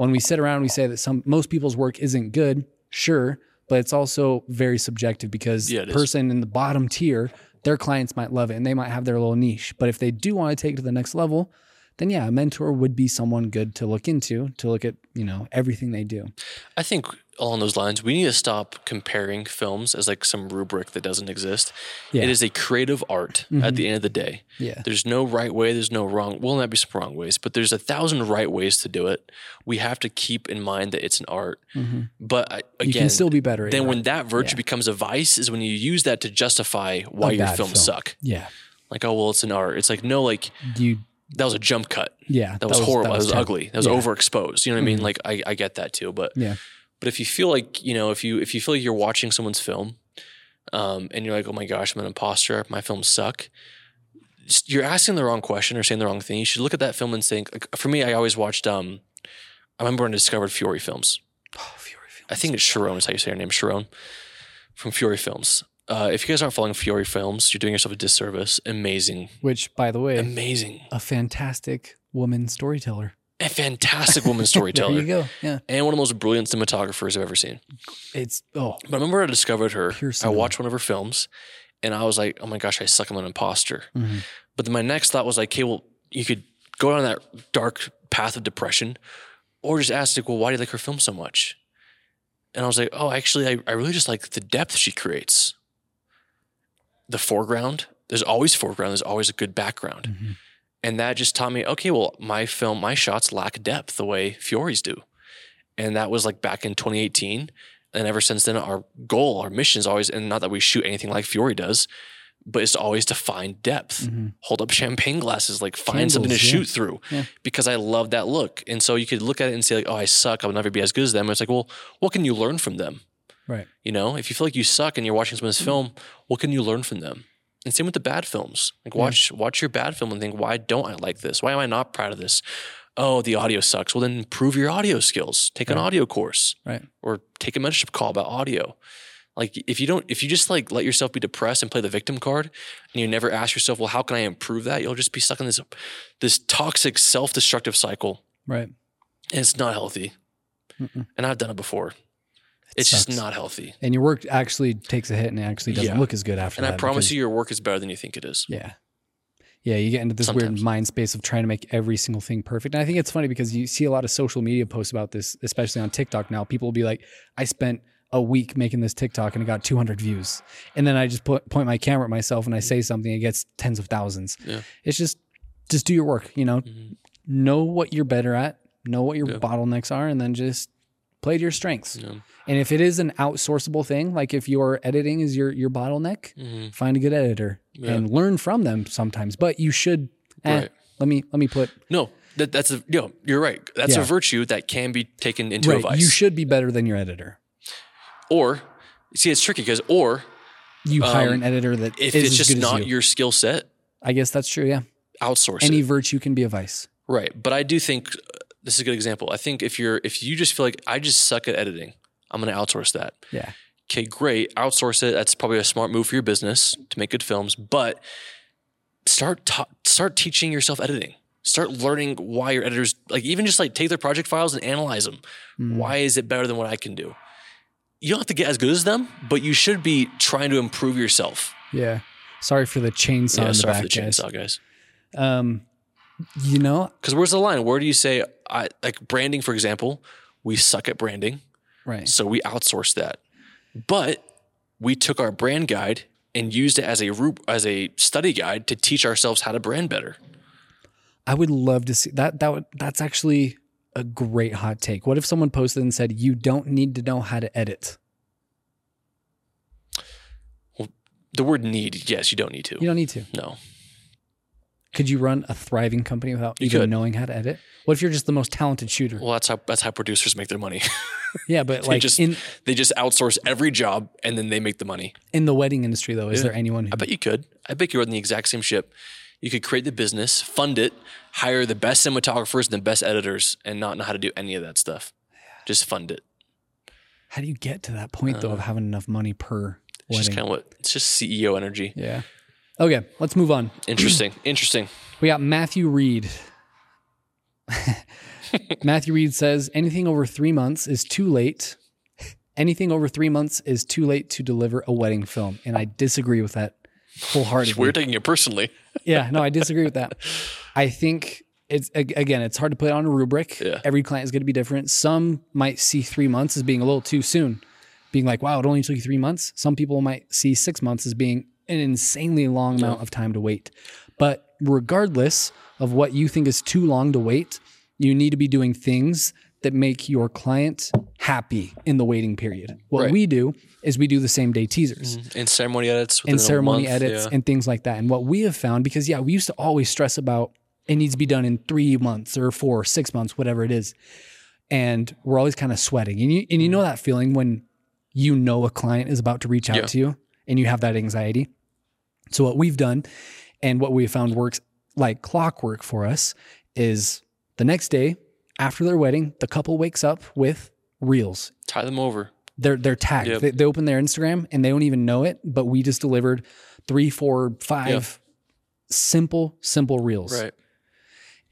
Speaker 1: when we sit around, and we say that some most people's work isn't good, sure, but it's also very subjective because
Speaker 2: Yeah, it
Speaker 1: the
Speaker 2: is.
Speaker 1: person in the bottom tier, their clients might love it and they might have their little niche. But if they do want to take it to the next level, then yeah, a mentor would be someone good to look into to look at, you know, everything they do.
Speaker 2: I think along those lines, we need to stop comparing films as like some rubric that doesn't exist.
Speaker 1: Yeah. Mm-hmm.
Speaker 2: It is a creative art at the end of the day.
Speaker 1: Yeah.
Speaker 2: There's no right way. There's no wrong. Well, not be some wrong ways, but there's a thousand right ways to do it. We have to keep in mind that it's an art. But I, again,
Speaker 1: you Mm-hmm. can still be better. at
Speaker 2: then
Speaker 1: it.
Speaker 2: when that virtue
Speaker 1: Yeah.
Speaker 2: becomes a vice is when you use that to justify
Speaker 1: A
Speaker 2: why your
Speaker 1: bad
Speaker 2: films
Speaker 1: film.
Speaker 2: suck.
Speaker 1: yeah,
Speaker 2: Like, oh well, it's an art. It's like no, like
Speaker 1: you,
Speaker 2: that was a jump cut.
Speaker 1: yeah,
Speaker 2: That, was, horrible. That was,
Speaker 1: terrible.
Speaker 2: ugly. That was
Speaker 1: Yeah. Mm-hmm.
Speaker 2: overexposed. You know what I mean? Like I, I get that too. But
Speaker 1: Yeah.
Speaker 2: But if you feel like you know, if you if you feel like you're watching someone's film, um, and you're like, oh my gosh, I'm an imposter. My films suck. just- You're asking the wrong question or saying the wrong thing. You should look at that film and think. Like, for me, I always watched. Um, I remember when I discovered Fury films.
Speaker 1: Oh, Fury Films.
Speaker 2: I think it's Sharon is how you say her name, Sharon from Fury Films. Uh, if you guys aren't following Fury Films, you're doing yourself a disservice. Amazing,
Speaker 1: Which, by the way,
Speaker 2: amazing,
Speaker 1: a fantastic woman storyteller.
Speaker 2: a fantastic
Speaker 1: (laughs)
Speaker 2: woman
Speaker 1: There you
Speaker 2: storyteller,
Speaker 1: go. Yeah.
Speaker 2: and one of the most brilliant cinematographers I've ever seen.
Speaker 1: It's oh
Speaker 2: But I remember I discovered her.
Speaker 1: Pure
Speaker 2: I
Speaker 1: cinema.
Speaker 2: watched one of her films, and I was like, "Oh my gosh, I suck! I'm an imposter."
Speaker 1: Mhm.
Speaker 2: But then my next thought was like, "Okay, well, you could go down that dark path of depression, or just asked like, well, why do you like her film so much? And I was like, oh, actually, I, I really just like the depth she creates. The foreground, there's always foreground, there's always a good background.
Speaker 1: Mhm.
Speaker 2: And that just taught me, okay, well, my film, my shots lack depth the way Fiore's do. And that was like back in 2018. And ever since then, our goal, our mission is always, and not that we shoot anything like Fiore does, but it's always to find depth.
Speaker 1: Mhm.
Speaker 2: Hold up champagne glasses, like find
Speaker 1: Candles,
Speaker 2: something to
Speaker 1: yeah.
Speaker 2: shoot through
Speaker 1: Yeah.
Speaker 2: because I love that look. And so you could look at it and say, like, oh, I suck. I'll never be as good as them. It's like, well, what can you learn from them?
Speaker 1: Right. Mm.
Speaker 2: You know, if you feel like you suck and you're watching someone's film, what can you learn from them? And same with the bad films. Like
Speaker 1: Yeah.
Speaker 2: watch watch your bad film and think, why don't I like this? Why am I not proud of this? Oh, the audio sucks. Well, then improve your audio skills. Take an
Speaker 1: Right.
Speaker 2: audio course,
Speaker 1: Right.
Speaker 2: Or take a mentorship call about audio. Like if you don't, if you just like let yourself be depressed and play the victim card, and you never ask yourself, well, how can I improve that? You'll just be stuck in this this toxic self destructive cycle,
Speaker 1: Right.
Speaker 2: and it's not healthy.
Speaker 1: Mm-mm.
Speaker 2: And I've done it before. it's
Speaker 1: sucks.
Speaker 2: just not healthy.
Speaker 1: And your work actually takes a hit and it actually doesn't
Speaker 2: Yeah.
Speaker 1: look as good after
Speaker 2: And
Speaker 1: that.
Speaker 2: I promise
Speaker 1: because-
Speaker 2: you, your work is better than you think it is.
Speaker 1: Yeah. Yeah, you get into this weird
Speaker 2: Sometimes.
Speaker 1: mind space of trying to make every single thing perfect. And I think it's funny because you see a lot of social media posts about this, especially on TikTok now. People will be like, I spent a week making this TikTok and it got 200 views. And then I just put, point my camera at myself and I say something, it gets tens of thousands.
Speaker 2: Yeah.
Speaker 1: It's just, just do your work, you know,
Speaker 2: Mhm.
Speaker 1: know what you're better at, know what your
Speaker 2: Yeah.
Speaker 1: bottlenecks are, and then just play to your strengths.
Speaker 2: Yeah.
Speaker 1: And if it is an outsourceable thing, like if your editing is your, your bottleneck,
Speaker 2: Mhm.
Speaker 1: find a good editor
Speaker 2: Yeah.
Speaker 1: and learn from them sometimes but you should eh,
Speaker 2: Right.
Speaker 1: let me let me put
Speaker 2: No, that, that's a no. You're right. That's
Speaker 1: Yeah.
Speaker 2: a virtue that can be taken into a
Speaker 1: right,
Speaker 2: vice.
Speaker 1: you should be better than your editor
Speaker 2: or see, it's tricky because or
Speaker 1: you hire
Speaker 2: Um,
Speaker 1: an editor that
Speaker 2: if
Speaker 1: is
Speaker 2: it's
Speaker 1: as
Speaker 2: just
Speaker 1: good as
Speaker 2: not
Speaker 1: you.
Speaker 2: your skill set,
Speaker 1: i guess that's true yeah
Speaker 2: outsource
Speaker 1: any
Speaker 2: it.
Speaker 1: virtue can be a vice
Speaker 2: Right. But I do think uh, this is a good example. I think if you're if you just feel like I just suck at editing, I'm going to outsource that.
Speaker 1: yeah
Speaker 2: okay, great, outsource it. That's probably a smart move for your business to make good films, but start ta- start teaching yourself editing. Start learning why your editors like even just like take their project files and analyze them.
Speaker 1: Mm.
Speaker 2: Why is it better than what I can do? You don't have to get as good as them, but you should be trying to improve yourself.
Speaker 1: yeah sorry for the chainsaw
Speaker 2: Yeah,
Speaker 1: in the
Speaker 2: sorry
Speaker 1: back
Speaker 2: for the
Speaker 1: guys.
Speaker 2: chainsaw, guys.
Speaker 1: um you know
Speaker 2: Because where's the line? Where do you say I like branding, for example? We suck at branding.
Speaker 1: right
Speaker 2: So we outsourced that. But we took our brand guide and used it as a ru- as a study guide to teach ourselves how to brand better.
Speaker 1: I would love to see that. That would, that's actually a great hot take. What if someone posted and said, "You don't need to know how to edit.
Speaker 2: The word need, yes, you don't need to.
Speaker 1: You don't need to."
Speaker 2: no.
Speaker 1: Could you run a thriving company without
Speaker 2: You
Speaker 1: even
Speaker 2: could.
Speaker 1: knowing how to edit? What if you're just the most talented shooter?
Speaker 2: Well, that's how that's how producers make their money. (laughs)
Speaker 1: yeah, but
Speaker 2: they
Speaker 1: like
Speaker 2: just-
Speaker 1: in
Speaker 2: they just outsource every job and then they make the money.
Speaker 1: in the wedding industry though, is
Speaker 2: Yeah.
Speaker 1: there anyone who
Speaker 2: I bet you could. I bet you were on the exact same ship. You could create the business, fund it, hire the best cinematographers and the best editors, and not know how to do any of that stuff. Just fund it.
Speaker 1: how do you get to that point
Speaker 2: uh,
Speaker 1: though of having enough money per
Speaker 2: It's just
Speaker 1: wedding?
Speaker 2: kind of what it's just CEO energy.
Speaker 1: yeah. Okay, let's move on. (clears throat)
Speaker 2: Interesting. Interesting.
Speaker 1: We got Matthew Reed. (laughs) Matthew Reed says anything over three months is too late. Anything over three months is too late to deliver a wedding film. And I disagree with that wholeheartedly.
Speaker 2: We're taking it personally.
Speaker 1: yeah, no, I disagree with that. I think it's ag- again, it's hard to put it on a rubric.
Speaker 2: Yeah.
Speaker 1: Every client is going to be different. Some might see three months as being a little too soon, being like, "Wow, it only took you three months." Some people might see six months as being an insanely long amount of time to wait. But regardless of what you think is too long to wait, you need to be doing things that make your client happy in the waiting period. What
Speaker 2: Right. Mm-hmm.
Speaker 1: we do is we do the same day teasers
Speaker 2: And ceremony edits. within
Speaker 1: and
Speaker 2: a
Speaker 1: ceremony
Speaker 2: month,
Speaker 1: edits
Speaker 2: yeah.
Speaker 1: and things like that. And what we have found, because yeah, we used to always stress about it needs to be done in three months or four or six months, whatever it is. And we're always kind of sweating. And you,
Speaker 2: Mm-hmm.
Speaker 1: and you know that feeling when you know a client is about to reach out
Speaker 2: Yeah.
Speaker 1: to you and you have that anxiety. So, what we've done and what we have found works like clockwork for us is the next day after their wedding, the couple wakes up with reels
Speaker 2: tie them over.
Speaker 1: they're they're tagged.
Speaker 2: Yep.
Speaker 1: They, they open their Instagram and they don't even know it, but we just delivered three, four, five simple, simple reels,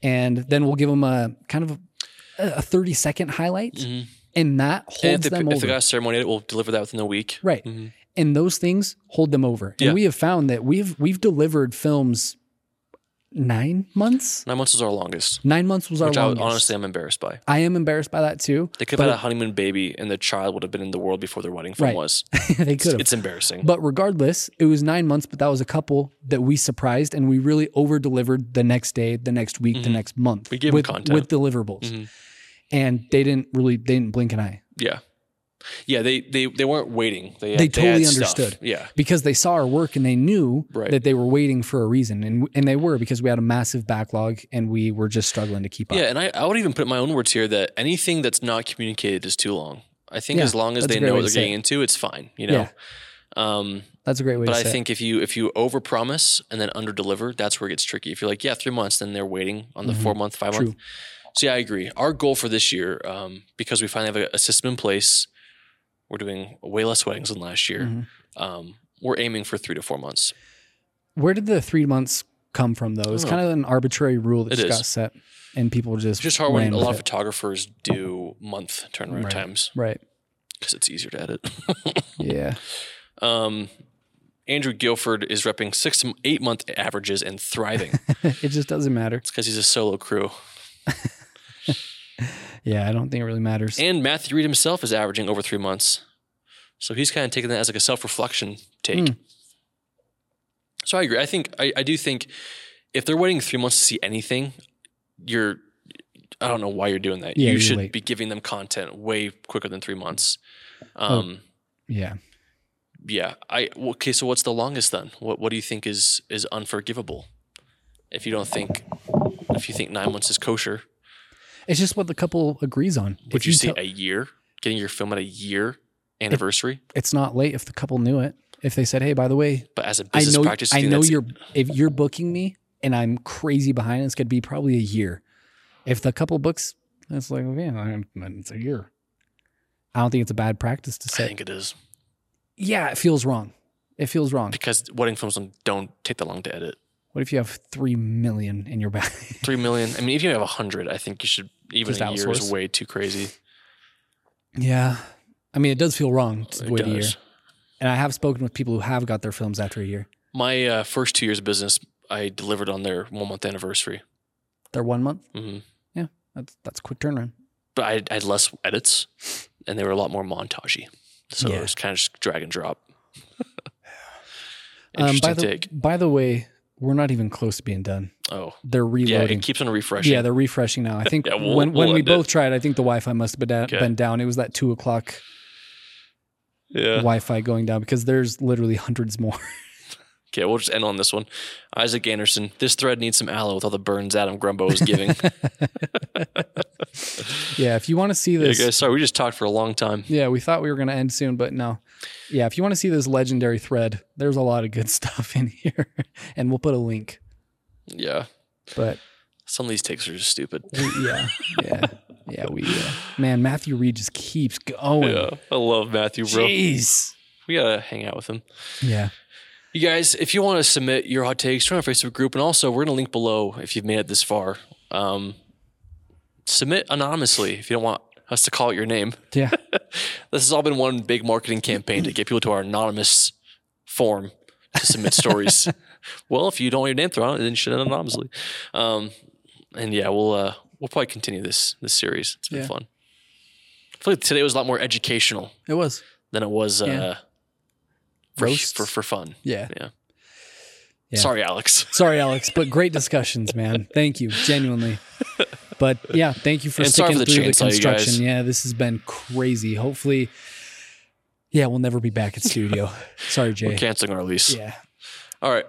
Speaker 1: and then we'll give them a kind of a, a thirty second highlight,
Speaker 2: Mhm.
Speaker 1: and that
Speaker 2: And
Speaker 1: holds
Speaker 2: if they,
Speaker 1: them
Speaker 2: if
Speaker 1: over.
Speaker 2: they got a ceremony edit, we'll deliver that within a week.
Speaker 1: right,
Speaker 2: Mhm.
Speaker 1: and those things hold them over. And
Speaker 2: Yeah.
Speaker 1: we have found that we've we've delivered films nine months.
Speaker 2: Nine months is our longest,
Speaker 1: Nine months was our
Speaker 2: which I
Speaker 1: longest.
Speaker 2: honestly I'm embarrassed by.
Speaker 1: I am embarrassed by that too.
Speaker 2: They could have had a honeymoon baby, and the child would have been in the world before their wedding film
Speaker 1: Right.
Speaker 2: was.
Speaker 1: (laughs) they
Speaker 2: It's,
Speaker 1: could have.
Speaker 2: it's embarrassing.
Speaker 1: But regardless, it was nine months, but that was a couple that we surprised and we really over delivered the next day, the next week, the
Speaker 2: Mhm.
Speaker 1: next month.
Speaker 2: We gave 'em
Speaker 1: with,
Speaker 2: content.
Speaker 1: with deliverables.
Speaker 2: Mhm.
Speaker 1: And they didn't really they didn't blink an eye
Speaker 2: yeah, yeah. They they they weren't waiting. They
Speaker 1: They
Speaker 2: had
Speaker 1: totally
Speaker 2: stuff.
Speaker 1: understood.
Speaker 2: Yeah,
Speaker 1: because they saw our work and they knew
Speaker 2: Right.
Speaker 1: that they were waiting for a reason. And and they were because we had a massive backlog and we were just struggling to keep up.
Speaker 2: yeah. And I, I would even put in my own words here that anything that's not communicated is too long. I think
Speaker 1: Yeah,
Speaker 2: as long as
Speaker 1: that's a
Speaker 2: they
Speaker 1: great
Speaker 2: know
Speaker 1: way
Speaker 2: what
Speaker 1: to
Speaker 2: they're
Speaker 1: say
Speaker 2: getting into, it's fine. You know. Um,
Speaker 1: That's a great way
Speaker 2: but
Speaker 1: to
Speaker 2: I
Speaker 1: say it.
Speaker 2: think if you if you overpromise and then underdeliver, that's where it gets tricky. If you're like, yeah, three months, then they're waiting on the
Speaker 1: Mhm.
Speaker 2: four month, five month.
Speaker 1: True.
Speaker 2: So yeah, I agree. Our goal for this year, um, because we finally have a, a system in place, we're doing way less weddings than last year.
Speaker 1: Mhm.
Speaker 2: Um, we're aiming for three to four months.
Speaker 1: Where did the three months come from though? It's
Speaker 2: Oh.
Speaker 1: kind of an arbitrary rule that
Speaker 2: It
Speaker 1: just
Speaker 2: is.
Speaker 1: got set and people just
Speaker 2: It's just hard when
Speaker 1: ran
Speaker 2: a
Speaker 1: with
Speaker 2: lot of
Speaker 1: it.
Speaker 2: photographers do month turnaround
Speaker 1: Right.
Speaker 2: times
Speaker 1: Right.
Speaker 2: because it's easier to edit. (laughs)
Speaker 1: Yeah. (laughs)
Speaker 2: um, Andrew Guilford is repping six to eight month averages and thriving.
Speaker 1: (laughs) it just doesn't matter.
Speaker 2: it's because he's a solo crew.
Speaker 1: Yeah, I don't think it really matters.
Speaker 2: And Matthew Reed himself is averaging over three months. So he's kind of taking that as like a self reflection take.
Speaker 1: Mm.
Speaker 2: So I agree. I think, I, I do think if they're waiting three months to see anything, you're, I don't know why you're doing that.
Speaker 1: Yeah,
Speaker 2: you
Speaker 1: you're
Speaker 2: should
Speaker 1: late.
Speaker 2: be giving them content way quicker than three months.
Speaker 1: Oh.
Speaker 2: Um,
Speaker 1: yeah.
Speaker 2: Yeah. I, well, okay. So what's the longest then? What, what do you think is, is unforgivable? If you don't think, if you think nine months is kosher,
Speaker 1: It's just what the couple agrees on.
Speaker 2: would
Speaker 1: If
Speaker 2: you, say
Speaker 1: tell-
Speaker 2: a year? Getting your film at a year anniversary?
Speaker 1: it's not late if the couple knew it? If they said, "Hey, by the way,
Speaker 2: But as a
Speaker 1: I
Speaker 2: business
Speaker 1: know
Speaker 2: practice,
Speaker 1: I
Speaker 2: think
Speaker 1: know
Speaker 2: that's-
Speaker 1: you're if you're booking me and I'm crazy behind, it's going to be probably a year." If the couple books, that's like, "Yeah, I- it's a year." I don't think it's a bad practice to
Speaker 2: I
Speaker 1: say.
Speaker 2: think it is
Speaker 1: Yeah, it feels wrong. It feels wrong.
Speaker 2: because wedding films don't- don't take that long to edit.
Speaker 1: What if you have 3 million in your (laughs) back?
Speaker 2: Three million. I mean, if you have a hundred, I think you should. Even
Speaker 1: Just
Speaker 2: a year is
Speaker 1: outsource.
Speaker 2: way too crazy.
Speaker 1: yeah. I mean, it does feel wrong to
Speaker 2: It
Speaker 1: wait a year.
Speaker 2: does.
Speaker 1: And I have spoken with people who have got their films after a year.
Speaker 2: My uh, first two years of business, I delivered on their one month anniversary,
Speaker 1: They're 1 month.
Speaker 2: hmm
Speaker 1: That's that's a quick turnaround.
Speaker 2: but I, I had less edits, and they were a lot more montagey. So
Speaker 1: Yeah.
Speaker 2: it was kind of just drag and drop.
Speaker 1: (laughs) Um,
Speaker 2: Interesting
Speaker 1: by the
Speaker 2: take.
Speaker 1: by the way, we're not even close to being done.
Speaker 2: Oh,
Speaker 1: They're
Speaker 2: yeah.
Speaker 1: reloading.
Speaker 2: It keeps on refreshing.
Speaker 1: Yeah, they're refreshing
Speaker 2: (laughs)
Speaker 1: now. I think
Speaker 2: Yeah, we'll-
Speaker 1: when, when
Speaker 2: we'll
Speaker 1: we
Speaker 2: end
Speaker 1: both
Speaker 2: it.
Speaker 1: tried, I think the Wi-Fi must have been, da-
Speaker 2: Okay.
Speaker 1: been down. It was that two o'clock
Speaker 2: yeah.
Speaker 1: Wi-Fi going down because there's literally hundreds more. (laughs)
Speaker 2: Okay, we'll just end on this one. Isaac Anderson, this thread needs some aloe with all the burns Adam Grumbo is
Speaker 1: (laughs)
Speaker 2: giving.
Speaker 1: yeah, if you want to see
Speaker 2: Yeah,
Speaker 1: this, yeah,
Speaker 2: guys, sorry, we just talked for a long time.
Speaker 1: we thought we were going to end soon, but no. Yeah, if you want to see this legendary thread, there's a lot of good (laughs) stuff in here, and we'll put a link.
Speaker 2: Yeah.
Speaker 1: But
Speaker 2: Some of these takes are just stupid.
Speaker 1: we, yeah, yeah, yeah, we uh, man, Matthew Reed just keeps going.
Speaker 2: Yeah. I love Matthew, bro.
Speaker 1: Jeez.
Speaker 2: We got to hang out with him.
Speaker 1: Yeah.
Speaker 2: You guys, if you want to submit your hot takes, join our Facebook group. And also, we're going to link below if you've made it this far. Um, submit anonymously if you don't want us to call out your name.
Speaker 1: Yeah.
Speaker 2: This has all been one big marketing campaign to get people to our anonymous form to
Speaker 1: (laughs)
Speaker 2: submit stories. Well, if you don't want your name thrown out, then you should anonymously. Um, and yeah, we'll uh, we'll probably continue this this series. It's been
Speaker 1: Yeah.
Speaker 2: fun. I feel like today was a lot more educational
Speaker 1: It was.
Speaker 2: than it was uh,
Speaker 1: Yeah.
Speaker 2: for,
Speaker 1: Roasts.
Speaker 2: for for fun.
Speaker 1: Yeah. Yeah.
Speaker 2: Sorry, Alex.
Speaker 1: Sorry, Alex, but great discussions, man. Thank you, genuinely. But yeah, thank you for
Speaker 2: And sorry
Speaker 1: sticking
Speaker 2: for the
Speaker 1: through the
Speaker 2: chainsaw, you guys.
Speaker 1: construction. Yeah, this has been crazy. Hopefully, yeah, we'll never be back at
Speaker 2: (laughs)
Speaker 1: studio. sorry, Jay.
Speaker 2: We're canceling our lease.
Speaker 1: Yeah.
Speaker 2: All right.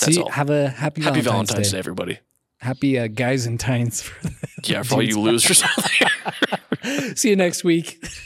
Speaker 2: That's
Speaker 1: See,
Speaker 2: all.
Speaker 1: have a happy,
Speaker 2: Happy
Speaker 1: Valentine's,
Speaker 2: Valentine's, Day.
Speaker 1: Day.
Speaker 2: (laughs) everybody.
Speaker 1: Happy uh, guys and tines.
Speaker 2: (laughs) Yeah, for all you losers out there.
Speaker 1: (laughs) See you next week.